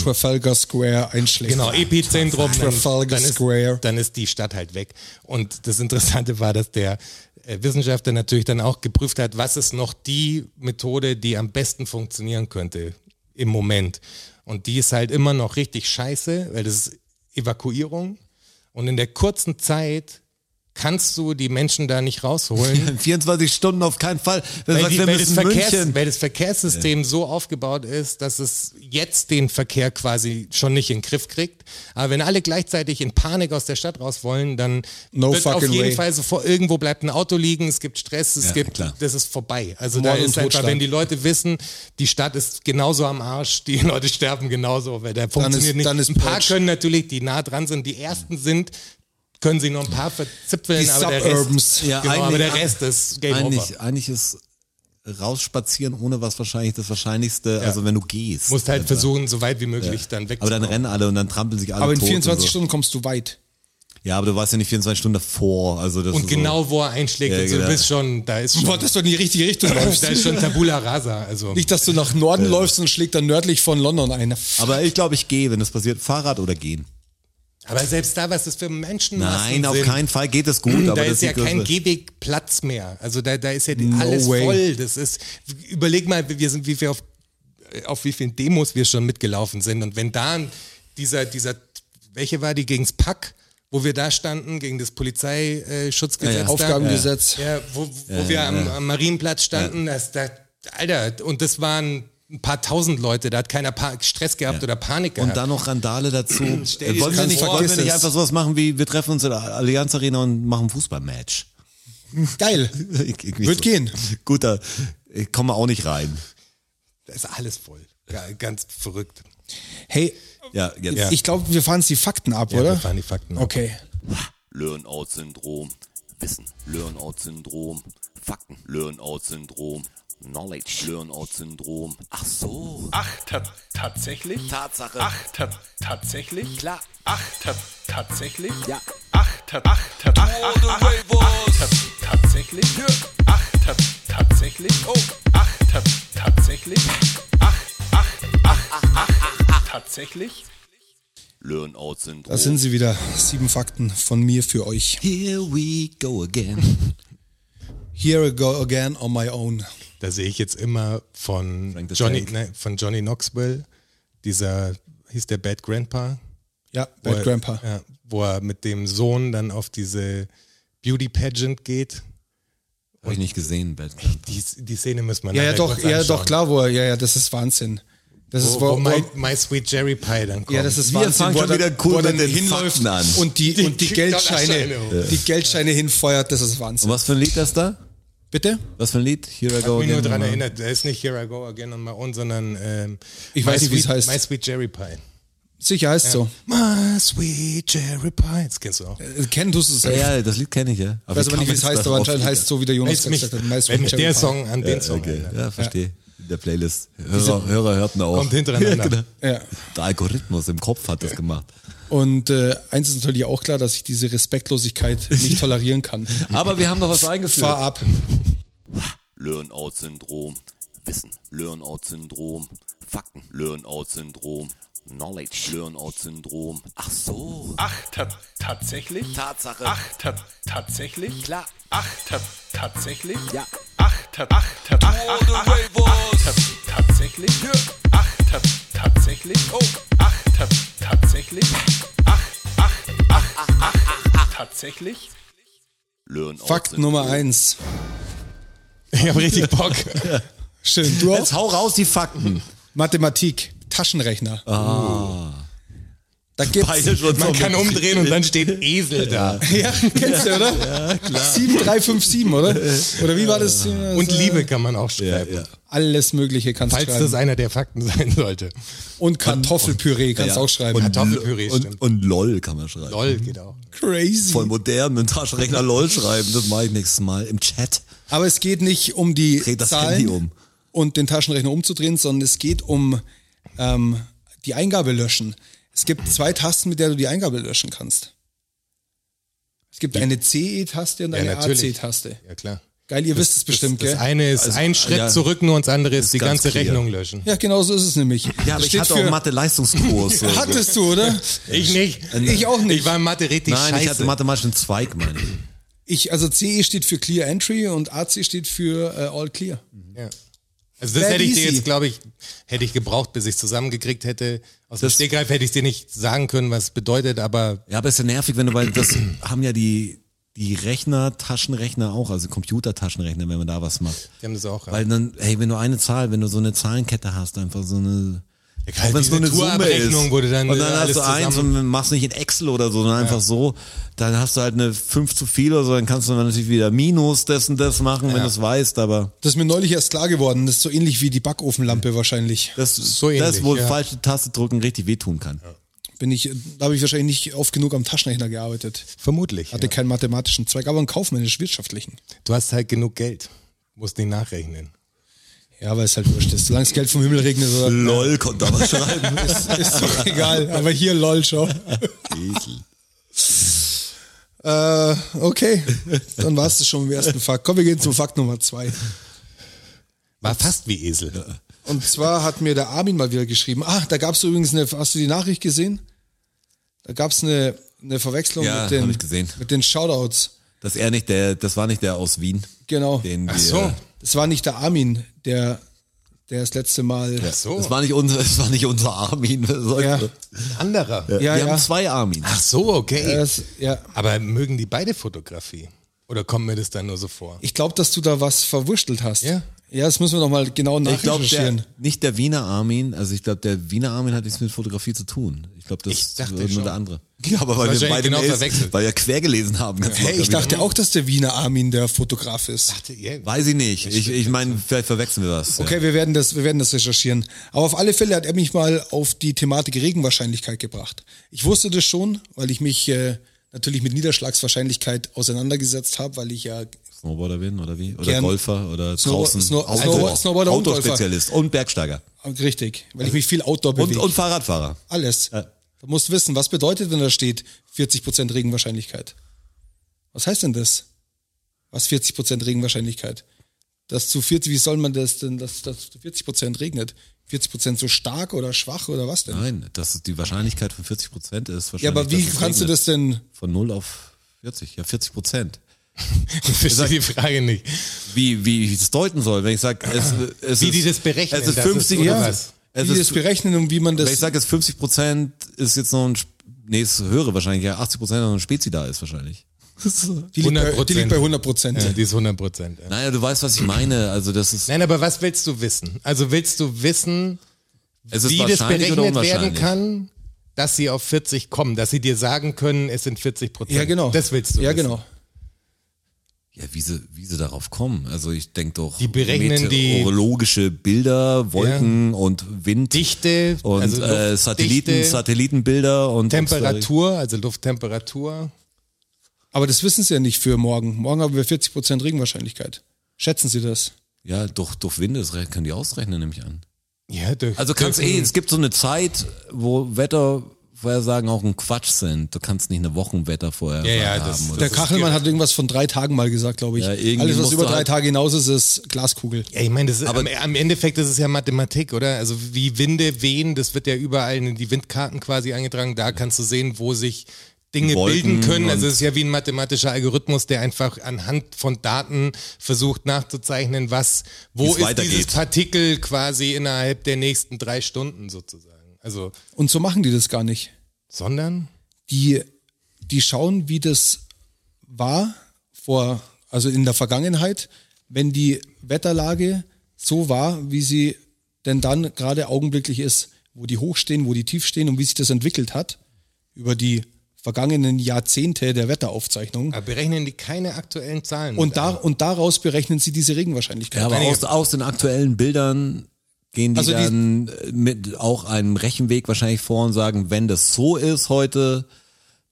S2: Trafalgar Square einschlägt.
S3: Genau, Epizentrum. dann-
S2: Trafalgar
S3: dann ist,
S2: Square.
S3: Dann ist die Stadt halt weg. Und das Interessante war, dass der äh, Wissenschaftler natürlich dann auch geprüft hat, was ist noch die Methode, die am besten funktionieren könnte im Moment. Und die ist halt immer noch richtig scheiße, weil das ist Evakuierung. Und in der kurzen Zeit kannst du die Menschen da nicht rausholen.
S4: 24 Stunden auf keinen Fall. Wenn du
S3: Weil,
S4: sagst,
S3: die,
S4: wir
S3: weil, das
S4: müssen
S3: Verkehrs,
S4: München.
S3: weil das Verkehrssystem so aufgebaut ist, dass es jetzt den Verkehr quasi schon nicht in den Griff kriegt. Aber wenn alle gleichzeitig in Panik aus der Stadt raus wollen, dann
S2: No
S3: wird auf
S2: fucking
S3: jeden
S2: way.
S3: Fall sofort irgendwo bleibt ein Auto liegen, es gibt Stress, es
S4: Ja,
S3: gibt,
S4: klar.
S3: das ist vorbei. Also
S2: Mord
S3: da
S2: und
S3: ist einfach,
S2: Totschlag.
S3: wenn die Leute wissen, die Stadt ist genauso am Arsch, die <laughs> Leute sterben genauso, weil der funktioniert
S2: ist-
S3: nicht.
S2: dann ist
S3: ein paar
S2: Purge.
S3: können natürlich, die nah dran sind, die ersten sind, können sie noch ein paar verzipfeln,
S2: Die
S3: aber der Rest,
S2: Suburbs.
S4: Ja,
S3: genau, aber
S4: eigentlich-
S3: der Rest ist Game Over.
S4: Eigentlich, eigentlich ist rausspazieren ohne was wahrscheinlich das Wahrscheinlichste, also wenn du gehst. Äh,
S3: musst halt versuchen, so weit wie möglich dann weg.
S4: aber dann rennen alle und dann trampeln sich alle
S2: Aber in
S4: tot
S2: 24
S4: und so.
S2: Stunden kommst du weit.
S4: Ja, aber du warst ja nicht 24 Stunden davor. Also das
S3: und
S4: ist
S3: genau wo er einschlägt,
S4: Ja,
S3: also
S4: genau.
S3: du bist schon, da ist schon,
S2: Boah, dass du in die richtige Richtung läufst.
S3: <laughs> da ist
S4: <laughs>
S3: schon Tabula Rasa. Also
S2: Nicht, dass du nach Norden läufst und schlägt dann nördlich von London ein.
S4: So. Aber ich glaube, ich gehe, wenn das passiert, Fahrrad oder gehen.
S3: aber selbst da, was das für Menschen
S4: Nein, auf
S3: sind,
S4: keinen Fall geht
S3: <clears throat>
S4: es gut. aber
S3: Da
S4: das
S3: ist ja
S4: liegt-
S3: kein Gehweg Platz mehr. Also da, da ist ja
S2: No
S3: alles
S2: way.
S3: voll. Das ist, überleg mal, wir sind, wie wir auf, auf wie vielen Demos wir schon mitgelaufen sind. Und wenn da dieser, dieser, welche war die gegens Pack, wo wir da standen, gegen das Polizeischutzgesetz.
S4: Ja, ja.
S3: da.
S2: Aufgabengesetz.
S3: Ja, wo, wo wir Am, am Marienplatz standen, das, da, Alter, und das waren ein paar tausend Leute, da hat keiner pa Stress gehabt oder Panik gehabt.
S4: Und dann noch Randale dazu.
S3: dir
S4: Äh, wollen, wir
S3: das
S4: nicht,
S3: vor.
S4: wollen wir
S2: Vergiss
S4: nicht
S2: es.
S4: einfach sowas machen wie, wir treffen uns in der Allianz Arena und machen ein Fußballmatch.
S2: Geil.
S4: <laughs> Ich- ich-
S2: Wird gehen.
S4: Guter, ich komme auch nicht rein.
S3: da ist alles voll. Ja, ganz verrückt.
S2: Hey,
S4: Ja, jetzt.
S2: ich glaube, wir fahren jetzt die Fakten ab,
S3: Ja,
S2: oder?
S3: das waren die Fakten.
S2: Okay.
S6: Learn-out-Syndrom, Wissen, Learn-out-Syndrom, Fakten, Learn-out-Syndrom, Knowledge, Learn-out-Syndrom. Ach so.
S5: Ach, ta tatsächlich?
S6: Tatsache.
S5: Ach, ta tatsächlich?
S6: Klar.
S5: Ach, ta tatsächlich?
S6: Ja.
S5: Ach, ta ach, ta ach, ach, ach, ach, ta tatsächlich? Ach, ta tatsächlich? Oh. Ach, ta tatsächlich? Ach, ach, ach, ach, ach, ach, tatsächlich?
S6: Learn-out-Syndrom.
S2: Da sind sie wieder. Sieben Fakten von mir für euch.
S4: Here we go again.
S2: Here I go again on my own.
S3: Da sehe ich jetzt immer von
S4: Frank the
S3: Johnny,
S4: Tank.
S3: ne, von Johnny Knoxville, dieser, hieß der Bad Grandpa?
S2: Ja,
S3: Wo
S2: Bad
S3: er-
S2: Grandpa.
S3: Ja, wo er mit dem Sohn dann auf diese Beauty Pageant geht.
S4: Habe ich nicht gesehen, Batman.
S3: Die, die Szene müssen wir
S2: Ja, ja,
S3: nachher
S2: doch,
S3: kurz
S2: ja,
S3: anschauen.
S2: doch, klar, wo er, ja, ja, das ist Wahnsinn. Das ist,
S3: Wo, wo my, my Sweet Jerry Pie dann kommt.
S2: Ja, das ist
S4: Wir
S2: Wahnsinn,
S4: fangen
S2: wo er
S4: schon
S2: dann-
S4: wieder cool
S2: wo er dann
S4: mit den
S2: hinläuft
S4: Fakten an.
S2: Und die, und die
S3: die
S2: Geldscheine,
S3: Dollarscheine hoch.
S2: die Geldscheine hinfeuert, das ist
S4: Und
S2: Wahnsinn.
S4: was für ein Lied das da?
S2: Bitte?
S4: Was für ein Lied? Here I
S3: Ich
S4: go
S3: mich
S4: again.
S3: nur daran
S2: genau.
S3: erinnert, der ist nicht Here I Go Again on My Own, sondern ähm,
S2: Ich
S3: My
S2: weiß nicht, wie es
S3: Sweet-
S2: heißt.
S3: My Sweet Jerry Pie.
S2: Sicher heißt so.
S3: My Sweet Jerry Pie. Das kennst du auch.
S2: Äh, Kennen tust du es
S4: Ja,
S2: ja.
S4: ja, das Lied kenne ich, ja.
S2: Ich weiß aber
S4: kann
S2: nicht, wie es
S4: man
S2: heißt,
S4: das
S2: aber
S4: drauf
S2: anscheinend
S4: wieder?
S2: heißt es so, wie der Jonas
S3: Wenn mich,
S2: gesagt hat. My
S3: wenn
S2: Sweet
S3: mich
S2: Cherry
S3: der
S2: Pie.
S3: Song an den Song
S4: Okay,
S3: erinnert.
S4: ja, verstehe. In der Playlist. Hörer, Hörer hörten auch.
S3: Kommt hintereinander.
S4: <laughs> Ja, genau.
S2: Ja.
S4: Der Algorithmus im Kopf hat das gemacht.
S2: Und äh, eins ist natürlich auch klar, dass ich diese
S4: <laughs>
S2: Respektlosigkeit nicht tolerieren kann.
S4: Aber wir haben doch was eingeführt.
S2: Fahr ab.
S6: Learn-out-Syndrom, Wissen, Learn-out-Syndrom, Fakten, Learn-out-Syndrom, Knowledge, Learn-out-Syndrom. Ach so,
S5: Ach, ta tatsächlich?
S6: Tatsache.
S5: Ach, ta tatsächlich?
S6: Klar.
S5: Ach, ta tatsächlich?
S6: Ja.
S5: Ach, ta ach, ta ach, ach, ach, ach, ta tatsächlich? Ach, ta tatsächlich? Oh, ach, ta tatsächlich? Ach, ach, ach, ach, ach, ach, tatsächlich?
S6: Learn-out-Syndrom.
S2: Fakt Nummer eins.
S3: Ich habe richtig Bock.
S2: Schön. Du auch?
S4: Jetzt hau raus die Fakten.
S2: Mathematik. Taschenrechner. Ah. Da gibt's.
S4: Beide schon
S3: Man
S4: so
S3: kann
S4: mit-
S3: umdrehen <laughs> und dann steht Esel da.
S2: Ja, <laughs> kennst du, oder? Ja, klar. 7357, oder? Oder wie war das?
S3: Und Liebe kann man auch
S4: Ja,
S3: schreiben.
S4: ja.
S2: Alles Mögliche kannst du
S3: Falls das
S2: schreiben.
S3: einer der Fakten <laughs> sein sollte.
S2: Und Kartoffelpüree kannst du
S4: Ja.
S2: auch schreiben.
S4: Und,
S3: Kartoffelpüree,
S4: und,
S3: stimmt.
S4: und LOL kann man schreiben.
S3: LOL geht auch.
S2: Crazy.
S4: Voll modern, mit Taschenrechner LOL schreiben. Das mache ich nächstes Mal im Chat.
S2: Aber es geht nicht um die
S4: Dreht das
S2: Zahlen
S4: Handy um.
S2: und den Taschenrechner umzudrehen, sondern es geht um ähm, die Eingabe löschen. Es gibt zwei Tasten, mit der du die Eingabe löschen kannst. Es gibt eine CE-Taste und eine AC-Taste.
S3: Ja, klar.
S2: Geil, ihr wisst es bestimmt,
S3: das, das
S2: gell?
S3: eine ist ein Schritt
S4: ja.
S3: zurück nur und das andere ist die
S4: ganz
S3: ganze
S4: clear.
S3: Rechnung löschen.
S2: Ja, genau so ist es nämlich.
S4: Ja,
S2: Das
S4: aber ich
S2: steht
S4: hatte
S2: für-
S4: auch Mathe-Leistungskurs.
S2: Hattest du,
S4: <laughs>
S2: oder?
S3: Ich nicht.
S2: Ich auch nicht.
S3: Ich war in Mathe richtig
S4: Nein,
S3: scheiße.
S4: ich hatte mathematischen Zweig, meine ich.
S2: Ich, also CE steht für Clear Entry und AC steht für äh, All Clear.
S3: Ja. Also das
S2: Very
S3: hätte ich dir
S2: easy.
S3: jetzt, glaube ich, hätte ich gebraucht, bis ich es zusammengekriegt hätte. Aus dem
S4: Das-
S3: Stegreif hätte ich dir nicht sagen können, was es bedeutet, aber
S4: Ja, aber ist ja nervig, wenn du, weil das haben ja die, die Rechner, Taschenrechner auch, also Computertaschenrechner, wenn man da was macht.
S3: die haben das auch.
S4: Weil dann, hey, wenn du eine Zahl, wenn du so eine Zahlenkette hast, einfach so eine.
S3: halt
S4: wenn's
S3: diese Tourabrechnung, wo du dann,
S4: und
S3: äh,
S4: dann hast
S3: alles
S4: du eins
S3: zusammen-
S4: und machst nicht in Excel oder so, sondern einfach so, dann hast du halt eine 5 zu viel oder so, dann kannst du dann natürlich wieder Minus das und das machen, wenn du es weißt, aber
S2: Das ist mir neulich erst klar geworden. Das ist so ähnlich wie die Backofenlampe wahrscheinlich.
S4: das,
S3: So
S4: das
S3: ähnlich,
S4: wo
S3: ja.
S4: falsche Taste drücken richtig wehtun kann.
S2: Bin ich, da habe ich wahrscheinlich nicht oft genug am Taschenrechner gearbeitet.
S3: vermutlich.
S2: Hatte
S3: Ja.
S2: keinen mathematischen Zweig, aber einen kaufmännisch-wirtschaftlichen.
S3: Du hast halt genug Geld. Musst nicht nachrechnen.
S2: Ja, weil es halt wurscht ist. Solange es Geld vom Himmel regnet, oder,
S4: LOL konnte <laughs> aber schreiben.
S2: ist, ist doch egal. Aber hier, lol, schau. äh, okay, dann war es das schon im ersten Fakt. Komm, wir gehen zum Fakt Nummer zwei.
S3: War fast wie Esel.
S2: Und zwar hat mir der Armin mal wieder geschrieben. Ah, da gab es übrigens eine, hast du die Nachricht gesehen? Da gab es eine, eine Verwechslung
S4: Ja,
S2: mit,
S4: hab
S2: den,
S4: ich gesehen.
S2: mit den Shoutouts.
S4: Das er nicht der, das war nicht der aus Wien,
S2: Genau.
S4: den wir,
S2: Das war nicht der Armin, der, der das letzte Mal. Ja,
S3: so.
S4: Das war nicht unser, das war nicht unser Armin. <laughs>
S2: Ja.
S3: Ein anderer.
S4: wir
S2: ja.
S4: haben zwei Armin.
S3: Ach so,
S4: Äh,
S3: okay.
S2: Das, ja.
S3: aber mögen die beide Fotografie? Oder kommt mir das dann nur so vor?
S2: Ich glaube, dass du da was verwurschtelt hast.
S3: Ja.
S2: Ja, das müssen wir noch mal genau
S4: Ich glaube,
S2: nachrecherchieren.
S4: nicht der Wiener Armin, also ich glaube, der Wiener Armin hat nichts mit Fotografie zu tun. Ich glaube, das
S3: Ich
S4: ist
S3: dachte
S4: nur
S3: schon.
S4: der andere. <laughs> Ja, aber weil wir
S3: Wahrscheinlich
S4: beide
S3: genau
S4: Mails-
S3: verwechselt.
S4: weil wir quer gelesen haben. Ganz
S2: hey,
S4: locker.
S2: ich dachte auch, dass der Wiener Armin der Fotograf ist.
S3: Ja.
S4: Weiß ich nicht. Ich, ich meine, vielleicht verwechseln wir das.
S2: Okay, wir werden, das, wir werden das recherchieren. Aber auf alle Fälle hat er mich mal auf die Thematik Regenwahrscheinlichkeit gebracht. Ich wusste das schon, weil ich mich äh, natürlich mit Niederschlagswahrscheinlichkeit auseinandergesetzt habe, weil ich ja
S4: Ja. Snowboarder bin oder wie? Oder
S2: Gern.
S4: Golfer oder
S2: Snow-
S4: draußen.
S2: Snow-
S4: Outdoor-
S2: Snowboard- Snowboarder und
S4: Outdoor-Spezialist und Bergsteiger.
S2: richtig, weil ich mich viel Outdoor
S4: Und,
S2: bewege.
S4: und Fahrradfahrer.
S2: Alles. Du musst wissen, was bedeutet, wenn da steht 40% Regenwahrscheinlichkeit? Was heißt denn das? Was 40% Regenwahrscheinlichkeit? Dass zu 40, wie soll man das denn, dass, dass zu 40% regnet? 40% so stark oder schwach oder was denn?
S4: Nein, dass die Wahrscheinlichkeit von 40 Prozent ist. Wahrscheinlich,
S2: ja, aber wie
S4: dass es
S2: kannst du
S4: regnet.
S2: das denn?
S4: Von 0 auf 40, ja 40 Prozent.
S3: <laughs> Ich verstehe die Frage
S4: <laughs>
S3: nicht.
S4: wie, wie ich es deuten soll. Wenn ich sage, es, es
S3: Wie
S4: ist,
S3: die das berechnen,
S4: es ist
S3: das ist
S4: 50,
S3: oder
S4: ja,
S3: was?
S4: Also es
S2: wie
S4: ist,
S2: das berechnen und wie man
S4: wenn ich
S2: das.
S4: sage, es 50 Prozent ist jetzt noch ein, Sp- nee, es ist höhere wahrscheinlich, ja, 80 Prozent noch ein Spezi da
S3: <laughs>
S4: ist wahrscheinlich.
S2: Die liegt, bei,
S3: 100%.
S2: die liegt bei 100 Prozent.
S3: Ja, Äh, die ist 100 Prozent. Ja.
S4: Naja, du weißt, was ich meine. Also das ist,
S3: Nein, aber was willst du wissen? Also willst du wissen,
S4: es ist
S3: wie
S4: wahrscheinlich
S3: das
S4: oder
S3: berechnet werden
S4: unwahrscheinlich.
S3: kann, dass sie auf 40 kommen, dass sie dir sagen können, es sind 40 Prozent.
S2: Ja, genau.
S3: Das willst du
S2: Ja,
S3: wissen.
S2: genau.
S4: Ja, wie sie, wie sie darauf kommen. Also ich denke doch,
S3: Die berechnen die-
S4: meteorologische Bilder, Wolken und Wind
S3: Dichte,
S4: und
S3: also
S4: äh,
S3: Luftdichte,
S4: Satelliten, Satellitenbilder und
S3: Temperatur, also Lufttemperatur.
S2: Aber das wissen sie ja nicht für morgen. Morgen haben wir 40 Prozent Regenwahrscheinlichkeit. Schätzen Sie das?
S4: Ja, durch, durch Winde, das re- können die ausrechnen, nehme ich an.
S3: Ja, durch,
S2: Mhm.
S4: Also kannst
S3: durch-
S4: eh, es gibt so eine Zeit, wo Wetter Wettervorhersagen auch ein Quatsch sind. Du kannst nicht eine Wochenwetter vorher
S3: Ja, ja,
S4: haben.
S3: das-
S4: oder
S2: Der
S4: so.
S3: genau
S2: Kachelmann hat irgendwas von drei Tagen mal gesagt, glaube ich.
S4: Ja, irgendwie
S2: Alles, was
S4: musst
S2: über
S4: du
S2: drei
S4: halt-
S2: Tage hinaus ist, ist Glaskugel.
S3: Ja, ich meine, das ist,
S4: Aber-
S3: am, am Endeffekt ist es ja Mathematik, oder? Also wie Winde wehen, das wird ja überall in die Windkarten quasi eingetragen. Da kannst du sehen, wo sich Dinge
S4: Wolken
S3: bilden können.
S4: und-
S3: Also es ist ja wie ein mathematischer Algorithmus, der einfach anhand von Daten versucht nachzuzeichnen, was, wo
S4: Wie's
S3: ist
S4: weitergeht.
S3: dieses Partikel quasi innerhalb der nächsten drei Stunden sozusagen. Also,
S2: Und so machen die das gar nicht.
S3: sondern?
S2: die, die schauen, wie das war vor, also in der Vergangenheit, wenn die Wetterlage so war, wie sie denn dann gerade augenblicklich ist, wo die hoch stehen, wo die tief stehen und wie sich das entwickelt hat über die vergangenen Jahrzehnte der Wetteraufzeichnung.
S3: Aber berechnen die keine aktuellen Zahlen.
S2: Und,
S3: mit
S2: da,
S3: ein.
S2: und daraus berechnen sie diese Regenwahrscheinlichkeit.
S4: Ja, aber aus, aus den aktuellen Bildern gehen die
S2: Also die-
S4: dann äh, mit auch einem Rechenweg wahrscheinlich vor und sagen, wenn das so ist heute,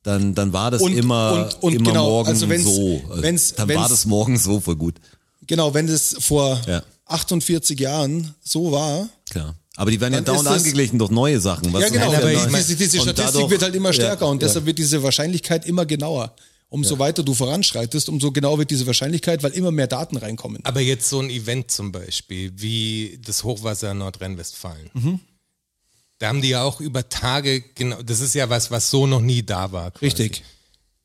S4: dann, dann war das
S2: Und-
S4: immer,
S2: und- und
S4: immer
S2: genau,
S4: morgen
S2: also wenn's-
S4: so.
S2: wenn's-
S4: dann war
S2: wenn's-
S4: das morgen so voll gut.
S2: Genau, wenn das vor
S4: Ja.
S2: 48 Jahren so war,
S4: Klar. Aber die werden ja
S2: Dann
S4: dauernd
S2: ist das-
S4: angeglichen durch neue Sachen. Was
S2: Ja, genau.
S4: heißt
S3: aber
S4: neu?
S3: ich meine-
S2: diese, diese
S4: Und
S2: Statistik
S4: dadurch-
S2: wird halt immer stärker
S4: ja,
S2: und deshalb wird diese Wahrscheinlichkeit immer genauer. Umso weiter du voranschreitest, umso genauer wird diese Wahrscheinlichkeit, weil immer mehr Daten reinkommen.
S3: Aber jetzt so ein Event zum Beispiel, wie das Hochwasser in Nordrhein-Westfalen. Da haben die ja auch über Tage, genau, das ist ja was, was so noch nie da war. quasi.
S2: Richtig.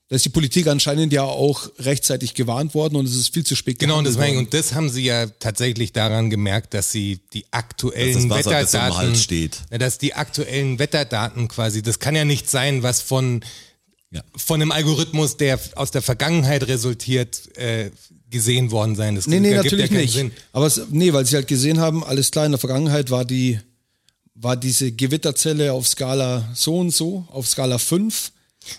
S2: Da ist die Politik anscheinend ja auch rechtzeitig gewarnt worden und es ist viel zu spät
S3: Genau, und
S2: gehandelt
S3: das, meine ich,
S2: worden.
S3: und das haben sie ja tatsächlich daran gemerkt, dass sie die
S4: Dass
S3: aktuellen
S4: das Wasser bis zum
S3: Wetterdaten,
S4: Hals steht.
S3: Ja, dass die aktuellen Wetterdaten quasi, das kann ja nicht sein, was von,
S4: Ja.
S3: von einem Algorithmus, der aus der Vergangenheit resultiert, äh, gesehen worden sein. Das
S2: Nee, nee,
S3: ergibt
S2: natürlich
S3: ja keinen
S2: nicht.
S3: Sinn.
S2: Aber es, nee, weil sie halt gesehen haben, alles klar, in der Vergangenheit war die, war diese Gewitterzelle auf Skala so und so, auf Skala 5.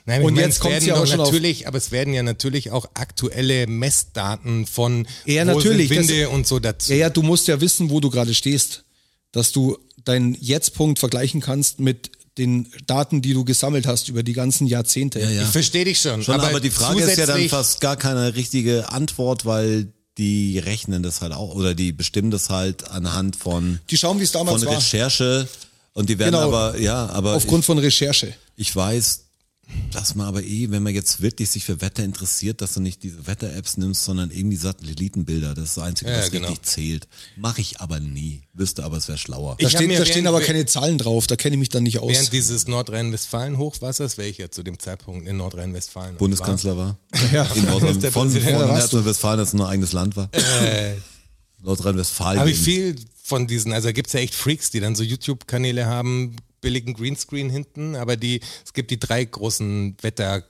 S3: Nein, und jetzt kommt
S2: kommt's ja
S3: ja
S2: aber
S3: auch
S2: schon auf-
S3: natürlich, aber es werden ja natürlich auch aktuelle Messdaten von
S2: Ja,
S3: wo
S2: natürlich,
S3: sind
S2: das-
S3: Winde und so dazu.
S2: Ja, ja, du musst ja wissen, wo du gerade stehst, dass du deinen Jetztpunkt vergleichen kannst mit den Daten, die du gesammelt hast über die ganzen Jahrzehnte.
S4: ja.
S3: Ich verstehe dich schon.
S4: Schon, aber, die Frage ist ja dann
S3: zusätzlich-
S4: fast gar keine richtige Antwort, weil die rechnen das halt auch oder die bestimmen das halt anhand von,
S2: Die schauen, wie es
S3: Genau,
S2: damals
S4: von
S2: war,
S4: Recherche und die werden
S2: Genau.
S4: aber, ja, aber
S2: aufgrund von Recherche.
S4: ich, ich weiß, dass man aber eh, wenn man jetzt wirklich sich für Wetter interessiert, dass du nicht diese Wetter-Apps nimmst, sondern eben die Satellitenbilder. Das ist das Einzige,
S3: Ja,
S4: was
S3: genau.
S4: richtig zählt. Mache ich aber nie. Wüsste aber, es wäre schlauer.
S2: Da,
S3: Ich hab
S2: stehen,
S3: mir
S2: da stehen
S3: während-
S2: aber keine Zahlen drauf, da kenne ich mich dann nicht aus.
S3: Während dieses Nordrhein-Westfalen-Hochwassers, wäre ich ja zu dem Zeitpunkt in Nordrhein-Westfalen. auch
S4: Bundeskanzler war.
S3: <laughs>
S2: Ja.
S4: In Nordrhein-
S3: der
S4: von von
S3: Präsident. Ja, da warst
S4: Nordrhein-Westfalen, das nur ein eigenes Land war.
S3: war. Äh,
S4: Nordrhein-Westfalen.
S3: Habe ich viel
S4: eben.
S3: von diesen, also da gibt's ja echt Freaks, die dann so YouTube-Kanäle haben, billigen Greenscreen hinten, aber die, es gibt die drei großen Wetter-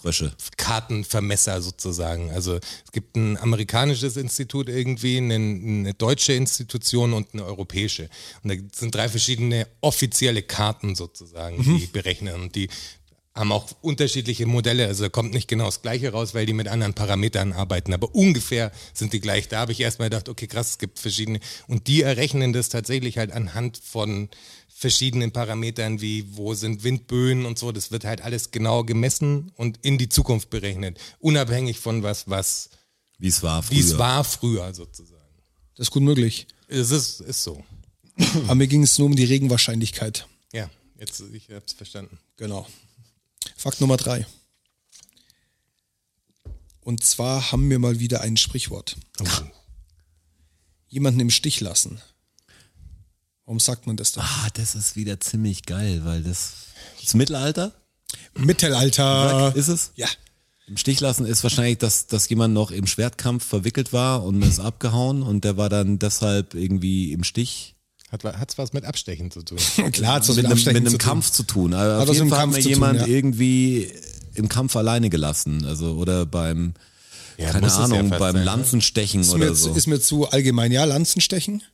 S4: Frösche.
S3: Kartenvermesser sozusagen. Also es gibt ein amerikanisches Institut irgendwie, eine, eine deutsche Institution und eine europäische. Und da sind drei verschiedene offizielle Karten sozusagen, die berechnen und die haben auch unterschiedliche Modelle. Also da kommt nicht genau das Gleiche raus, weil die mit anderen Parametern arbeiten. Aber ungefähr sind die gleich. Da habe ich erstmal gedacht, okay, krass, es gibt verschiedene. Und die errechnen das tatsächlich halt anhand von verschiedenen Parametern wie wo sind Windböen und so. Das wird halt alles genau gemessen und in die Zukunft berechnet, unabhängig von was was
S4: Wie es war früher.
S3: wie es war früher sozusagen.
S2: Das ist gut möglich.
S3: Es ist, ist so.
S2: Aber mir ging es nur um die Regenwahrscheinlichkeit.
S3: Ja, jetzt ich habe es verstanden.
S2: Genau. Fakt Nummer drei. Und zwar haben wir mal wieder ein Sprichwort. Jemanden im Stich lassen. Warum sagt man das denn?
S4: Ah, das ist wieder ziemlich geil, weil das, das Mittelalter
S2: Mittelalter.
S4: ist es.
S2: Ja.
S4: Im Stich lassen ist wahrscheinlich, dass, dass jemand noch im Schwertkampf verwickelt war und ist abgehauen und der war dann deshalb irgendwie im Stich
S3: Hat wa- hat's was mit Abstechen zu tun?
S4: <laughs>
S2: Klar, hat's was
S4: mit
S2: mit
S4: einem, mit
S2: Abstechen
S4: einem
S2: zu tun.
S4: Kampf zu tun. Also
S2: Hat
S4: auf
S2: was mit
S4: jeden
S2: dem
S4: Fall
S2: Kampf
S4: hat
S2: zu
S4: mir
S2: tun,
S4: jemand
S2: ja.
S4: irgendwie im Kampf alleine gelassen. Also oder beim,
S3: Ja,
S4: keine
S3: muss es ja
S4: Ahnung,
S3: fast
S4: beim
S3: sein, ne?
S4: Lanzenstechen
S2: Ist, mir,
S4: oder
S2: zu-
S4: so.
S2: ist mir zu allgemein. Ja, Lanzen stechen.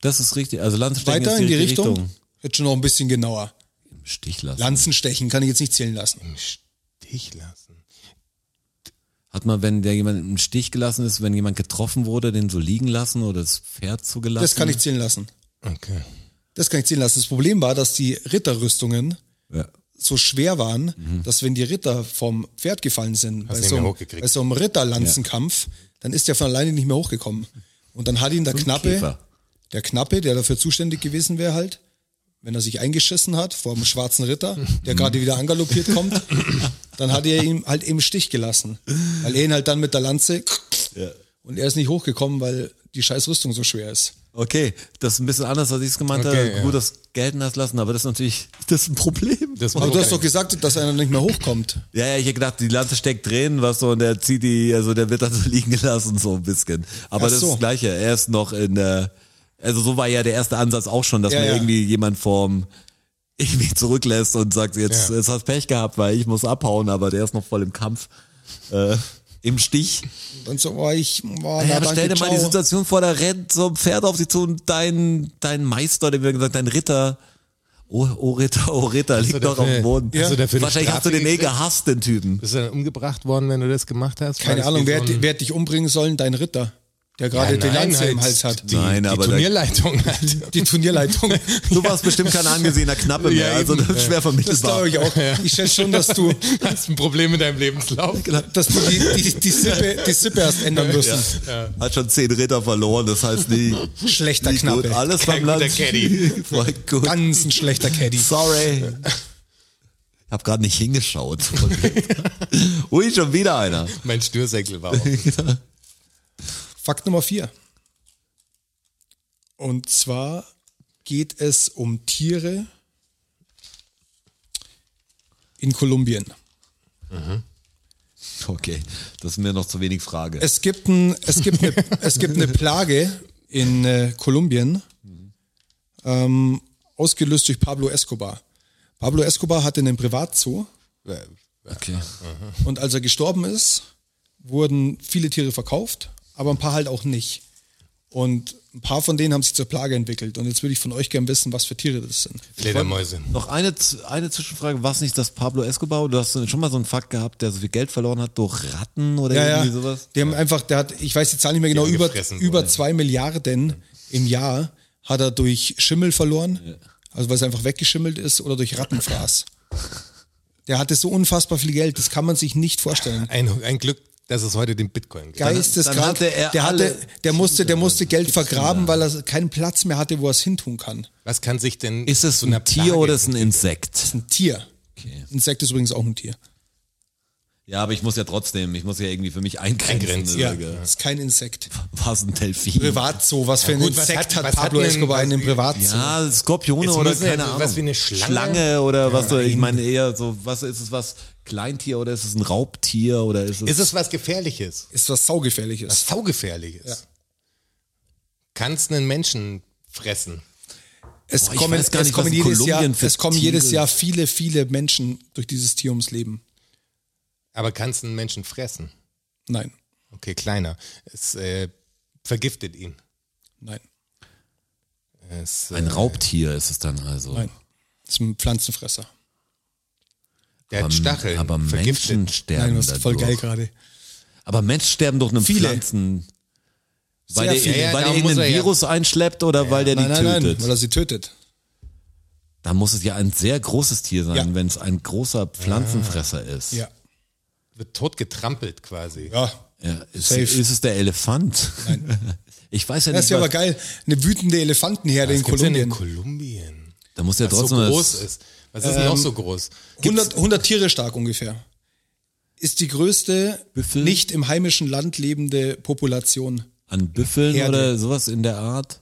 S4: das ist richtig. Also Lanzenstechen
S2: Weiter
S4: ist
S2: in die
S4: richtige
S2: Richtung. Jetzt schon noch ein bisschen genauer.
S4: Im Stich lassen.
S2: Lanzen stechen kann ich jetzt nicht zählen lassen.
S3: Im Stich lassen.
S4: Hat man, wenn der jemand im Stich gelassen ist, wenn jemand getroffen wurde, den so liegen lassen oder das Pferd zugelassen?
S2: Das kann ich zählen lassen.
S3: Okay.
S2: Das kann ich zählen lassen. Das Problem war, dass die Ritterrüstungen
S4: Ja.
S2: so schwer waren, dass wenn die Ritter vom Pferd gefallen sind, bei
S3: nicht
S2: so,
S3: mehr
S2: einem,
S3: hochgekriegt.
S2: bei so einem Ritterlanzenkampf, dann ist der von alleine nicht mehr hochgekommen. Und dann hat ihn der Knappe,
S4: Käfer.
S2: der Knappe, der dafür zuständig gewesen wäre halt, wenn er sich eingeschissen hat vor dem schwarzen Ritter, der gerade wieder angaloppiert kommt, dann hat er ihn halt im Stich gelassen. Weil er ihn halt dann mit der Lanze und er ist nicht hochgekommen, weil die scheiß Rüstung so schwer ist.
S4: Okay, das ist ein bisschen anders, als ich es gemeint
S3: Okay,
S4: habe.
S3: ja.
S4: Gut, das gelten hast lassen, aber das ist natürlich das ist ein Problem.
S3: Das
S2: Aber du hast
S3: okay.
S2: doch gesagt, dass einer nicht mehr hochkommt.
S4: ja, ja, ich hätte gedacht, die Lanze steckt drin, was so, und der zieht die, also der wird dann so <laughs> liegen gelassen, so ein bisschen. Aber
S2: Ach
S4: das ist
S2: so.
S4: das Gleiche. Er ist noch in der, also so war ja der erste Ansatz auch schon, dass
S2: Ja,
S4: man
S2: ja.
S4: irgendwie jemand vorm irgendwie zurücklässt und sagt, jetzt,
S3: Ja.
S4: jetzt hast Pech gehabt, weil ich muss abhauen, aber der ist noch voll im Kampf, äh, im Stich.
S2: Und so war ich, war
S4: Ja,
S2: na,
S4: aber
S2: danke,
S4: stell dir mal die
S2: ciao.
S4: Situation vor, da rennt so ein Pferd auf dich zu und dein, dein Meister, den wir gesagt dein Ritter, oh, oh Ritter, oh Ritter, liegt
S3: dafür
S4: doch auf dem
S3: eine-
S4: Boden.
S3: hast du dafür eine
S4: Wahrscheinlich hast du
S3: Strafe
S4: den eh
S3: gekriegt?
S4: gehasst, den Typen.
S3: Bist du dann umgebracht worden, wenn du das gemacht hast? War
S2: Keine
S3: das
S2: Ahnung,
S3: wie
S2: wer,
S3: so
S2: hat-
S3: ein-
S2: wer hat dich umbringen sollen? Dein Ritter, der gerade
S3: Ja,
S2: die
S3: nein,
S2: Lanze im
S3: halt
S2: Hals hat.
S3: Die,
S4: Nein,
S3: die
S4: aber da-
S3: Turnierleitung
S4: <laughs>
S3: halt.
S2: Die Turnierleitung.
S4: Du warst bestimmt kein angesehener Knappe mehr,
S3: Ja,
S4: also
S3: eben.
S4: das ist schwer
S2: Das glaube
S4: vermittelbar.
S2: ich auch. Ich schätze schon, dass du,
S3: Hast ein Problem mit deinem Lebenslauf?
S4: Genau.
S2: dass du die, die, die, Sippe, die Sippe hast ändern müssen.
S4: Hat schon zehn Ritter verloren, das heißt nicht,
S2: Schlechter
S4: nicht gut.
S2: Knappe.
S4: Alles
S3: Kein
S4: beim Land.
S3: guter Caddy.
S4: <laughs> Voll gut.
S2: Ganz ein schlechter Caddy.
S4: Sorry. Ich hab gerade nicht hingeschaut. <laughs> Ui, schon wieder einer.
S3: Mein Schnürsenkel war
S4: <laughs>
S3: auch.
S2: Fakt Nummer vier. Und zwar geht es um Tiere in Kolumbien.
S4: Okay, das ist mir noch zu wenig Frage.
S2: Es gibt, ein, es gibt, eine, es gibt eine Plage in äh, Kolumbien, ähm, ausgelöst durch Pablo Escobar. Pablo Escobar hatte einen Privatzoo
S4: Okay.
S2: und als er gestorben ist, wurden viele Tiere verkauft, aber ein paar halt auch nicht. Und ein paar von denen haben sich zur Plage entwickelt. Und jetzt würde ich von euch gern wissen, was für Tiere das sind.
S3: Fledermäuse.
S4: Noch eine, Z- eine Zwischenfrage. War es nicht das Pablo Escobar? Du hast so- schon mal so einen Fakt gehabt, der so viel Geld verloren hat durch Ratten oder
S2: Ja,
S4: irgendwie
S2: ja.
S4: sowas?
S2: Die haben einfach, der hat, ich weiß die Zahl nicht mehr genau,
S3: haben
S2: über,
S3: gefressen,
S2: über
S3: oder?
S2: zwei Milliarden im Jahr hat er durch Schimmel verloren. Also weil es einfach weggeschimmelt ist oder durch Rattenfraß. Der hatte so unfassbar viel Geld, das kann man sich nicht vorstellen.
S3: Ein, ein Glück, dass es heute den Bitcoin gibt.
S2: Geisteskrank.
S4: dann hatte er
S2: der hatte,
S4: alle
S2: der musste, der musste Geld vergraben, weil er keinen Platz mehr hatte, wo er es hintun kann.
S3: Was kann sich denn
S4: Ist es
S3: zu
S4: ein
S3: einer
S4: Tier
S3: Plage
S4: oder ist es ein Insekt?
S2: Ein Tier.
S4: Okay.
S2: Insekt ist übrigens auch ein Tier.
S4: Ja, aber ich muss ja trotzdem, ich muss ja irgendwie für mich eingrenzen.
S3: Eingrenzen,
S2: Ja,
S4: Oder
S2: ist kein Insekt.
S4: War es ein Delfin?
S2: Privatzoo, was für ein
S3: gut, was
S2: Insekt
S3: hat-
S2: hat,
S3: was
S2: Pablo
S3: hat denn-
S2: Escobar in einem Privatzoo?
S4: Ja, Skorpione
S3: Jetzt
S4: oder
S3: müssen
S4: keine
S3: wir-
S4: Ahnung.
S3: was wie eine Schlange?
S4: oder was so, ich meine eher so, was ist es was Kleintier oder ist es ein Raubtier oder ist es
S3: Ist es was Gefährliches?
S2: Ist was saugefährliches.
S3: Was saugefährliches?
S2: Ja.
S3: Kann es einen Menschen fressen?
S2: Es
S4: Boah, ich
S2: kommen,
S4: weiß gar
S2: es
S4: nicht,
S2: kommen
S4: was in
S2: jedes
S4: Kolumbien
S2: Jahr,
S4: für
S2: es kommen
S4: Tiere-
S2: jedes Jahr viele, viele Menschen durch dieses Tier ums Leben.
S3: Aber kann es einen Menschen fressen?
S2: Nein,
S3: Okay, kleiner. Es äh, vergiftet ihn.
S2: nein,
S3: Es, äh,
S4: ein Raubtier ist es dann also.
S2: nein. Es ist ein Pflanzenfresser.
S3: der hat
S4: Aber-
S3: Stacheln.
S4: aber
S3: vergiftet.
S4: Menschen sterben
S2: Nein, du hast voll
S4: dadurch.
S2: geil gerade.
S4: Aber Menschen sterben durch einen
S2: Viele.
S4: Pflanzen. Weil
S2: Sehr
S4: der,
S2: viele.
S3: Ja, ja,
S4: weil der
S3: darum muss er
S4: irgendein
S3: ja.
S4: Virus einschleppt oder weil der
S2: Nein,
S4: die
S2: nein, nein,
S4: tötet.
S2: weil er sie tötet.
S4: Dann muss es ja ein sehr großes Tier sein,
S2: Ja.
S4: wenn es ein großer Pflanzenfresser ist.
S2: Ja.
S3: Wird tot getrampelt quasi.
S2: Ja.
S4: Ja, ist,
S2: Safe.
S4: ist es der Elefant? <laughs> Ich weiß ja
S2: Das ist
S4: nicht,
S2: ja aber
S4: was,
S2: geil. Eine wütende Elefantenherde in
S3: Was gibt's denn
S2: Kolumbien.
S3: in Kolumbien?
S4: da muss ja
S3: Was so
S4: trotzdem das-
S3: groß ist. Was ist denn auch
S2: Ähm,
S3: so groß?
S2: 100, 100 Tiere stark ungefähr. Ist die größte
S4: Büffel?
S2: nicht im heimischen Land lebende Population.
S4: an Büffeln
S2: Herde.
S4: oder sowas in der Art.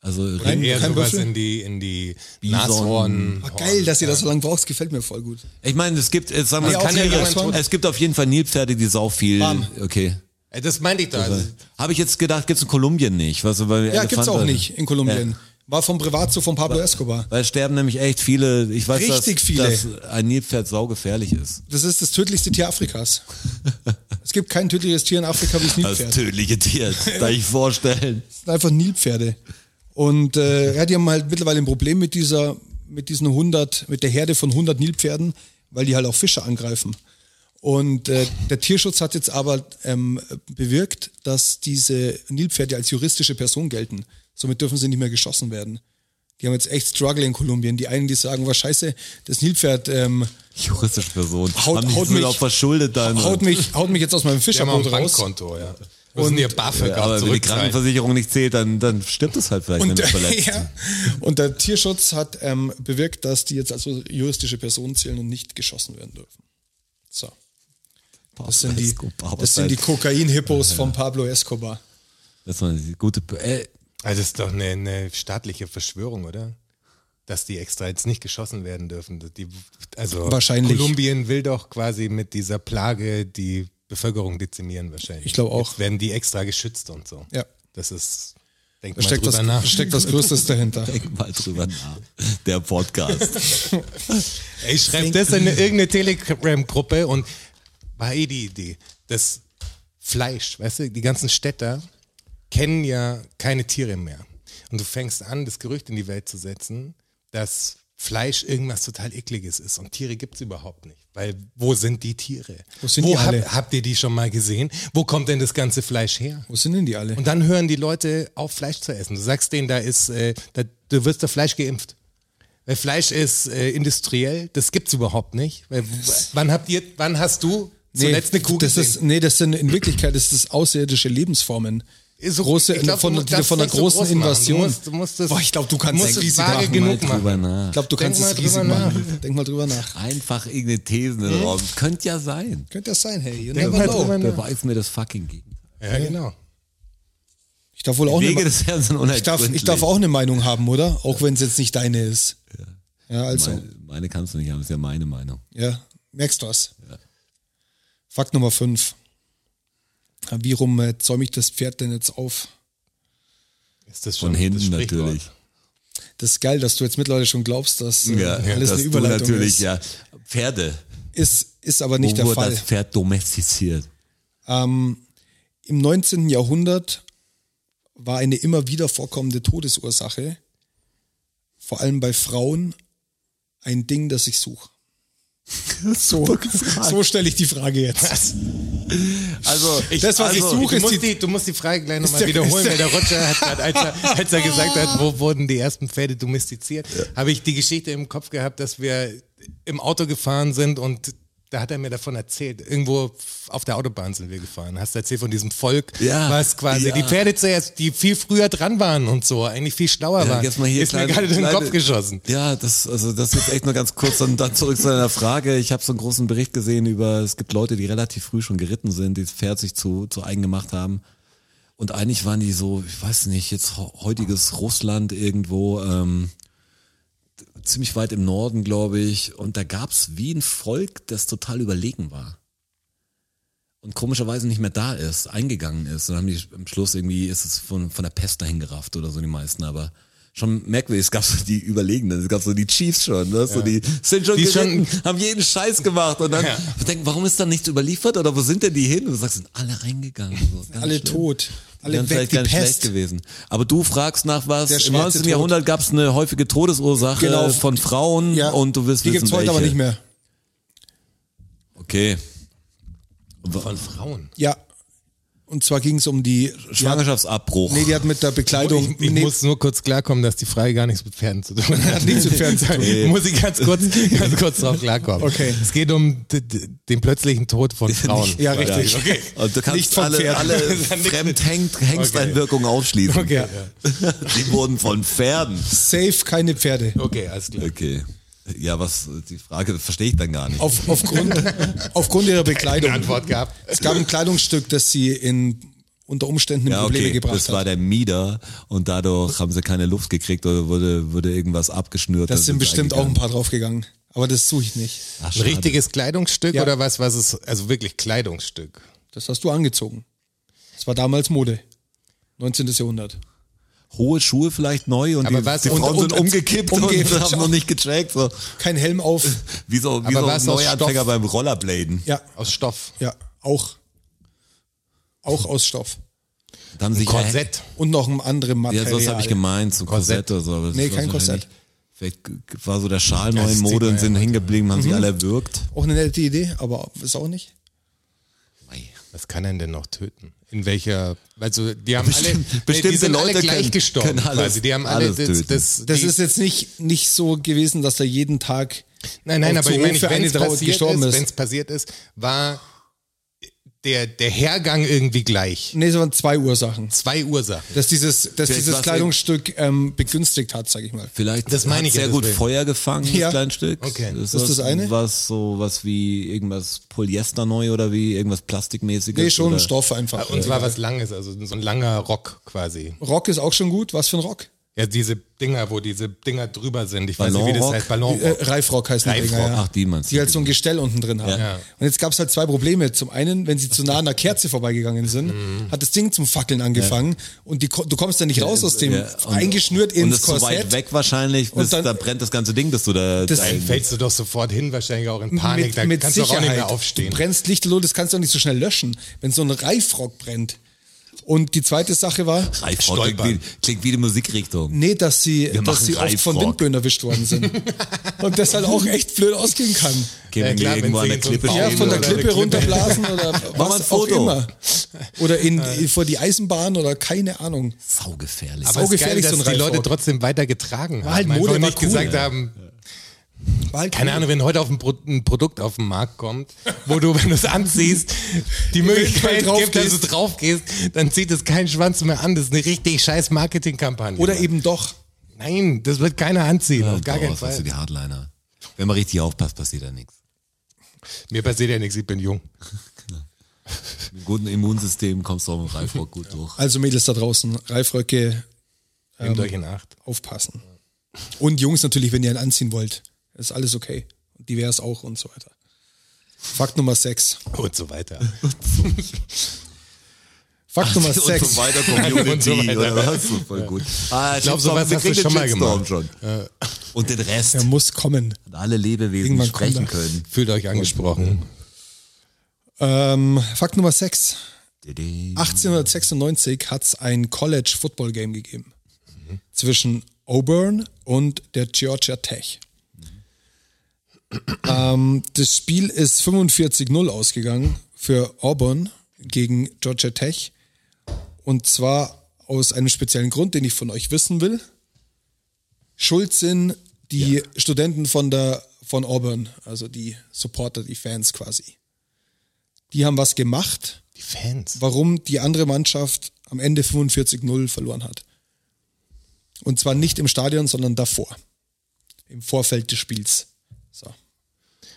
S4: Also
S2: Nein,
S4: Rind-
S3: Eher
S2: kein
S3: sowas
S2: Büffel?
S3: in die, in die
S4: Bison.
S3: Nashorn.
S2: Ah, geil, dass ihr das so lange braucht, gefällt mir voll gut.
S4: ich meine, es gibt, es, sagen wir,
S2: Ja,
S4: es, kann
S2: auch
S4: ja,
S2: Nashorn.
S4: jemand- es gibt auf jeden Fall Nilpferde, die sau viel.
S2: Bam.
S4: Okay.
S3: Äh, Das meinte ich doch. Also,
S4: Habe ich jetzt gedacht, gibt's in Kolumbien nicht. Was, weil
S2: Ja,
S4: Elefant-
S2: gibt's auch nicht in Kolumbien. War vom Privatzoo von Pablo Escobar.
S4: Weil es sterben nämlich echt viele, ich weiß,
S2: Richtig
S4: dass,
S2: viele.
S4: dass ein Nilpferd saugefährlich ist.
S2: Das ist das tödlichste Tier Afrikas. es gibt kein tödliches Tier in Afrika wie das
S4: Das
S2: Nilpferd.
S4: tödliche Tier, das darf ich vorstellen.
S2: Das sind einfach Nilpferde. Und äh, ja, die haben halt mittlerweile ein Problem mit dieser, mit diesen 100, mit der Herde von 100 Nilpferden, weil die halt auch Fische angreifen. Und äh, der Tierschutz hat jetzt aber ähm, bewirkt, dass diese Nilpferde als juristische Person gelten. Somit dürfen sie nicht mehr geschossen werden. Die haben jetzt echt Struggle in Kolumbien. Die einen, die sagen, was scheiße, das Nilpferd ähm,
S4: <laughs> Juristische Person.
S2: Haut-
S4: Haben die
S2: haut
S4: sind
S2: mich-
S4: auch verschuldet dann.
S2: haut, mich, haut mich jetzt aus meinem
S3: die haben auch
S2: Fischerboot
S3: ein
S2: raus.
S3: Bankkonto, ja. Müssen ihr BAföG
S4: Ja,
S3: auch
S4: aber wenn die
S3: zurückzahlen.
S4: Krankenversicherung nicht zählt, dann, dann stirbt es halt vielleicht, wenn
S2: Und, äh, <laughs>
S4: es verletzt.
S2: ja, und der Tierschutz hat ähm, bewirkt, dass die jetzt also juristische Personen zählen und nicht geschossen werden dürfen. So. Das sind die,
S4: Escobar,
S2: das sind die Kokain-Hippos von Pablo Escobar.
S4: Das war eine gute. Äh,
S3: Also das ist doch eine, eine staatliche Verschwörung, oder? Dass die extra jetzt nicht geschossen werden dürfen. Die, also
S2: Wahrscheinlich.
S3: Kolumbien will doch quasi mit dieser Plage die Bevölkerung dezimieren wahrscheinlich.
S2: Ich glaube auch.
S3: Jetzt werden die extra geschützt und so.
S2: Ja.
S3: Das ist, denkt
S2: Da
S3: man
S2: steckt
S3: drüber
S2: was,
S3: nach.
S2: steckt was Größtes
S3: <laughs>
S2: dahinter.
S4: denk mal drüber nach. Der Podcast.
S3: Ich schreibe das in irgendeine Telegram-Gruppe und war eh die Idee. Das Fleisch, weißt du, die ganzen Städter kennen ja keine Tiere mehr. Und du fängst an, das Gerücht in die Welt zu setzen, dass Fleisch irgendwas total ekliges ist und Tiere gibt es überhaupt nicht. Weil wo sind die Tiere?
S2: Wo sind die alle?
S3: hab, habt ihr die schon mal gesehen? Wo kommt denn das ganze Fleisch her?
S2: Wo sind denn die alle?
S3: Und dann hören die Leute auf, Fleisch zu essen. Du sagst denen, da ist, äh, da, du wirst auf Fleisch geimpft. Weil Fleisch ist äh, industriell, das gibt's überhaupt nicht. Weil, w- wann habt ihr, wann hast du zuletzt eine Kuh
S2: das
S3: gesehen?
S2: ist, nee, das sind in Wirklichkeit das ist außerirdische Lebensformen.
S3: Ist so-
S2: große,
S3: ich glaub, du
S2: von,
S3: musst-
S2: die du
S3: darfst
S2: von einer
S3: nicht so
S2: großen
S3: groß machen. Du
S2: Invasion.
S3: musst- du musst das-
S2: Boah, ich glaube, du kannst
S3: musst
S2: es
S3: es
S2: riesig
S3: vage
S2: machen.
S3: genug
S4: Mal drüber
S3: machen.
S2: Ich
S4: nach.
S2: glaube, du
S3: Denk
S2: kannst
S3: mal
S2: es riesig
S3: drüber nach.
S2: machen. Denk mal drüber nach.
S4: Einfach irgendeine These in den Raum. Könnte ja sein.
S2: Könnte das sein, hey. You
S3: Denk
S2: never
S3: mal
S2: know.
S3: drüber nach.
S4: Beweis mir das fucking gegen.
S3: Ja, genau.
S2: Ich darf wohl auch
S4: Wege
S2: eine,
S4: des Herrn sind
S2: ich darf, ich darf auch eine Meinung haben, oder? Auch wenn es jetzt nicht deine ist. Ja, also.
S4: Meine, meine kannst du nicht haben, ist ja meine Meinung.
S2: Ja, merkst du was? Fakt Nummer 5. Wie rum äh, zäume ich das Pferd denn jetzt auf?
S3: Ist das schon
S4: Von hinten
S3: das Sprichwort?
S4: natürlich.
S2: Das ist geil, dass du jetzt mittlerweile schon glaubst, dass äh,
S4: Ja,
S2: alles
S4: dass
S2: eine
S4: du
S2: Überleitung
S4: natürlich,
S2: ist.
S4: ja. Pferde.
S2: ist. Ist aber nicht
S4: Wo
S2: der
S4: wurde
S2: Fall.
S4: das Pferd domestiziert?
S2: Im 19. Jahrhundert war eine immer wieder vorkommende Todesursache, vor allem bei Frauen, ein Ding, das ich suche.
S4: <laughs>
S2: So,
S4: Ah.
S2: so stelle ich die Frage jetzt.
S4: Also, ich,
S2: Das, was ich
S4: also,
S2: suche,
S3: Du
S2: ist
S3: musst,
S2: die
S3: die, du musst die Frage gleich
S2: Ist
S3: nochmal
S2: der-
S3: wiederholen,
S2: ist
S3: weil der Roger hat gerade, als er, als er gesagt hat, wo wurden die ersten Pferde domestiziert, habe ich die Geschichte im Kopf gehabt, dass wir im Auto gefahren sind und da hat er mir davon erzählt. Irgendwo auf der Autobahn sind wir gefahren. Hast du erzählt von diesem Volk,
S4: Ja.
S3: was quasi
S4: Ja.
S3: die Pferde zuerst, die viel früher dran waren und so, eigentlich viel schlauer
S4: Ja,
S3: waren.
S4: jetzt mal hier
S3: Ist mir
S4: kleine-
S3: gerade in den
S4: kleine-
S3: Kopf geschossen.
S4: Ja, das, also das jetzt echt nur ganz kurz und dann zurück zu deiner Frage. Ich habe so einen großen Bericht gesehen über, es gibt Leute, die relativ früh schon geritten sind, die das Pferd sich zu, zu eigen gemacht haben. Und eigentlich waren die so, ich weiß nicht, jetzt ho- heutiges Russland irgendwo, ähm, d- ziemlich weit im Norden, glaube ich. Und da gab's wie ein Volk, das total überlegen war. Und komischerweise nicht mehr da ist, eingegangen ist. Und dann haben die am Schluss irgendwie, ist es von, von der Pest dahin gerafft oder so, die meisten. Aber schon merkwürdig, es gab so die Überlegenen, es gab so die Chiefs schon, ne? so die sind schon,
S3: Die
S4: geritten, haben jeden Scheiß gemacht. Und dann
S3: Ja.
S4: denken, warum ist da nichts überliefert oder wo sind denn die hin? Und du sagst, sind alle reingegangen. So, ganz
S2: Alle
S4: schlimm.
S2: tot,
S4: Dann
S2: alle weg,
S4: vielleicht
S2: die
S4: ganz schlecht
S2: Pest.
S4: gewesen. Aber du fragst nach was.
S2: Der
S4: Im
S2: schwarze
S4: 19.
S2: Tod.
S4: Jahrhundert gab es eine häufige Todesursache
S2: Genau.
S4: von Frauen
S2: Ja,
S4: und du wirst
S2: die
S4: wissen,
S2: gibt's heute
S4: welche.
S2: aber nicht mehr.
S4: Okay.
S3: Von Frauen.
S2: Ja. Und zwar ging es um die
S4: Schwangerschaftsabbruch.
S2: Nee, die hat mit der Bekleidung.
S3: Ich, ich
S2: nee,
S3: muss nur kurz klarkommen, dass die Frage gar nichts mit Pferden zu tun hat.
S2: nichts mit Pferden zu tun.
S3: Nee. Muss ich ganz kurz,
S2: <laughs>
S3: ganz kurz drauf klarkommen.
S2: Okay.
S3: Es geht um d- d- den plötzlichen Tod von Frauen.
S2: ja, richtig.
S3: Okay.
S4: <laughs> und Also du
S2: Nicht
S4: kannst
S2: von
S4: alle,
S2: Pferden. <laughs>
S4: alle Fremdhengsteinwirkungen ausschließen.
S2: Okay.
S4: <laughs> Die wurden von Pferden.
S2: Safe keine Pferde.
S3: Okay, alles klar.
S4: Okay. Ja, was, die Frage verstehe ich dann gar nicht.
S2: Auf, aufgrund,
S4: <laughs>
S2: aufgrund ihrer
S3: Eine
S2: Bekleidung.
S3: Antwort gehabt.
S2: Es gab ein Kleidungsstück, das sie in unter Umständen in
S4: ja,
S2: Probleme
S4: okay,
S2: gebracht
S4: das war
S2: hat.
S4: der Mieder und dadurch haben sie keine Luft gekriegt oder wurde, wurde irgendwas abgeschnürt.
S2: Das sind bestimmt auch ein
S4: paar.
S2: paar draufgegangen. Aber das suche ich nicht.
S3: Ein richtiges Kleidungsstück
S2: Ja.
S3: oder was, was es, also wirklich Kleidungsstück.
S2: Das hast du angezogen. Das war damals Mode. 19. Jahrhundert.
S4: hohe Schuhe vielleicht neu und
S3: Aber
S4: die,
S3: was-
S4: die
S3: und-
S4: Frauen sind
S2: und-
S4: umgekippt und,
S2: umgekippt,
S4: haben noch nicht gecheckt. So.
S2: Kein Helm
S4: <laughs>
S2: auf.
S4: Wie so, wie
S3: Aber
S4: so
S3: was
S4: ein
S3: aus
S4: Neuanfänger
S3: Stoff?
S4: beim Rollerbladen.
S2: Ja,
S3: Aus Stoff.
S2: ja, auch. Auch aus Stoff.
S4: Da haben sich
S3: Korsett.
S2: Und noch ein anderes
S4: Ja,
S2: Material.
S4: sowas habe ich gemeint, so Korsett oder so. aber das
S2: Nee,
S4: ist
S2: kein
S4: wahrscheinlich-
S2: Korsett.
S4: Vielleicht g- war so der Schal neu
S3: das
S4: in
S3: zieht
S4: Mode
S3: man
S4: und
S3: ja
S4: sind
S3: heute.
S4: hängen geblieben, haben sich alle erwürgt.
S2: auch eine nette Idee, aber ist auch nicht.
S3: Was kann einen denn noch töten? In welcher, also die haben alle,
S4: Bestimmt-
S3: nee, die
S4: bestimmte
S3: sind alle
S4: Leute
S3: gleich
S4: können-
S3: gestorben.
S4: können alles-
S3: quasi. Die haben alle
S4: alles
S3: das,
S4: töten.
S3: das,
S2: Das
S3: die,
S2: ist jetzt nicht, nicht so gewesen, dass er jeden Tag
S3: Nein, nein,
S2: auf
S3: aber ich meine,
S2: Zuruf für
S3: wenn
S2: eine
S3: es
S2: Trauer
S3: passiert
S2: gestorben
S3: ist,
S2: ist.
S3: wenn's passiert ist, war der, der Hergang irgendwie gleich.
S2: Nee, es waren zwei Ursachen.
S3: Zwei Ursachen.
S2: Dass dieses, dass
S4: Vielleicht
S2: dieses
S4: war's
S2: Kleidungsstück ähm, begünstigt hat, sag ich mal.
S4: Vielleicht
S3: Das meine ich
S4: hat's
S3: ja
S4: sehr gut
S3: deswegen.
S4: Feuer gefangen,
S2: Ja.
S4: das Kleinstück.
S3: Okay.
S4: Das
S2: Das ist das
S4: was-
S2: eine.
S4: Was so was wie irgendwas Polyester neu oder wie irgendwas Plastikmäßiges.
S2: Nee, schon
S4: oder,
S2: Stoff einfach.
S3: Und zwar was Langes, also so ein langer Rock quasi.
S2: Rock ist auch schon gut. Was für ein Rock?
S3: Ja, diese Dinger, wo diese Dinger drüber sind. Ich weiß nicht, wie das
S4: Ballonrock?
S3: heißt.
S2: Äh,
S3: Ballonrock.
S2: Reifrock heißt die Dinger,
S3: Reifrock,
S2: ja.
S4: Ach, die meinst
S2: die
S4: du.
S2: halt so ein Gestell unten drin haben.
S3: Ja.
S2: Und jetzt gab es halt zwei Probleme. Zum einen, wenn sie zu nah an einer Kerze vorbeigegangen sind, hat das Ding zum Fackeln angefangen und die, ko- du kommst da nicht raus aus dem,
S4: Ja, und-
S2: eingeschnürt
S4: Und
S2: ins
S4: ist so weit
S2: Korsett.
S4: weg wahrscheinlich,
S2: Und
S4: bis
S2: dann-
S4: da brennt das ganze Ding, dass du da...
S2: Das-
S4: dein-
S3: Fällst du doch sofort hin, wahrscheinlich auch in Panik.
S2: mit,
S3: da
S2: mit
S3: kannst
S2: Sicherheit.
S3: du auch nicht mehr
S2: Du
S3: aufstehen.
S2: brennst lichterloh, das kannst du auch nicht so schnell löschen, wenn so ein Reifrock brennt. Und die zweite Sache war,
S4: Reifrock klingt
S3: Stolpern.
S4: wie, klingt wie die Musikrichtung.
S2: nee, dass sie, dass
S4: machen
S2: sie oft von
S4: Reifrock.
S2: Windböen erwischt worden
S4: <laughs>
S2: sind. und das halt auch echt blöd ausgehen kann.
S4: Gehen
S3: Ja,
S4: wir
S3: klar,
S4: irgendwo
S3: wenn sie in so einem
S4: an der Klippe
S3: Baum
S2: Ja,
S4: stehen
S2: von der
S4: oder-
S3: Klippe
S2: Klippe runterblasen oder
S4: mal
S2: was
S4: ein
S2: auch
S4: Foto.
S2: immer. Oder in, äh, vor die Eisenbahn oder keine Ahnung.
S4: Saugefährlich.
S3: Aber es ist geil,
S2: saugefährlich,
S3: dass
S2: so ein
S3: die Leute
S2: Reifrock.
S3: trotzdem weiter getragen haben.
S2: War halt Mode,
S3: Einfach
S2: war
S3: nicht
S2: cool.
S3: gesagt haben,
S2: War halt
S3: Keine
S2: cool.
S3: Ahnung, wenn heute auf ein, Pro ein Produkt auf den Markt kommt, wo du, wenn du es anziehst, die Möglichkeit
S2: drauf
S3: gibt, dass
S2: gehst.
S3: du drauf gehst, dann zieht es keinen Schwanz mehr an. Das ist eine richtig scheiß Marketingkampagne.
S2: Oder eben doch.
S3: Nein, das wird keiner anziehen.
S4: Ja,
S3: auf gar
S4: boah,
S3: keinen
S4: was hast
S3: Fall.
S4: du die Hardliner. Wenn man richtig aufpasst, passiert da nichts.
S3: Mir passiert ja nichts, ich bin jung.
S4: Mit gutem Immunsystem kommst du auch mit dem Reifrock gut durch.
S2: Also Mädels da draußen, Reifröcke Ähm.
S3: Nehmt euch in Acht.
S2: aufpassen. Und Jungs natürlich, wenn ihr einen anziehen wollt. Ist alles okay. Divers auch und so weiter. Fakt Nummer 6.
S3: Und so weiter.
S2: Fakt Nummer
S4: Und so
S2: 6.
S3: <laughs>
S4: weiter Community
S3: Und so weiter.
S4: oder was? So voll gut. Ah, ich
S3: glaub, sowas hast du schon mal gemacht.
S4: Schon. Und den Rest.
S2: Er muss kommen.
S4: Und alle Lebewesen
S2: Irgendwann
S4: sprechen
S2: kommt er.
S4: können.
S3: Fühlt euch angesprochen.
S2: Ähm, Fakt Nummer 6.
S4: Didi.
S2: 1896 hat es ein College-Football-Game gegeben zwischen Auburn und der Georgia Tech. Ähm, das Spiel ist 45-0 ausgegangen für Auburn gegen Georgia Tech. Und zwar aus einem speziellen Grund, den ich von euch wissen will. Schuld sind die Studenten von, der, von Auburn, also die Supporter, die Fans quasi. Die haben was gemacht
S3: Die Fans.
S2: warum die andere Mannschaft am Ende 45-0 verloren hat. Und zwar nicht im Stadion, sondern davor. Im Vorfeld des Spiels. So.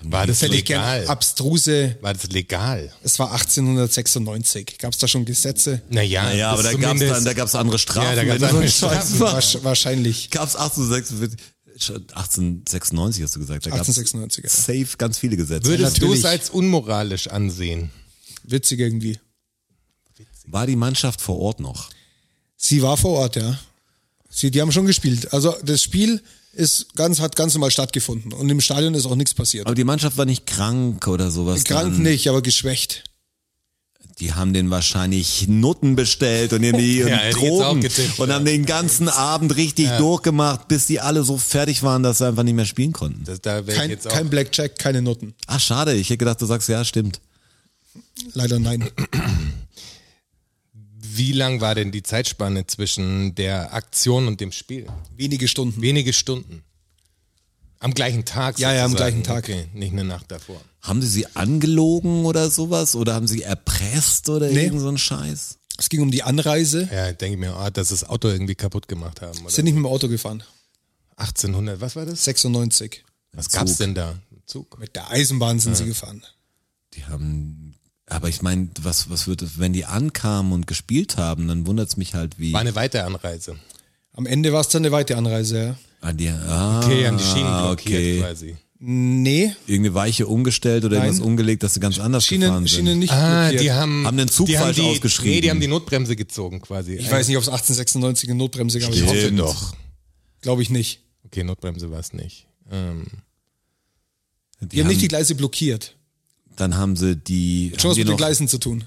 S3: War das
S2: Völlig
S3: legal?
S2: gern abstruse,
S3: War das legal?
S2: es war 1896. Gab es da schon Gesetze?
S3: Naja,
S4: Naja, Ah, aber
S3: das
S4: da gab's
S3: zumindest-
S4: dann, da gab's andere Strafen.
S3: Ja, da gab's
S4: Wenn
S3: andere
S4: du so einen
S3: Strafen.
S4: Scheiß machst.
S2: Wahrsch- Wahrscheinlich.
S4: Gab's 1846, schon 1896 hast du gesagt. Da gab's
S2: 1896. Ja.
S4: safe ganz viele Gesetze.
S3: Würdest du
S2: Natürlich.
S3: es als unmoralisch ansehen?
S2: Witzig irgendwie.
S4: War die Mannschaft vor Ort noch?
S2: Sie war vor Ort, ja. Sie, die haben schon gespielt. Also das Spiel ist ganz, hat ganz normal stattgefunden. Und im Stadion ist auch nichts passiert.
S4: Aber die Mannschaft war nicht krank oder sowas.
S2: Krank
S4: dann.
S2: nicht, aber geschwächt.
S4: Die haben den wahrscheinlich Noten bestellt
S3: <laughs>
S4: und irgendwie
S3: Ja,
S4: und
S3: hätte ich jetzt auch
S4: Drogen
S3: getippt,
S4: und
S3: ja.
S4: haben den ganzen Abend richtig durchgemacht, bis die alle so fertig waren, dass sie einfach nicht mehr spielen konnten.
S3: Das, da wäre ich
S2: Kein,
S3: jetzt auch.
S2: kein Blackjack, keine Noten.
S4: Ach, schade. Ich hätte gedacht, du sagst, ja, stimmt.
S2: Leider nein.
S3: Wie lang war denn die Zeitspanne zwischen der Aktion und dem Spiel?
S2: Wenige Stunden.
S3: Wenige Stunden. Am gleichen Tag?
S2: Ja, ja, am
S3: sozusagen.
S2: gleichen Tag.
S3: Okay, nicht eine Nacht davor.
S4: Haben sie sie angelogen oder sowas? Oder haben sie erpresst oder
S2: Nee.
S4: irgend so ein Scheiß?
S2: Es ging um die Anreise.
S3: Ja, denke ich mir, ah, dass das Auto irgendwie kaputt gemacht haben. Oder
S2: Sind nicht mit dem Auto gefahren.
S3: 1800, was war das?
S2: 96.
S3: Was gab's denn da? Zug?
S2: Mit der Eisenbahn sind sie gefahren.
S4: Die haben, aber ich meine, was, was wird, das- wenn die ankamen und gespielt haben, dann wundert's mich halt, wie.
S3: War eine weitere Anreise.
S2: Am Ende war es dann eine weite Anreise, ja.
S4: Ah, die, ah,
S3: Okay, die haben die Schienen blockiert
S4: okay.
S3: quasi.
S2: Nee,
S4: Irgendeine Weiche umgestellt oder
S2: Nein.
S4: irgendwas umgelegt, dass sie ganz anders gefahren
S2: Schienen,
S4: sind.
S2: Schienen nicht
S3: Ah,
S2: blockiert.
S3: die haben,
S4: Haben den Zug
S3: die
S4: falsch
S3: haben die,
S4: ausgeschrieben.
S3: Nee, die haben die Notbremse gezogen quasi.
S2: ich weiß nicht, ob es 1896 eine Notbremse gab. Ich hoffe
S4: Stimmt.
S2: doch. Glaube ich nicht.
S3: Okay, Notbremse war es nicht. Ähm,
S4: Die,
S2: Die, haben nicht die Gleise blockiert.
S4: Dann haben sie die,
S2: Schon
S4: haben
S2: was
S4: die,
S2: mit den
S4: noch,
S2: Gleisen zu tun.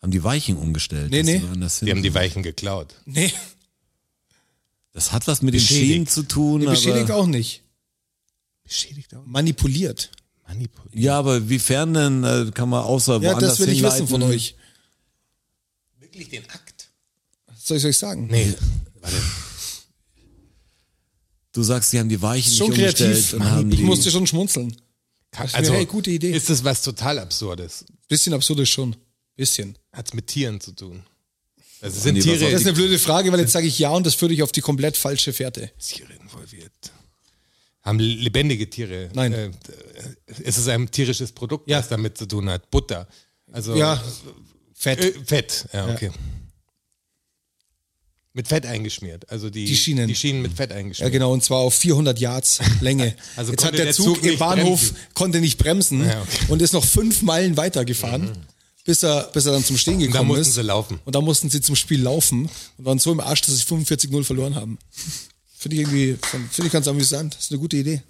S4: haben die Weichen umgestellt.
S2: Nee,
S4: dass
S2: nee.
S4: sie woanders
S3: die
S4: hin
S3: haben die
S4: sind.
S3: Weichen geklaut.
S2: Nee,
S4: Das hat was mit den
S3: Beschädigt.
S4: Schienen zu tun.
S2: die
S4: aber,
S2: beschädigt auch nicht.
S3: Beschädigt auch.
S2: Manipuliert.
S3: Manipuliert.
S4: Ja, aber wiefern denn äh, kann man außer
S2: Ja,
S4: woanders
S2: das will ich
S4: hinleiten?
S2: wissen von euch.
S3: Wirklich den Akt?
S2: Was soll ich euch sagen?
S3: Nee.
S4: Du sagst, die haben die Weichen
S2: Schon
S4: nicht umgestellt
S2: kreativ.
S4: und haben
S2: Ich
S4: die,
S2: musste schon schmunzeln. Das wäre eine gute Idee.
S3: Also, Ist es was total Absurdes?
S2: Bisschen absurd ist schon. Bisschen.
S3: Hat es mit Tieren zu tun? Also sind
S6: Nee, was
S3: Tiere,
S6: soll
S2: Das ist
S3: die
S2: eine blöde Frage, weil jetzt sage ich ja und das führt dich auf die komplett falsche Fährte.
S3: Tiere involviert? Haben lebendige Tiere?
S2: Nein.
S3: Äh, ist es ein tierisches Produkt,
S2: Ja.
S3: was damit zu tun hat? Butter. Also
S2: Ja, fett.
S3: Äh, Fett, ja, okay. Mit Fett eingeschmiert. Also die,
S2: Die Schienen.
S3: Die Schienen mit Fett
S2: Ja,
S3: eingeschmiert.
S2: genau, und zwar auf 400 Yards Länge.
S3: <laughs> Also
S2: Jetzt
S3: konnte
S2: hat der,
S3: der
S2: Zug,
S3: Zug
S2: im
S3: nicht
S2: Bahnhof,
S3: bremsen.
S2: konnte nicht bremsen
S3: Ja, okay. Mhm.
S2: und ist noch fünf Meilen weitergefahren, bis, er, bis er dann zum Stehen gekommen
S3: da mussten
S2: ist.
S3: sie laufen.
S2: Und da mussten sie zum Spiel laufen und waren so im Arsch, dass sie 45-0 verloren haben. Finde ich irgendwie, finde ich ganz amüsant. Das ist eine gute Idee.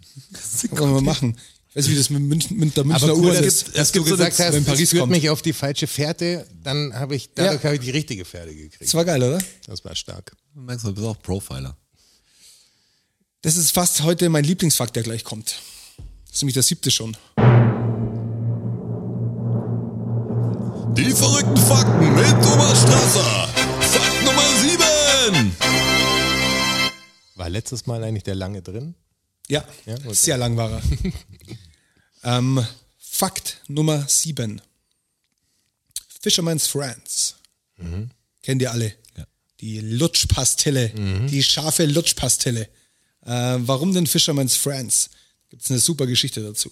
S2: Kann man mal machen. Ich weiß nicht, wie das mit, München, mit der Münchner
S3: Aber cool,
S2: Uhr
S3: dass,
S2: ist.
S3: dass du gesagt hast,
S2: wenn
S3: es
S2: Paris
S3: führt
S2: kommt.
S3: mich auf die falsche Fährte, dann habe ich, dadurch habe ich die richtige Fährte gekriegt.
S2: Das war geil, oder?
S3: Das war stark.
S4: Du merkst, du bist auch Profiler.
S2: Das ist fast heute mein Lieblingsfakt, der gleich kommt. Das ist nämlich der siebte schon.
S4: Die verrückten Fakten mit Thomas Strasser. Fakt Nummer 7.
S3: War letztes Mal eigentlich der lange drin?
S2: Ja,
S3: Ja, okay.
S2: sehr lang war
S4: <laughs>
S2: er. ähm, Fakt Nummer 7. Fisherman's Friends. Kennt ihr alle?
S4: Mhm. Ja. Mhm.
S2: Die Lutschpastille, die scharfe Lutschpastille. Äh, warum denn Fisherman's Friends? Gibt's eine super Geschichte dazu.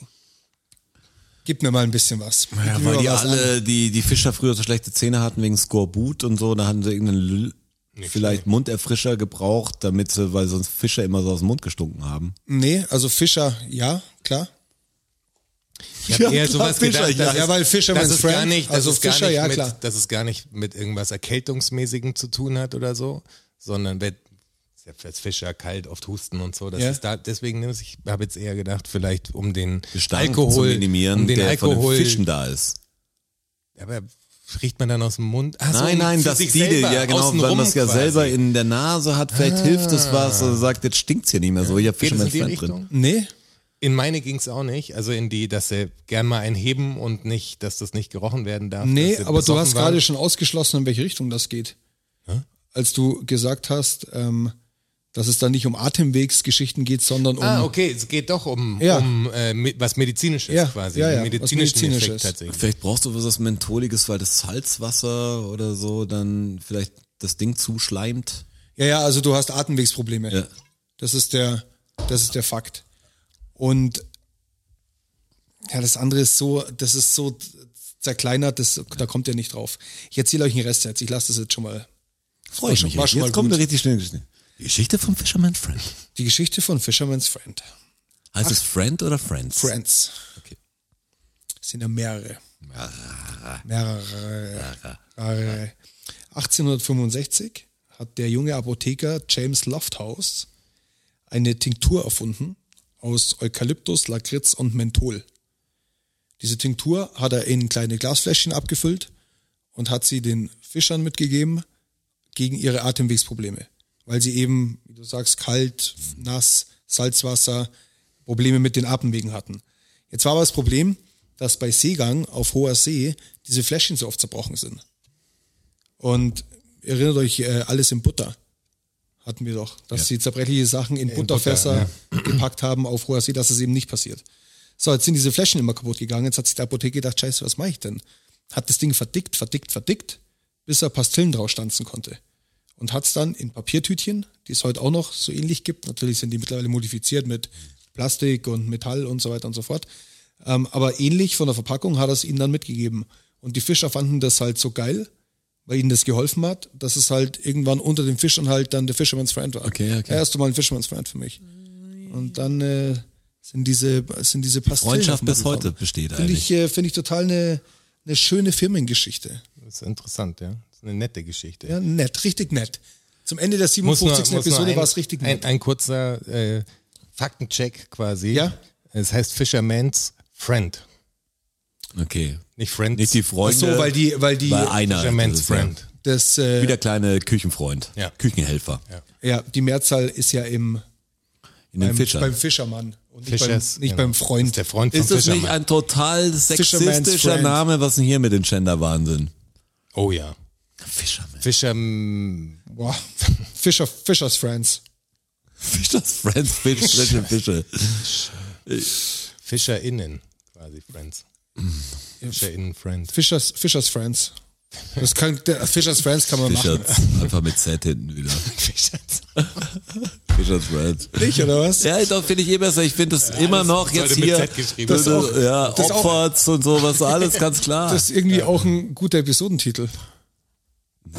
S2: Gib mir mal ein bisschen was. Gib
S4: Ja,
S2: mir
S4: weil
S2: mal
S4: die
S2: was an.
S4: alle, die, die Fischer früher so schlechte Zähne hatten wegen Skorbut und so, da hatten sie irgendeinen L vielleicht Munderfrischer gebraucht, damit sie, weil sonst Fischer immer so aus dem Mund gestunken haben.
S2: Nee, also Fischer, ja, klar.
S3: Ich
S2: Ja,
S3: habe eher
S2: klar,
S3: sowas
S2: Fischer,
S3: gedacht. dass
S2: ja.
S3: es-
S2: Ja, weil Fisherman's
S3: dass es gar
S2: Friend,
S3: nicht, dass
S2: also
S3: es gar
S2: Fischer,
S3: nicht
S2: ja,
S3: mit,
S2: klar.
S3: Dass es gar nicht mit irgendwas Erkältungsmäßigem zu tun hat oder so, sondern wenn ist ja als Fischer kalt, oft husten und so. Das
S2: Ja.
S3: ist da, deswegen nehme ich, habe jetzt eher gedacht, vielleicht um den
S4: Gestank
S3: Alkohol,
S4: zu minimieren,
S3: um den
S4: der von
S3: Alkohol.
S4: den Fischen da ist.
S3: Aber riecht man dann aus dem Mund? Ach so, um
S4: nein, nein,
S3: für
S4: das
S3: sich
S4: Didel,
S3: selber,
S4: ja genau,
S3: außenrum
S4: weil man es ja
S3: quasi. Ah.
S4: selber in der Nase hat, vielleicht hilft es was und sagt, jetzt stinkt's hier nicht mehr so. Ich hab
S3: Geht es in
S4: Fisherman's
S3: die
S4: Friend drin.
S3: Richtung?
S2: Nee,
S3: In meine ging's auch nicht. Also in die, dass sie gern mal einheben und nicht, dass das nicht gerochen werden darf.
S2: Nee,
S3: dass sie
S2: aber du
S3: besoffen
S2: hast
S3: waren.
S2: gerade schon ausgeschlossen, in welche Richtung das geht. Als du gesagt hast, ähm, dass es da nicht um Atemwegsgeschichten geht, sondern um.
S3: Ah, okay, es geht doch um,
S2: Ja.
S3: um äh, mi- was Medizinisches
S2: Ja,
S3: quasi.
S2: ja, ja,
S3: einen
S2: was
S3: medizinischen
S2: Medizinisches.
S3: Effekt tatsächlich.
S4: Vielleicht brauchst du was Mentholiges, weil das Salzwasser oder so dann vielleicht das Ding zuschleimt.
S2: Ja, ja, also du hast Atemwegsprobleme.
S4: Ja.
S2: Das ist der, das ist der Fakt. Und ja, das andere ist so, das ist so zerkleinert, das, da kommt ihr nicht drauf. Ich erzähle euch den Rest jetzt. Ich lasse das jetzt schon mal.
S4: Freue ich mich.
S2: War
S4: Jetzt
S2: schon mal
S4: kommt
S2: gut.
S4: eine richtig schöne Geschichte. Die Geschichte vom Fisherman Friend.
S2: Die Geschichte von Fisherman's Friend.
S4: Heißt es Friend oder Friends?
S2: Friends.
S4: Okay.
S2: Es sind ja mehrere. Mehrere. mehrere. 1865 hat der junge Apotheker James Lofthouse eine Tinktur erfunden aus Eukalyptus, Lakritz und Menthol. Diese Tinktur hat er in kleine Glasfläschchen abgefüllt und hat sie den Fischern mitgegeben gegen ihre Atemwegsprobleme, weil sie eben, wie du sagst, kalt, nass, Salzwasser, Probleme mit den Atemwegen hatten. Jetzt war aber das Problem, dass bei Seegang auf hoher See diese Fläschchen so oft zerbrochen sind. Und erinnert euch, äh, alles in Butter hatten wir doch, dass sie zerbrechliche Sachen in Butterfässer <clears throat> gepackt haben auf hoher See, dass es eben nicht passiert. So, jetzt sind diese Fläschchen immer kaputt gegangen. Jetzt hat sich der Apotheke gedacht, scheiße, was mache ich denn? Hat das Ding verdickt, verdickt, verdickt, bis er Pastillen draus stanzen konnte. Und hat es dann in Papiertütchen, die es heute auch noch so ähnlich gibt, natürlich sind die mittlerweile modifiziert mit Plastik und Metall und so weiter und so fort, ähm, aber ähnlich von der Verpackung hat er es ihnen dann mitgegeben. Und die Fischer fanden das halt so geil, weil ihnen das geholfen hat, dass es halt irgendwann unter den Fischern halt dann der Fisherman's Friend war.
S4: Okay, okay.
S2: Ja, Erst mal ein Fisherman's Friend für mich. Und dann äh, sind diese, sind diese Pastillen.
S4: Freundschaft bis
S2: aufgekommen.
S4: heute besteht
S2: Finde ich, äh, finde ich total eine, eine schöne Firmengeschichte.
S3: Das ist interessant, ja. Das ist eine nette Geschichte.
S2: Ja, nett, richtig nett. Zum Ende der
S3: Muss nur-
S2: 57.
S3: muss nur
S2: Episode
S3: ein-
S2: war es richtig
S3: Ein,
S2: nett.
S3: ein kurzer äh, Faktencheck quasi.
S2: Ja.
S3: Es heißt Fisherman's Friend.
S4: Okay.
S3: Nicht Friend.
S4: Nicht die
S2: Ach
S4: Freunde.
S2: so, weil die, weil die,
S4: Bei einer.
S3: Fisherman's
S4: Das ist ja
S3: Friend.
S2: das, äh,
S4: Wieder kleine Küchenfreund.
S3: Ja.
S4: Küchenhelfer.
S2: ja, die Mehrzahl ist ja im,
S4: In den
S2: beim,
S4: Fischern.
S2: beim Fischermann und nicht,
S3: Fischers,
S2: beim, nicht
S3: genau.
S2: beim
S3: Das ist
S2: Freund.
S3: der Freund
S4: ist
S3: von
S4: das nicht
S3: Fisherman.
S4: ein total sexistischer
S2: Friend.
S4: Name? Was ist denn hier mit dem Gender-Wahnsinn?
S3: oh ja.
S4: Fisherman.
S2: <laughs>
S3: Fisherman.
S2: Boah. Fischer, Fischers Friends.
S4: Fischers Friends, Fisch, Fische, Fische.
S3: <laughs> FischerInnen. quasi Friends. Fischer in Friends.
S2: Fischers, Fischers Friends. Das kann, der, Fischers Friends kann man machen.
S4: Fischers, einfach mit Z
S2: <laughs>
S4: hinten wieder. Fischers Red.
S2: Nicht, oder was?
S4: Ja, doch, finde ich eh besser. Ich finde das immer noch jetzt
S3: sollte mit
S4: hier.
S3: Z geschrieben
S4: das
S3: werden.
S4: auch, ja,
S2: das auch-
S4: Opferts und sowas, alles ganz klar.
S2: <laughs> Das ist irgendwie auch ein guter Episodentitel.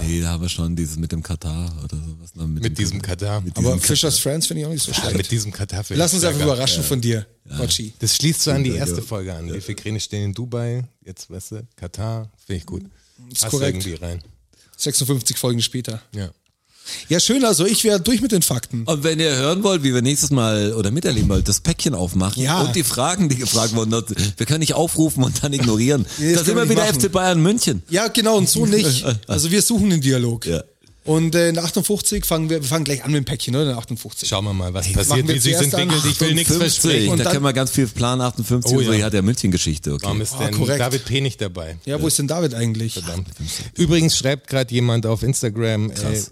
S4: nee, da haben wir schon dieses mit dem Katar oder sowas. ne,
S3: Mit diesem Katar.
S2: Aber
S4: diesem
S2: Fischers Friends finde ich auch nicht so schlecht.
S3: mit diesem Katar. finde
S2: Lass
S3: ich
S2: uns
S3: sehr
S2: einfach
S3: geil.
S2: überraschen von dir, Gotchi.
S3: Das schließt so an die erste Folge an. Die Fikrine stehen in Dubai, jetzt weißt du, Katar, finde ich gut. Passt
S2: Hm, korrekt.
S3: irgendwie rein.
S2: 56 Folgen später.
S3: Ja.
S2: Ja, schön, also ich wäre durch mit den Fakten.
S4: Und wenn ihr hören wollt, wie wir nächstes Mal oder miterleben wollt, das Päckchen aufmachen
S2: Ja.
S4: und die Fragen, die gefragt wurden, dort- wir können nicht aufrufen und dann ignorieren.
S2: <laughs> Nee, das
S4: das ist
S2: können wir
S4: immer
S2: nicht
S4: wieder
S2: machen.
S4: FC Bayern München.
S2: Ja, genau, und so
S3: <laughs>
S2: nicht. Also wir suchen den Dialog.
S4: Ja.
S2: Und äh, in 58 fangen wir, wir fangen gleich an mit dem Päckchen, oder? In 58.
S3: Schauen wir mal, was passiert,
S2: wir
S3: wie sich
S2: zuerst
S3: entwickelt.
S2: an
S3: Ich will nichts
S4: 58,
S3: versprechen.
S2: Und
S4: da
S2: dann-
S4: können wir ganz viel planen, 58,
S3: Oh,
S4: oh, ja. so,
S3: ja.
S4: ja, der München-Geschichte, okay.
S3: Warum ist
S2: Ah,
S3: denn
S2: korrekt.
S3: David P. nicht dabei?
S2: Ja, wo ist denn David eigentlich?
S3: Verdammt. Übrigens schreibt gerade jemand auf Instagram, ey,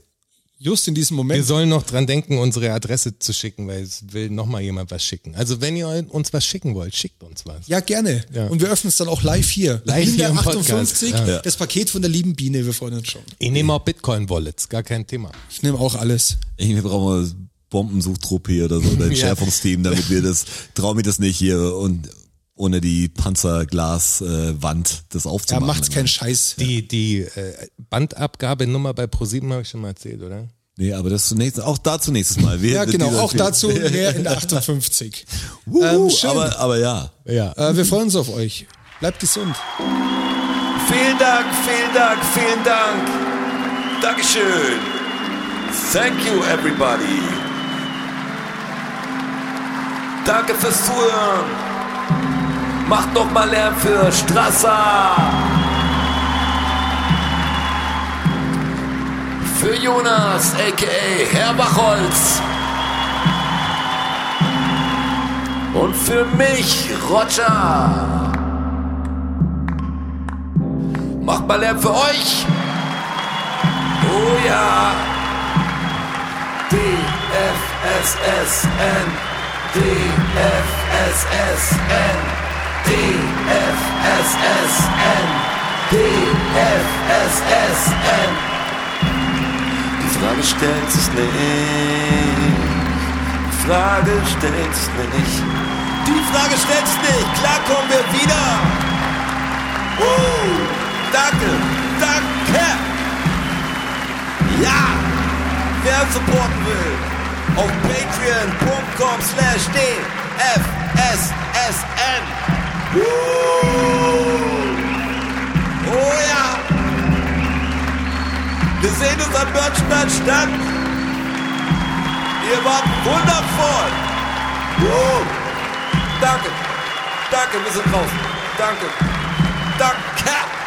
S2: Just in diesem Moment.
S3: wir sollen noch dran denken, unsere Adresse zu schicken, weil es will nochmal jemand was schicken. Also wenn ihr uns was schicken wollt, schickt uns was.
S2: Ja, gerne.
S3: Ja.
S2: Und wir öffnen es dann auch live hier.
S3: Live
S2: in
S3: hier
S2: der
S3: im Podcast.
S2: 58,
S3: Ja.
S2: das Paket von der lieben Biene, wir freuen uns schon.
S3: Ich nehme auch Bitcoin-Wallets, gar kein Thema.
S2: Ich nehme auch alles.
S4: Irgendwie brauchen wir Bombensuchtruppe hier oder so,
S2: <laughs>
S4: oder Entschärfungsteam, damit wir das, trau mir das nicht hier und ohne die Panzerglaswand das
S2: Da
S4: aufzumachen.
S2: macht's keinen Scheiß.
S3: Die, die äh, Bandabgabenummer bei ProSieben habe ich schon mal erzählt, oder?
S4: Nee, aber das zunächst, auch dazu nächstes Mal. Wir,
S2: Ja, genau,
S4: dieser-
S2: auch dazu
S4: <laughs>
S2: mehr in der 58.
S4: Wuhu,
S2: Ähm, schön.
S4: aber, aber ja.
S3: Ja.
S2: Äh, wir freuen uns auf euch. Bleibt gesund.
S7: Vielen Dank, vielen Dank, vielen Dank. Dankeschön. Thank you, everybody. Danke fürs Zuhören. Macht noch mal Lärm für Strasser. Für Jonas, a.k.a. Herr Bachholz. Und für mich, Roger. Macht mal Lärm für euch. Oh ja. DFSSN. DFSSN. DFSSN. DFSSN. Die Frage stellt sich nicht. Die Frage stellt sich nicht. Die Frage stellt sich nicht. Klar kommen wir wieder. Uh, danke, danke. Ja, wer supporten will, auf patreon.com slash dfssn. Uh, oh ja. Wir sehen uns am Börnstein statt. Ihr wart wundervoll. Uh, danke, danke, wir sind draußen. Danke. Danke.